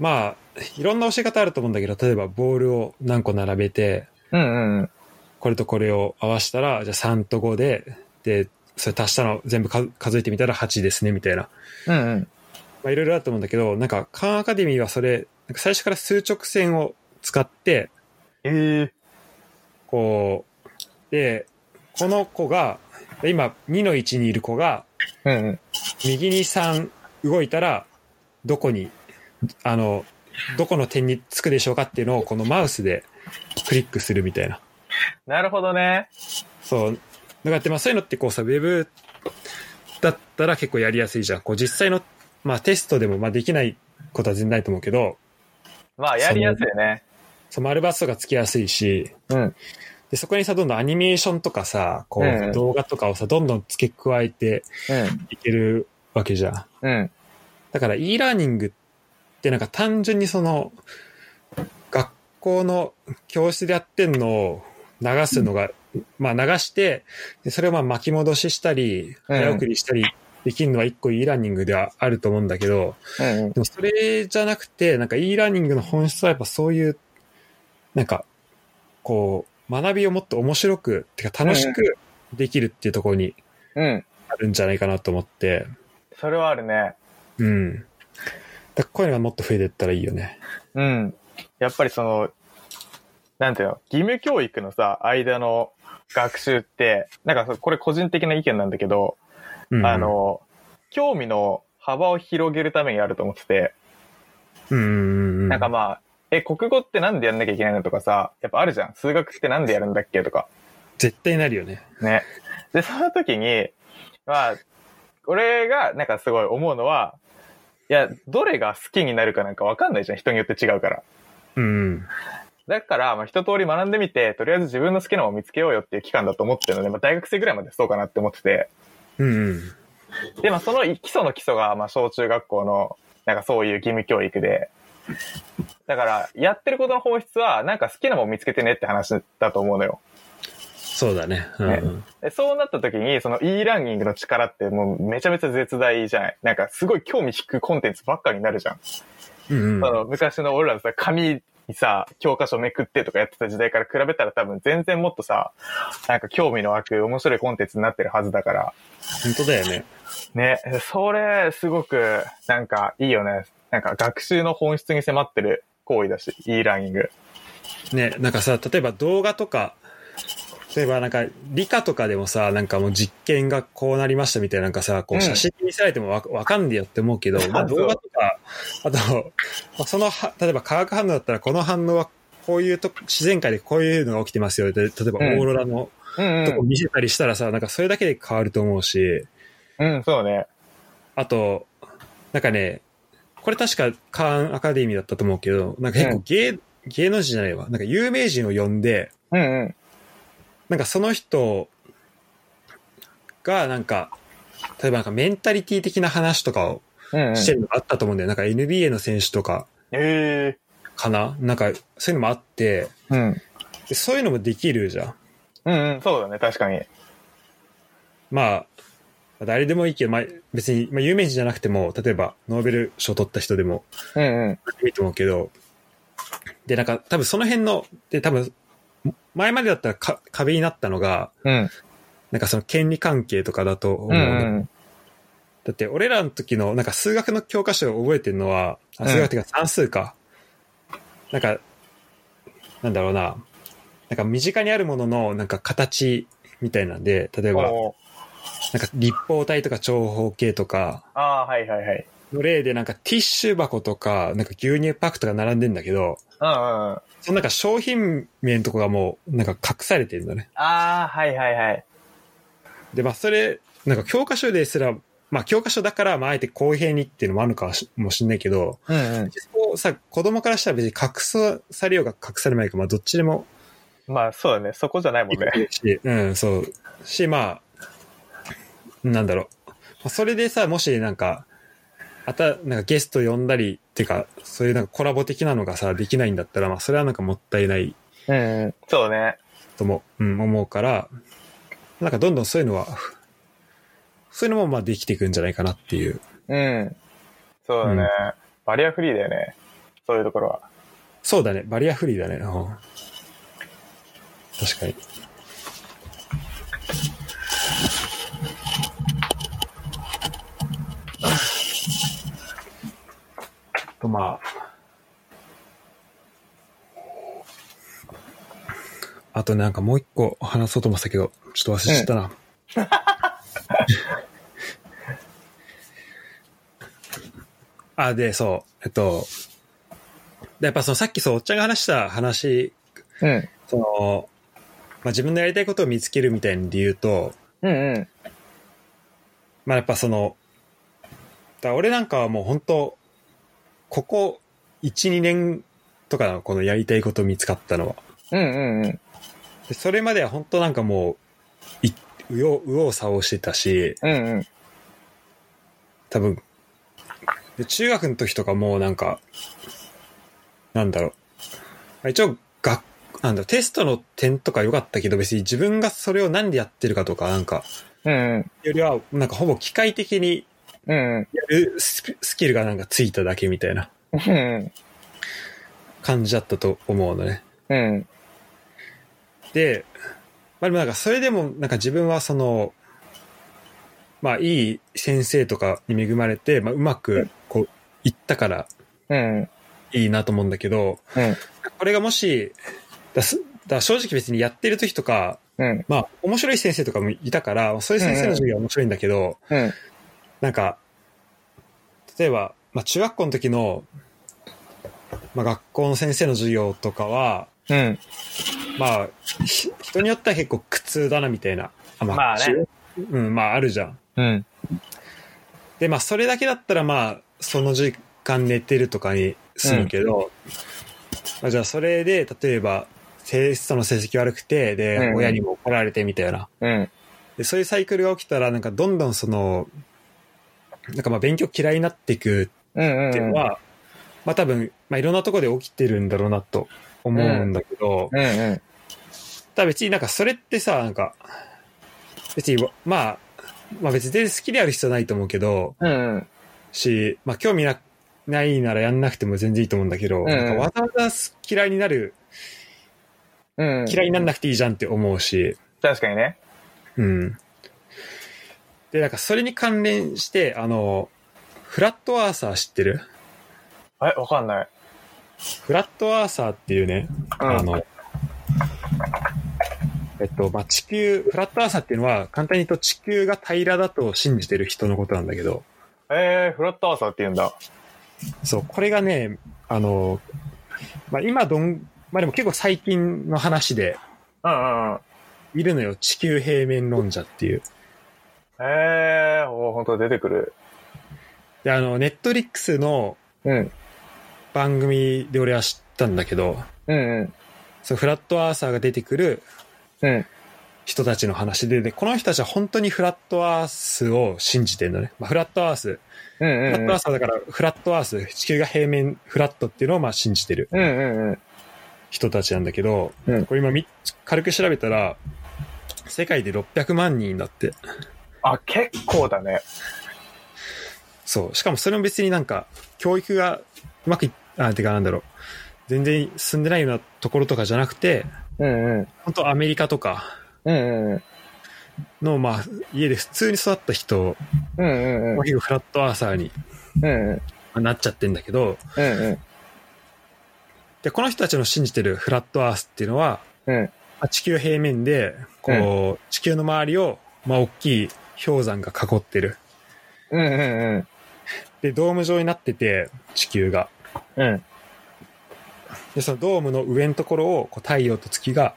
[SPEAKER 1] まあ、いろんな教え方あると思うんだけど、例えばボールを何個並べて、
[SPEAKER 2] うんうんうん。
[SPEAKER 1] これとこれを合わせたら、じゃあ3と5で、で、それ足したの全部か数えてみたら8ですね、みたいな。
[SPEAKER 2] うんうん。
[SPEAKER 1] まあいろいろあると思うんだけど、なんか、カンアカデミーはそれ、なんか最初から数直線を使って、
[SPEAKER 2] ええ。
[SPEAKER 1] こう、で、この子が、今2の1にいる子が、
[SPEAKER 2] うんうん。
[SPEAKER 1] 右に3動いたら、どこに、あの、どこの点につくでしょうかっていうのをこのマウスでクリックするみたいな。
[SPEAKER 2] なるほどね。
[SPEAKER 1] そう。だからって、まあそういうのってこうさ、ウェブだったら結構やりやすいじゃん。こう実際の、まあテストでもまあできないことは全然ないと思うけど、
[SPEAKER 2] まあ、やりやすいね。
[SPEAKER 1] そう丸バスとかつきやすいし、
[SPEAKER 2] うん。
[SPEAKER 1] で、そこにさ、どんどんアニメーションとかさ、こ
[SPEAKER 2] ええ
[SPEAKER 1] う動画とかをさ、どんどん付け加えていけるわけじゃん。
[SPEAKER 2] うん。うん。
[SPEAKER 1] だから e ラーニングで、なんか単純にその、学校の教室でやってんのを流すのが、まあ流して、でそれをまあ巻き戻ししたり、
[SPEAKER 2] うん
[SPEAKER 1] 早送りしたりできるのは一個いいランニングではあると思うんだけど、
[SPEAKER 2] うんうん
[SPEAKER 1] でもそれじゃなくて、なんか e ラーニングの本質はやっぱそういう、なんか、こう、学びをもっと面白く、てか楽しくできるっていうところに
[SPEAKER 2] うん。
[SPEAKER 1] あるんじゃないかなと思って、
[SPEAKER 2] それはあるね。
[SPEAKER 1] うん。だからこういうのがもっと増えていったらいいよね。
[SPEAKER 2] うん。やっぱりその、なんていうの、義務教育のさ、間の学習って、なんかそうこれ個人的な意見なんだけど、
[SPEAKER 1] うん、
[SPEAKER 2] あ、の、興味の幅を広げるためにあると思ってて、
[SPEAKER 1] うんうんうん。
[SPEAKER 2] なんかまあ、え、国語ってなんでやんなきゃいけないのとかさ、やっぱあるじゃん。数学ってなんでやるんだっけとか。
[SPEAKER 1] 絶対なるよね。
[SPEAKER 2] ね。で、その時に、まあ、俺がなんかすごい思うのは、いや、どれが好きになるかなんかわかんないじゃん。人によって違うから。
[SPEAKER 1] うん。
[SPEAKER 2] だから、まあ、一通り学んでみて、とりあえず自分の好きなものを見つけようよっていう期間だと思ってるので、まあ、大学生ぐらいまでそうかなって思ってて。
[SPEAKER 1] うんうん。
[SPEAKER 2] で、まあ、その基礎の基礎が、まあ、小中学校の、なんかそういう義務教育で。だから、やってることの本質は、なんか好きなもの見つけてねって話だと思うのよ。
[SPEAKER 1] そうだね。うん
[SPEAKER 2] ねでそうなった時に、その e ランニングの力ってもうめちゃめちゃ絶大じゃないなんかすごい興味引くコンテンツばっかになるじゃん。
[SPEAKER 1] うん。
[SPEAKER 2] そ
[SPEAKER 1] うん。
[SPEAKER 2] の昔の俺らのさ、紙にさ、教科書めくってとかやってた時代から比べたら多分全然もっとさ、なんか興味の湧く面白いコンテンツになってるはずだから。
[SPEAKER 1] 本当だよね。
[SPEAKER 2] ね、それすごくなんかいいよね。なんか学習の本質に迫ってる行為だし、e ランニング。
[SPEAKER 1] ね、なんかさ、例えば動画とか、例えばなんか理科とかでもさ、なんかもう実験がこうなりましたみたいななんかさ、こう
[SPEAKER 2] う
[SPEAKER 1] ん写真見せられてもわわかんねえよって思うけ
[SPEAKER 2] *laughs*
[SPEAKER 1] ど、まあ
[SPEAKER 2] そう
[SPEAKER 1] 動画とか、あと、まあそのは、例えば化学反応だったらこの反応はこういうと、自然界でこういうのが起きてますよ。で例えばオ
[SPEAKER 2] うん
[SPEAKER 1] ーロラの
[SPEAKER 2] うん
[SPEAKER 1] とこ見せたりしたらさ、なんかそれだけで変わると思うし、
[SPEAKER 2] うん。うん、そうね。
[SPEAKER 1] あと、なんかね、これ確かカーンアカデミーだったと思うけど、なんか結
[SPEAKER 2] う
[SPEAKER 1] 構
[SPEAKER 2] ん
[SPEAKER 1] 芸、芸能人じゃないわ。なんか有名人を呼んで、
[SPEAKER 2] うんうん。
[SPEAKER 1] なんかその人がなんか、例えばなんかメンタリティ的な話とかを
[SPEAKER 2] うん、うん。
[SPEAKER 1] してるのがあったと思うんだよ。なんか NBA の選手とか
[SPEAKER 2] え
[SPEAKER 1] かななんかそういうのもあって、
[SPEAKER 2] えうん。
[SPEAKER 1] でそういうのもできるじゃん。
[SPEAKER 2] うんうん、そうだね、確かに。
[SPEAKER 1] まあ、誰でもいいけど、まあ別に、まあ有名人じゃなくても、例えばノーベル賞取った人でも
[SPEAKER 2] うんうん。
[SPEAKER 1] いいと思うけど、で、なんか多分その辺の、で多分、前までだったらか壁になったのが、
[SPEAKER 2] うん。
[SPEAKER 1] なんかその権利関係とかだと思う
[SPEAKER 2] う
[SPEAKER 1] の
[SPEAKER 2] ん
[SPEAKER 1] ね、
[SPEAKER 2] うん。
[SPEAKER 1] だって俺らの時のなんか数学の教科書を覚えてるのは、あ
[SPEAKER 2] うん
[SPEAKER 1] 数学っていうか算数か。なんか、なんだろうな。なんか身近にあるもののなんか形みたいなんで、例えば、
[SPEAKER 2] おー
[SPEAKER 1] なんか立方体とか長方形とか、
[SPEAKER 2] ああ、はいはいはい。
[SPEAKER 1] の例でなんかティッシュ箱とか、なんか牛乳パックとか並んでんだけど、
[SPEAKER 2] うんうんうん。あ
[SPEAKER 1] そのなんか商品名のとこがもうなんか隠されてるんだね。
[SPEAKER 2] あー、はいはいはい。
[SPEAKER 1] で、まあそれ、なんか教科書ですら、まあ教科書だから、まああえて公平にっていうのもあるのかもしもしんないけど、
[SPEAKER 2] うんうん。
[SPEAKER 1] こうさ、子供からしたら別に隠さされようが隠されまいか、まあどっちでも
[SPEAKER 2] まあそうだね、そこじゃないも
[SPEAKER 1] いい
[SPEAKER 2] んね。
[SPEAKER 1] し、うん、そう。し、まあ、なんだろう。まあそれでさ、もしなんか、あた、なんかゲスト呼んだり、っていうか、そういうなんかコラボ的なのがさ、できないんだったら、まあそれはなんかもったいない
[SPEAKER 2] うんうん。そうね。
[SPEAKER 1] とも、うん、思うから、なんかどんどんそういうのは、そういうのもまあできていくんじゃないかなっていう。
[SPEAKER 2] うん。そうだね。
[SPEAKER 1] うん
[SPEAKER 2] バリアフリーだよね。そういうところは。
[SPEAKER 1] そうだね、バリアフリーだね。うん確かに。とまあ。あとなんかもう一個話そうと思ってたけど、ちょっと忘れちゃったな。 *laughs* あ、で、そう、えっと、でやっぱそのさっきそう、おっちゃんが話した話、
[SPEAKER 2] うん。
[SPEAKER 1] その、まあ、自分のやりたいことを見つけるみたいな理由と、
[SPEAKER 2] うんうん。
[SPEAKER 1] まあ、やっぱその、だから俺なんかはもう本当ここ1、2年とかのこのやりたいこと見つかったのは。
[SPEAKER 2] うんうんうん。
[SPEAKER 1] でそれまでは本当なんかもう、い、右往、右往左往してたし、
[SPEAKER 2] うんうん。
[SPEAKER 1] 多分、で、中学の時とかもうなんか、なんだろうあ。一応、学、なんだろう、テストの点とか良かったけど、別に自分がそれを何でやってるかとか、なんか、
[SPEAKER 2] うん
[SPEAKER 1] よりは、なんかほぼ機械的に
[SPEAKER 2] うん。うん
[SPEAKER 1] やるスキスキルがなんかついただけみたいな
[SPEAKER 2] うん。うん
[SPEAKER 1] 感じだったと思うのね。
[SPEAKER 2] うん。
[SPEAKER 1] で、まあでもなんかそれでもなんか自分はその、まあいい先生とかに恵まれて、まあうまくこういったから
[SPEAKER 2] うん。
[SPEAKER 1] いいなと思うんだけど、
[SPEAKER 2] うん。
[SPEAKER 1] これがもし、だすだ正直別にやってる時とか、
[SPEAKER 2] うん。
[SPEAKER 1] まあ面白い先生とかもいたから、そういう先生の授業は面白いんだけど、
[SPEAKER 2] うん。
[SPEAKER 1] なんか、例えば、まあ中学校の時の、まあ学校の先生の授業とかは、
[SPEAKER 2] うん。
[SPEAKER 1] まあ、ひ人によっては結構苦痛だなみたいな。あま
[SPEAKER 2] まあね
[SPEAKER 1] しうん、まああるじゃん。
[SPEAKER 2] うん。
[SPEAKER 1] で、まあそれだけだったらまあ、その時間寝てるとかにするけど、まあ、じゃあそれで、例えば、テストの成績悪くて、で、
[SPEAKER 2] うん
[SPEAKER 1] 親にも怒られてみたいな。
[SPEAKER 2] うん。
[SPEAKER 1] で、そういうサイクルが起きたら、なんかどんどんその、なんかまあ勉強嫌いになっていく
[SPEAKER 2] うん。
[SPEAKER 1] っていうのは、まあ多分、まあいろんなところで起きてるんだろうなと思うんだけど、
[SPEAKER 2] うん。うん。
[SPEAKER 1] ただ別になんかそれってさ、なんか、別に、まあ、まあ別に全然好きである必要ないと思うけど、
[SPEAKER 2] うん。
[SPEAKER 1] し、まあ興味な、ないならやんなくても全然いいと思うんだけど、
[SPEAKER 2] ん
[SPEAKER 1] なんかわざわざ好き嫌いになる、
[SPEAKER 2] うん。
[SPEAKER 1] 嫌いにならなくていいじゃんって思うし、
[SPEAKER 2] 確かにね。
[SPEAKER 1] うん。で、なんかそれに関連して、あの、フラットアーサー知ってる
[SPEAKER 2] え、わかんない。
[SPEAKER 1] フラットアーサーっていうね、
[SPEAKER 2] うん
[SPEAKER 1] あの、えっと、まあ、地球、フラットアーサーっていうのは、簡単に言うと地球が平らだと信じてる人のことなんだけど、
[SPEAKER 2] えー、フラットアーサーって言うんだ。
[SPEAKER 1] そう、これがね、あの、まあ、今どん、まあ、でも結構最近の話で、
[SPEAKER 2] うんうんうん。
[SPEAKER 1] いるのよ、地球平面論者っていう。
[SPEAKER 2] えー、おー、ほんと出てくる。
[SPEAKER 1] で、あの、ネットリックスの
[SPEAKER 2] うん。
[SPEAKER 1] 番組で俺は知ったんだけど、
[SPEAKER 2] うんうん。
[SPEAKER 1] そう、フラットアーサーが出てくる
[SPEAKER 2] うん。
[SPEAKER 1] 人たちの話で、で、この人たちは本当にフラットアースを信じてるのね。まあ、フラットアース。
[SPEAKER 2] うん
[SPEAKER 1] フラ
[SPEAKER 2] う
[SPEAKER 1] ッ
[SPEAKER 2] ん
[SPEAKER 1] トアースはだから、フラットアース、地球が平面フラットっていうのをまあ信じてる
[SPEAKER 2] うん。うんうんうん。
[SPEAKER 1] 人たちなんだけど、
[SPEAKER 2] うん
[SPEAKER 1] これ今み、軽く調べたら、世界で600万人だって。
[SPEAKER 2] あ、結構だね。
[SPEAKER 1] そう。しかもそれも別になんか、教育がうまくいっ、あ、てかなんだろう。全然進んでないようなところとかじゃなくて、
[SPEAKER 2] うんうん。
[SPEAKER 1] 本当アメリカとか
[SPEAKER 2] うんうんうん。
[SPEAKER 1] の、まあ、家で普通に育った人、
[SPEAKER 2] うんうんうん
[SPEAKER 1] まあ。結構フラットアーサーに
[SPEAKER 2] うんうん。
[SPEAKER 1] なっちゃってんだけど、
[SPEAKER 2] うん
[SPEAKER 1] で、この人たちの信じてるフラットアースっていうのは、
[SPEAKER 2] うん。うん。
[SPEAKER 1] まあ地球平面で、こう、地球の周りを、まあ、大きい氷山が囲ってる。
[SPEAKER 2] うんうん
[SPEAKER 1] で、ドーム状になってて、地球が。
[SPEAKER 2] うん。うん。
[SPEAKER 1] で、そのドームの上のところを、こう、太陽と月が、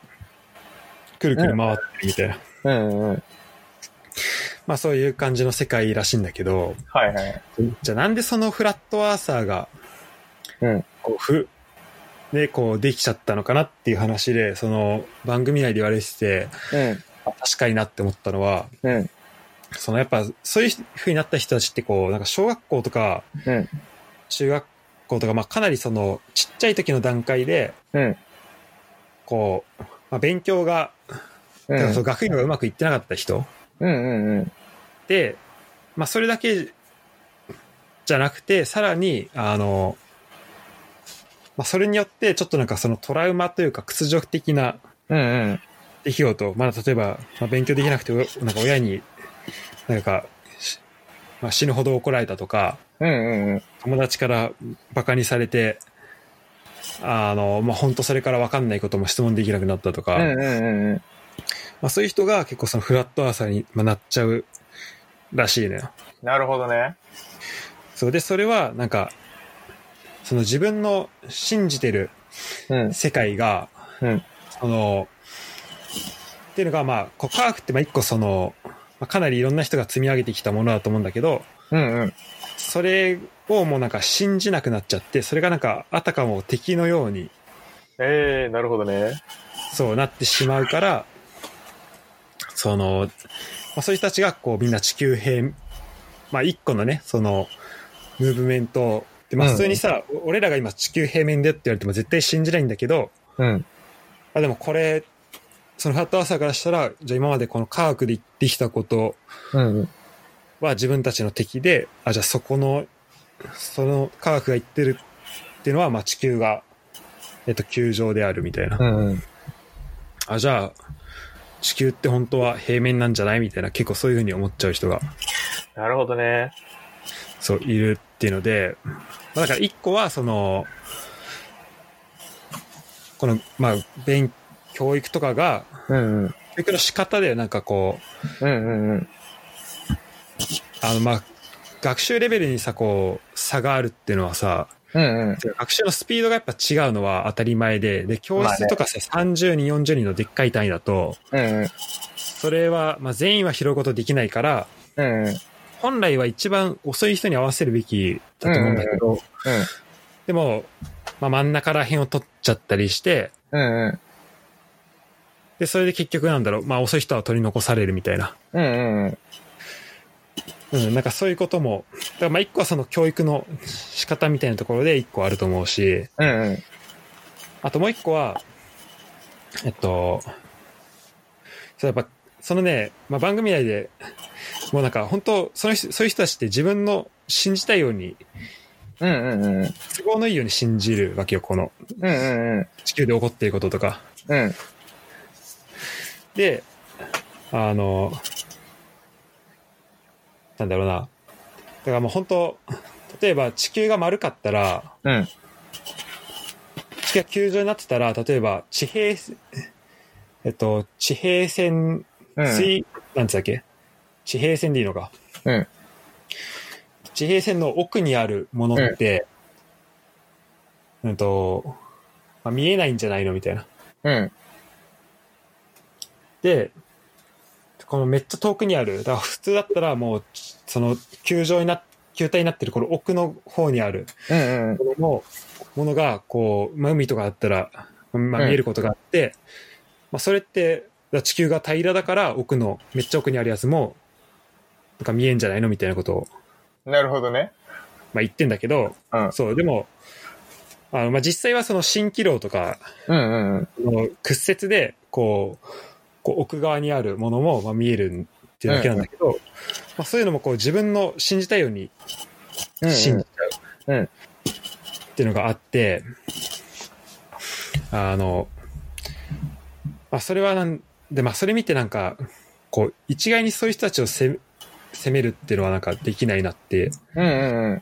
[SPEAKER 1] くるくる回ってるみたいな。
[SPEAKER 2] うんうん。
[SPEAKER 1] まあ、そういう感じの世界らしいんだけど、
[SPEAKER 2] はいはい。
[SPEAKER 1] じゃあなんでそのフラットアーサーが、
[SPEAKER 2] うん。
[SPEAKER 1] こう、ふ、で、こう、できちゃったのかなっていう話で、その、番組内で言われてて、
[SPEAKER 2] うん。
[SPEAKER 1] あ確かになって思ったのは、
[SPEAKER 2] うん。
[SPEAKER 1] そのやっぱそういう風になった人たちってこう、なんか小学校とか
[SPEAKER 2] うん。
[SPEAKER 1] 中学校とか、まあかなりそのちっちゃい時の段階で、
[SPEAKER 2] うん。
[SPEAKER 1] こう、まあ、勉強が、
[SPEAKER 2] う
[SPEAKER 1] だからその
[SPEAKER 2] ん。
[SPEAKER 1] 学業がうまくいってなかった人
[SPEAKER 2] うんうんうん。
[SPEAKER 1] で、まあそれだけじゃなくて、さらに、あの、まあそれによってちょっとなんかそのトラウマというか屈辱的な
[SPEAKER 2] うんうん。
[SPEAKER 1] 出来事、まあ、例えば、まあ、勉強できなくて、おなんか親に、なんか、しまあ、死ぬほど怒られたとか、
[SPEAKER 2] うんうんうん。
[SPEAKER 1] 友達からバカにされて、あの、まあ、本当それから分かんないことも質問できなくなったとか、
[SPEAKER 2] うんうんうんうん。
[SPEAKER 1] まあ、そういう人が結構そのフラットアーサーに、まあ、なっちゃうらしいのよ。
[SPEAKER 2] なるほどね。
[SPEAKER 1] そうで、それは、なんか、その自分の信じてる
[SPEAKER 2] うん。
[SPEAKER 1] 世界が、
[SPEAKER 2] うん。
[SPEAKER 1] その、っていうのが、まあ、こう科学って、まあ、一個その、まあ、かなりいろんな人が積み上げてきたものだと思うんだけど、
[SPEAKER 2] うんうん。
[SPEAKER 1] それをもうなんか信じなくなっちゃって、それがなんか、あたかも敵のように、
[SPEAKER 2] ええなるほどね。
[SPEAKER 1] そうなってしまうから、その、まあ、そういう人たちが、こう、みんな地球平、まあ、一個のね、その、ムーブメント。で、まあ
[SPEAKER 2] うん
[SPEAKER 1] 普通にさ、お俺らが今地球平面でって言われても絶対信じないんだけど、
[SPEAKER 2] うん。
[SPEAKER 1] あ、でもこれ、そのフラットアーサーからしたら、じゃあ今までこの科学で言ってきたこと
[SPEAKER 2] うん。
[SPEAKER 1] は自分たちの敵で、あ、じゃあそこの、その科学が言ってるっていうのは、まあ地球が、えっと、球状であるみたいな
[SPEAKER 2] う。ん。
[SPEAKER 1] あ、じゃあ、地球って本当は平面なんじゃないみたいな、結構そういうふうに思っちゃう人が、
[SPEAKER 2] なるほどね。
[SPEAKER 1] そう、いるっていうので、まあ、だから一個は、その、この、まあ、勉、教育とかが、
[SPEAKER 2] うんうん。
[SPEAKER 1] 教育の仕方でなんかこう、
[SPEAKER 2] うんうんうん。
[SPEAKER 1] あの、まあ、学習レベルにさ、こう、差があるっていうのはさ、
[SPEAKER 2] うんうん。
[SPEAKER 1] 学習のスピードがやっぱ違うのは当たり前で、で、教室とかさ、30人、40人のでっかい単位だと、
[SPEAKER 2] うんうん。
[SPEAKER 1] それは、まあ、全員は拾うことできないから、
[SPEAKER 2] うんうん。
[SPEAKER 1] 本来は一番遅い人に合わせるべきだと思うんだけど、でも、まあ、真ん中ら辺を取っちゃったりして、
[SPEAKER 2] うんうん。
[SPEAKER 1] で、それで結局なんだろう、まあ、遅い人は取り残されるみたいな。
[SPEAKER 2] うんうんうん。
[SPEAKER 1] うん、なんかそういうことも、だからまあ、一個はその教育の仕方みたいなところで一個あると思うし、
[SPEAKER 2] うんうん。
[SPEAKER 1] あともう一個は、えっと、そうやっぱ、そのね、まあ、番組内で、もうなんか本当、その人、そういう人たちって自分の信じたいように、
[SPEAKER 2] うんうんうん。
[SPEAKER 1] 都合のいいように信じるわけよ、この
[SPEAKER 2] うんうんうん。
[SPEAKER 1] 地球で起こっていることとか。
[SPEAKER 2] うん。
[SPEAKER 1] で、あの、なんだろうな。だからもう本当、例えば地球が丸かったら、
[SPEAKER 2] うん。
[SPEAKER 1] 地球が球状になってたら、例えば地平、えっと、地平線
[SPEAKER 2] うん。
[SPEAKER 1] 水、なんつったっけ地平線でいいのか。
[SPEAKER 2] うん
[SPEAKER 1] 地平線の奥にあるものって、うん、と、まあ見えないんじゃないのみたいな。
[SPEAKER 2] うん。
[SPEAKER 1] で、このめっちゃ遠くにある、だから普通だったらもう、その、球状にな、球体になってるこの奥の方にある
[SPEAKER 2] うんうん。
[SPEAKER 1] もののものが、こう、まあ、海とかだったら、まあ、
[SPEAKER 2] うん
[SPEAKER 1] 見えることがあって、まあ、それって、だから地球が平らだから、奥の、めっちゃ奥にあるやつも、なんか見えんじゃないのみたいなことを、
[SPEAKER 2] なるほどね。
[SPEAKER 1] まあ、言ってんだけど、
[SPEAKER 2] うん。
[SPEAKER 1] そう、でも、あの、まあ、実際はその蜃気楼とか、
[SPEAKER 2] うんうんうん。
[SPEAKER 1] その屈折でこうこう奥側にあるものもまあ見えるっていうだけなんだけど、まあ、そういうのもこう自分の信じたいように
[SPEAKER 2] うんうん
[SPEAKER 1] 信じちゃう、
[SPEAKER 2] うん
[SPEAKER 1] っていうのがあってあの、まあ、それはなんで、まあ、それ見てなんかこう一概にそういう人たちを責め責めるっていうのはなんかできないなって
[SPEAKER 2] うんうんうん。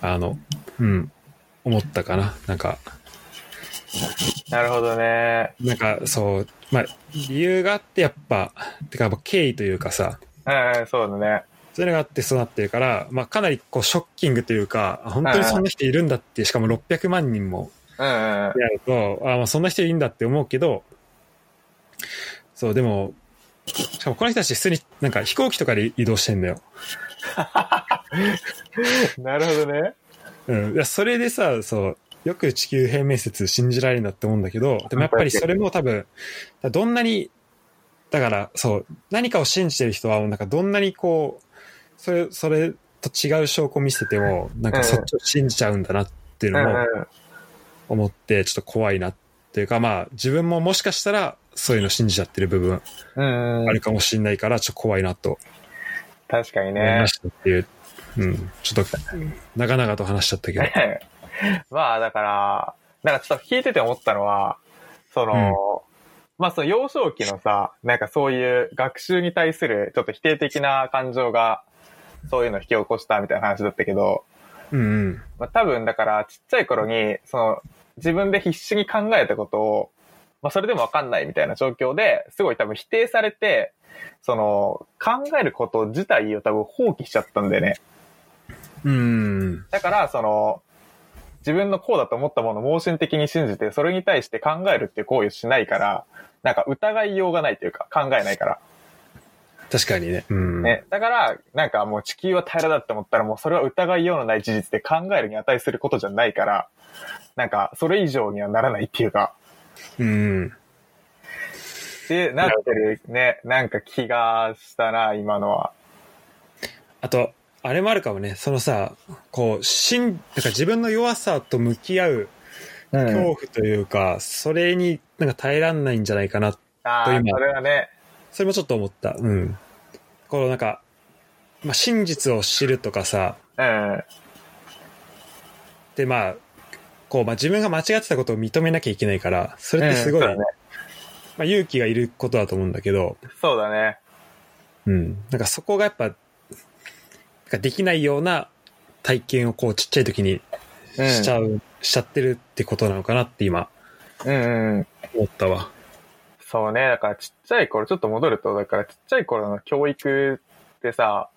[SPEAKER 1] あの、うん、思ったかななんか。
[SPEAKER 2] なるほどね。
[SPEAKER 1] なんかそう、まあ、理由があってやっぱ、てかやっぱ経緯というかさ、
[SPEAKER 2] うんうん、そうだね。
[SPEAKER 1] そういうのがあってそうなってるから、まあかなりこうショッキングというか、あ本当にそんな人いるんだって、しかも600万人も
[SPEAKER 2] うんうん
[SPEAKER 1] やると、あまあそんな人いるんだって思うけど、そう、でも、しかもこの人たち普通になんか飛行機とかで移動してんだよ。
[SPEAKER 2] うん。なるほどね。
[SPEAKER 1] うん。いや、それでさ、そう、よく地球平面説信じられるなって思うんだけど、でもやっぱりそれも多分、どんなに、だから、そう、何かを信じてる人は、なんかどんなにこう、それ、それと違う証拠を見せても、なんかそっちを信じちゃうんだなっていう
[SPEAKER 2] うん
[SPEAKER 1] の
[SPEAKER 2] う
[SPEAKER 1] も
[SPEAKER 2] ん。
[SPEAKER 1] 思って、ちょっと怖いなっていうか、まあ、自分ももしかしたら、そういうの信じちゃってる部分
[SPEAKER 2] うん
[SPEAKER 1] あ
[SPEAKER 2] うん
[SPEAKER 1] る。かもしれないから、ちょっと怖いなと
[SPEAKER 2] 確かに
[SPEAKER 1] 思い
[SPEAKER 2] ね
[SPEAKER 1] ま。したっていう、うん、ちょっと、長々と話しちゃったけど、
[SPEAKER 2] まあだから、なんかちょっと聞いてて思ったのは、その、まあその幼少期のさ、なんかそういう学習に対するちょっと否定的な感情が、そういうのを引き起こしたみたいな話だったけど、
[SPEAKER 1] うんうん、
[SPEAKER 2] まあ多分だからちっちゃい頃に、その自分で必死に考えたことを、まあそれでもわかんないみたいな状況ですごい多分否定されて、その考えること自体を多分放棄しちゃったんだよね。
[SPEAKER 1] うん、
[SPEAKER 2] だから、その、自分のこうだと思ったものを盲信的に信じて、それに対して考えるっていう行為をしないから、なんか疑いようがないというか、考えないから。
[SPEAKER 1] 確かにね、うん。
[SPEAKER 2] ね。だから、なんかもう地球は平らだって思ったら、もうそれは疑いようのない事実で考えるに値することじゃないから、なんか、それ以上にはならないっていうか、
[SPEAKER 1] うん。
[SPEAKER 2] で、なってるね、なんか気がしたな、今のは。
[SPEAKER 1] あと、あれもあるかもね。そのさ、こう、しん、だから自分の弱さと向き合う
[SPEAKER 2] う
[SPEAKER 1] 恐
[SPEAKER 2] ん。
[SPEAKER 1] 怖というか、それになんか耐えらんないんじゃないかな。
[SPEAKER 2] ああ、
[SPEAKER 1] と
[SPEAKER 2] そ
[SPEAKER 1] 今
[SPEAKER 2] れはね。
[SPEAKER 1] それもちょっと思った。うん。このなんか、まあ、真実を知るとかさ、
[SPEAKER 2] うん。
[SPEAKER 1] でまあ、こう、まあ自分が間違ってたことを認めなきゃいけないから、それってすごい、
[SPEAKER 2] うんそうだね。
[SPEAKER 1] まあ勇気がいることだと思うんだけど、
[SPEAKER 2] そうだね。
[SPEAKER 1] うん。なんかそこがやっぱ、なんかできないような体験をこうちっちゃい時に
[SPEAKER 2] うん
[SPEAKER 1] しちゃう、しちゃってるってことなのかなって今
[SPEAKER 2] うんうん。
[SPEAKER 1] 思ったわ。
[SPEAKER 2] そうね。だからちっちゃい頃、ちょっと戻ると、だからちっちゃい頃の教育ってさ、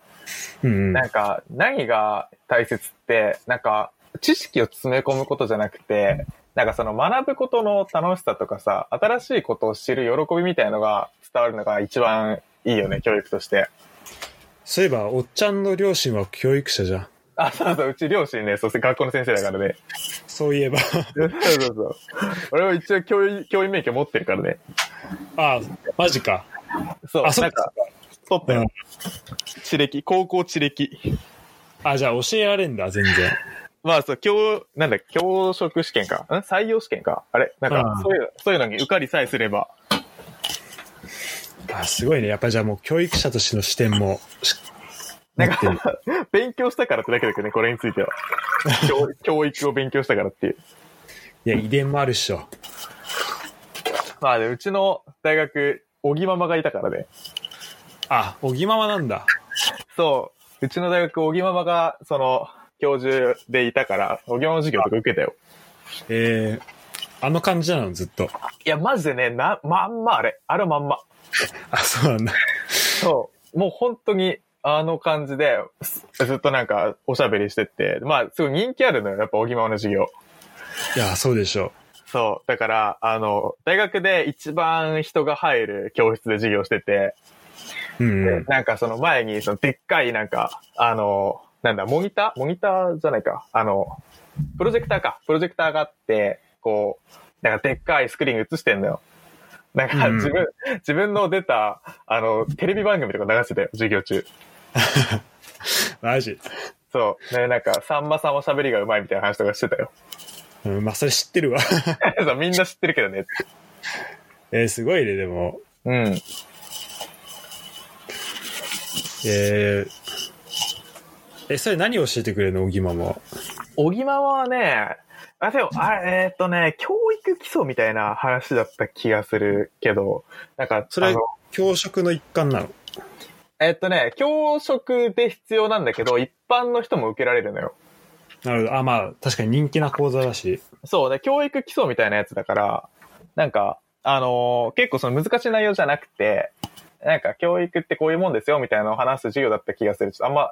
[SPEAKER 1] うん、うん。
[SPEAKER 2] なんか何が大切って、なんか知識を詰め込むことじゃなくて、なんかその学ぶことの楽しさとかさ、新しいことを知る喜びみたいのが伝わるのが一番いいよね、教育として。
[SPEAKER 1] そういえば、おっちゃんの両親は教育者じゃん。
[SPEAKER 2] あ、そうそう、うち両親ね、そして学校の先生だからね。
[SPEAKER 1] そういえば。 *laughs*
[SPEAKER 2] そうそうそう。俺は一応教員、教員免許持ってるからね。
[SPEAKER 1] ああ、マジか。
[SPEAKER 2] そう、
[SPEAKER 1] あ、そっ
[SPEAKER 2] なんか
[SPEAKER 1] か。、
[SPEAKER 2] 取った
[SPEAKER 1] う
[SPEAKER 2] よ
[SPEAKER 1] ん。
[SPEAKER 2] 地歴、高校地歴。
[SPEAKER 1] あ、じゃあ教えられんだ、全然。
[SPEAKER 2] まあそう、教、なんだ、教職試験か。ん採用試験か。あれなん
[SPEAKER 1] う
[SPEAKER 2] か
[SPEAKER 1] ん、
[SPEAKER 2] そういう、そういうのに受かりさえすれば。
[SPEAKER 1] あ、すごいね。やっぱじゃあもう教育者としての視点もし
[SPEAKER 2] なん
[SPEAKER 1] 持って
[SPEAKER 2] か、勉強したからってだけだけどね、これについては。教教育を勉強したからっていう。
[SPEAKER 1] いや、遺伝もあるっしょ。
[SPEAKER 2] まあで、うちの大学、小木ママがいたからね。
[SPEAKER 1] あ、おぎままなんだ。
[SPEAKER 2] そう、うちの大学、小木ママが、その、教授でいたから、小木ママの授業とか受けたよ。
[SPEAKER 1] えー、あの感じなの、ずっと。
[SPEAKER 2] いや、マジでね、な、まんまあれ。あれまんま。
[SPEAKER 1] あ、そうなんだ。
[SPEAKER 2] そう。もう本当に、あの感じで、すずっとなんか、おしゃべりしてって。まあ、すごい人気あるのよ、やっぱ、小木ママの授業。
[SPEAKER 1] いや、そうでしょ
[SPEAKER 2] そう。だから、あの、大学で一番人が入る教室で授業してて、
[SPEAKER 1] う。うん、う
[SPEAKER 2] で
[SPEAKER 1] ん。
[SPEAKER 2] なんかその前に、そのでっかいなんか、あの、なんだ、モニターモニターじゃないか。あの、プロジェクターか。プロジェクターがあって、こう、なんかでっかいスクリーン映してんのよ。なんか
[SPEAKER 1] うん
[SPEAKER 2] 自分、自分の出た、あの、テレビ番組とか流してたよ、授業中。
[SPEAKER 1] マジ。
[SPEAKER 2] そう。ね、なんか、さんまさんは喋りがうまいみたいな話とかしてたよ。 *laughs*
[SPEAKER 1] うん、まあ、それ知ってるわ。 *laughs*
[SPEAKER 2] そうみんな知ってるけどねって。
[SPEAKER 1] えー、すごいね、でも。
[SPEAKER 2] うん。
[SPEAKER 1] えー、え、それ何を教えてくれるの、おぎままは。
[SPEAKER 2] 小木ママはね、あ、でも、あれ、えーっとね、教育基礎みたいな話だった気がするけど、なんか、
[SPEAKER 1] それ
[SPEAKER 2] あの、
[SPEAKER 1] 教職の一環なの。
[SPEAKER 2] えーっとね、教職で必要なんだけど、一般の人も受けられるのよ。
[SPEAKER 1] なるほど。あ、まあ、確かに人気な講座だし。
[SPEAKER 2] そうね、教育基礎みたいなやつだから、なんか、あのー結構その難しい内容じゃなくて、なんか教育ってこういうもんですよみたいなのを話す授業だった気がする。ちょっとあんま、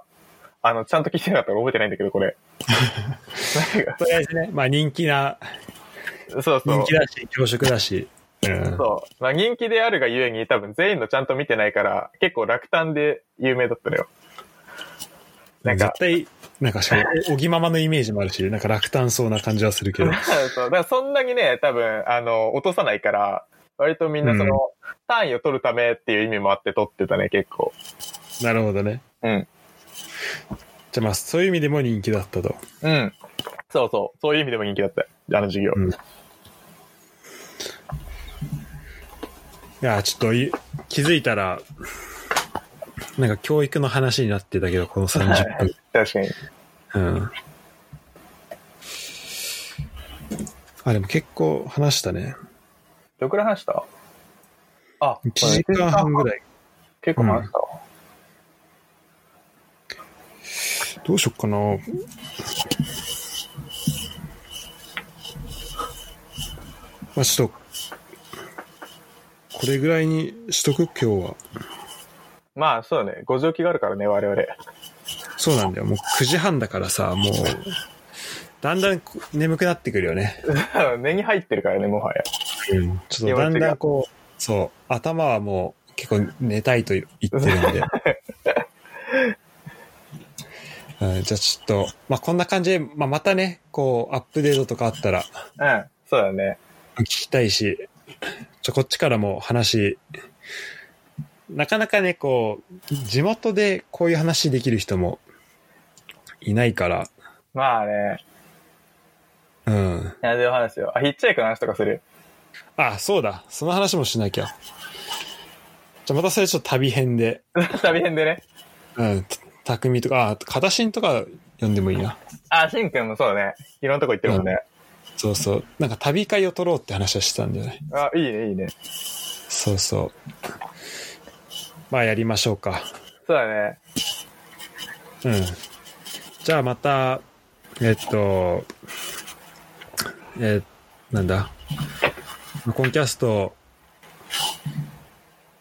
[SPEAKER 2] あの、ちゃんと聞いてなかったから覚えてないんだけど、
[SPEAKER 1] *laughs*
[SPEAKER 2] これ。なんか
[SPEAKER 1] とりあえずね、まあ人気な、
[SPEAKER 2] そうそう。
[SPEAKER 1] 人気だし、教職だし。うん。
[SPEAKER 2] そう。まあ人気であるがゆえに多分全員のちゃんと見てないから、結構落胆で有名だったのよ。なんか
[SPEAKER 1] 絶、対、なんかしか
[SPEAKER 2] *laughs*
[SPEAKER 1] も、おぎままのイメージもあるし、なんか落胆そうな感じはする
[SPEAKER 2] *laughs*
[SPEAKER 1] けど。
[SPEAKER 2] そうだからそんなにね、多分、あの、落とさないから、割とみんなその、
[SPEAKER 1] うん
[SPEAKER 2] 単位を取るためっていう意味もあって取ってたね、結構。
[SPEAKER 1] なるほどね。
[SPEAKER 2] うん。
[SPEAKER 1] じゃあまあ、そういう意味でも人気だったと。
[SPEAKER 2] うん。そうそう。そういう意味でも人気だったよ。あの授業。
[SPEAKER 1] うんいや、ちょっとい気づいたら、なんか教育の話になってたけど、この30分。
[SPEAKER 2] 確かに。
[SPEAKER 1] うん。あ、でも結構話したね。
[SPEAKER 2] どこくらい話したあ、
[SPEAKER 1] 1時間半ぐ
[SPEAKER 2] い。
[SPEAKER 1] らい。
[SPEAKER 2] 結構話したわ。
[SPEAKER 1] どうしよっかな。まあ、ちょっと、これぐらいにしとく、今日は。
[SPEAKER 2] まあ、そうだね。ご状況があるからね、我々。 *laughs*
[SPEAKER 1] そうなんだよ。もう9時半だからさ、もう、だんだんこ眠くなってくるよね。
[SPEAKER 2] 根に入ってるからね、もはや。
[SPEAKER 1] ちょっとだんだんこう、そう、頭はもう結構寝たいと言ってるんで。うんじゃあちょっと、まあ、こんな感じで、まあ、またね、こう、アップデートとかあったら
[SPEAKER 2] うん。そうだね。
[SPEAKER 1] 聞きたいし、ちょ、こっちからも話、なかなかね、こう、地元でこういう話できる人もいないから、
[SPEAKER 2] まあね。
[SPEAKER 1] うん。
[SPEAKER 2] 何でも話すよ。あ、ヒッチハイクの話とかする。 *laughs*
[SPEAKER 1] あ、そうだ。その話もしなきゃ。じゃあまたそれちょっと旅編で。
[SPEAKER 2] 旅編でね。
[SPEAKER 1] うん。た匠とか、あ、片新とか読んでもいいな。
[SPEAKER 2] あ、シンくんもそうだね。いろんなとこ行ってるもんね。
[SPEAKER 1] そうそう。なんか旅会を取ろうって話はしてたんじゃない
[SPEAKER 2] あ、いいね、いいね。
[SPEAKER 1] そうそう。まあやりましょうか。
[SPEAKER 2] そうだね。
[SPEAKER 1] うん。じゃあまた、えっと、えなんだ。コンキャスト、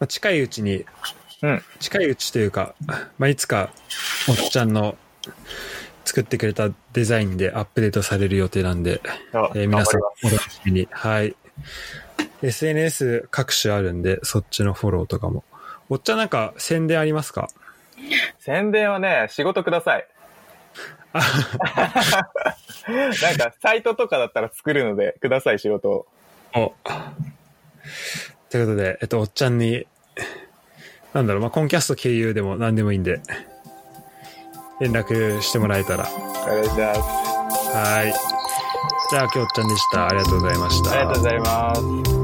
[SPEAKER 1] まあ近いうちに、
[SPEAKER 2] うん。
[SPEAKER 1] 近いうちというか、まあ、いつか、おっちゃんの作ってくれたデザインでアップデートされる予定なんで、
[SPEAKER 2] あ
[SPEAKER 1] えー皆さん
[SPEAKER 2] 頑張りま
[SPEAKER 1] お楽しみに。はい。SNS 各種あるんで、そっちのフォローとかも。おっちゃんなんか宣伝ありますか
[SPEAKER 2] す宣伝はね、仕事くだ
[SPEAKER 1] *laughs*
[SPEAKER 2] さい。なんか、サイトとかだったら作るので、ください、仕事を。
[SPEAKER 1] お。ということで、えっと、おっちゃんに、なんだろう、まあ、コンキャスト経由でも何でもいいんで、連絡してもらえたら。
[SPEAKER 2] お願いします。
[SPEAKER 1] はい。じゃあ、きょうっちゃんでした。ありがとうございました。
[SPEAKER 2] ありがとうございます。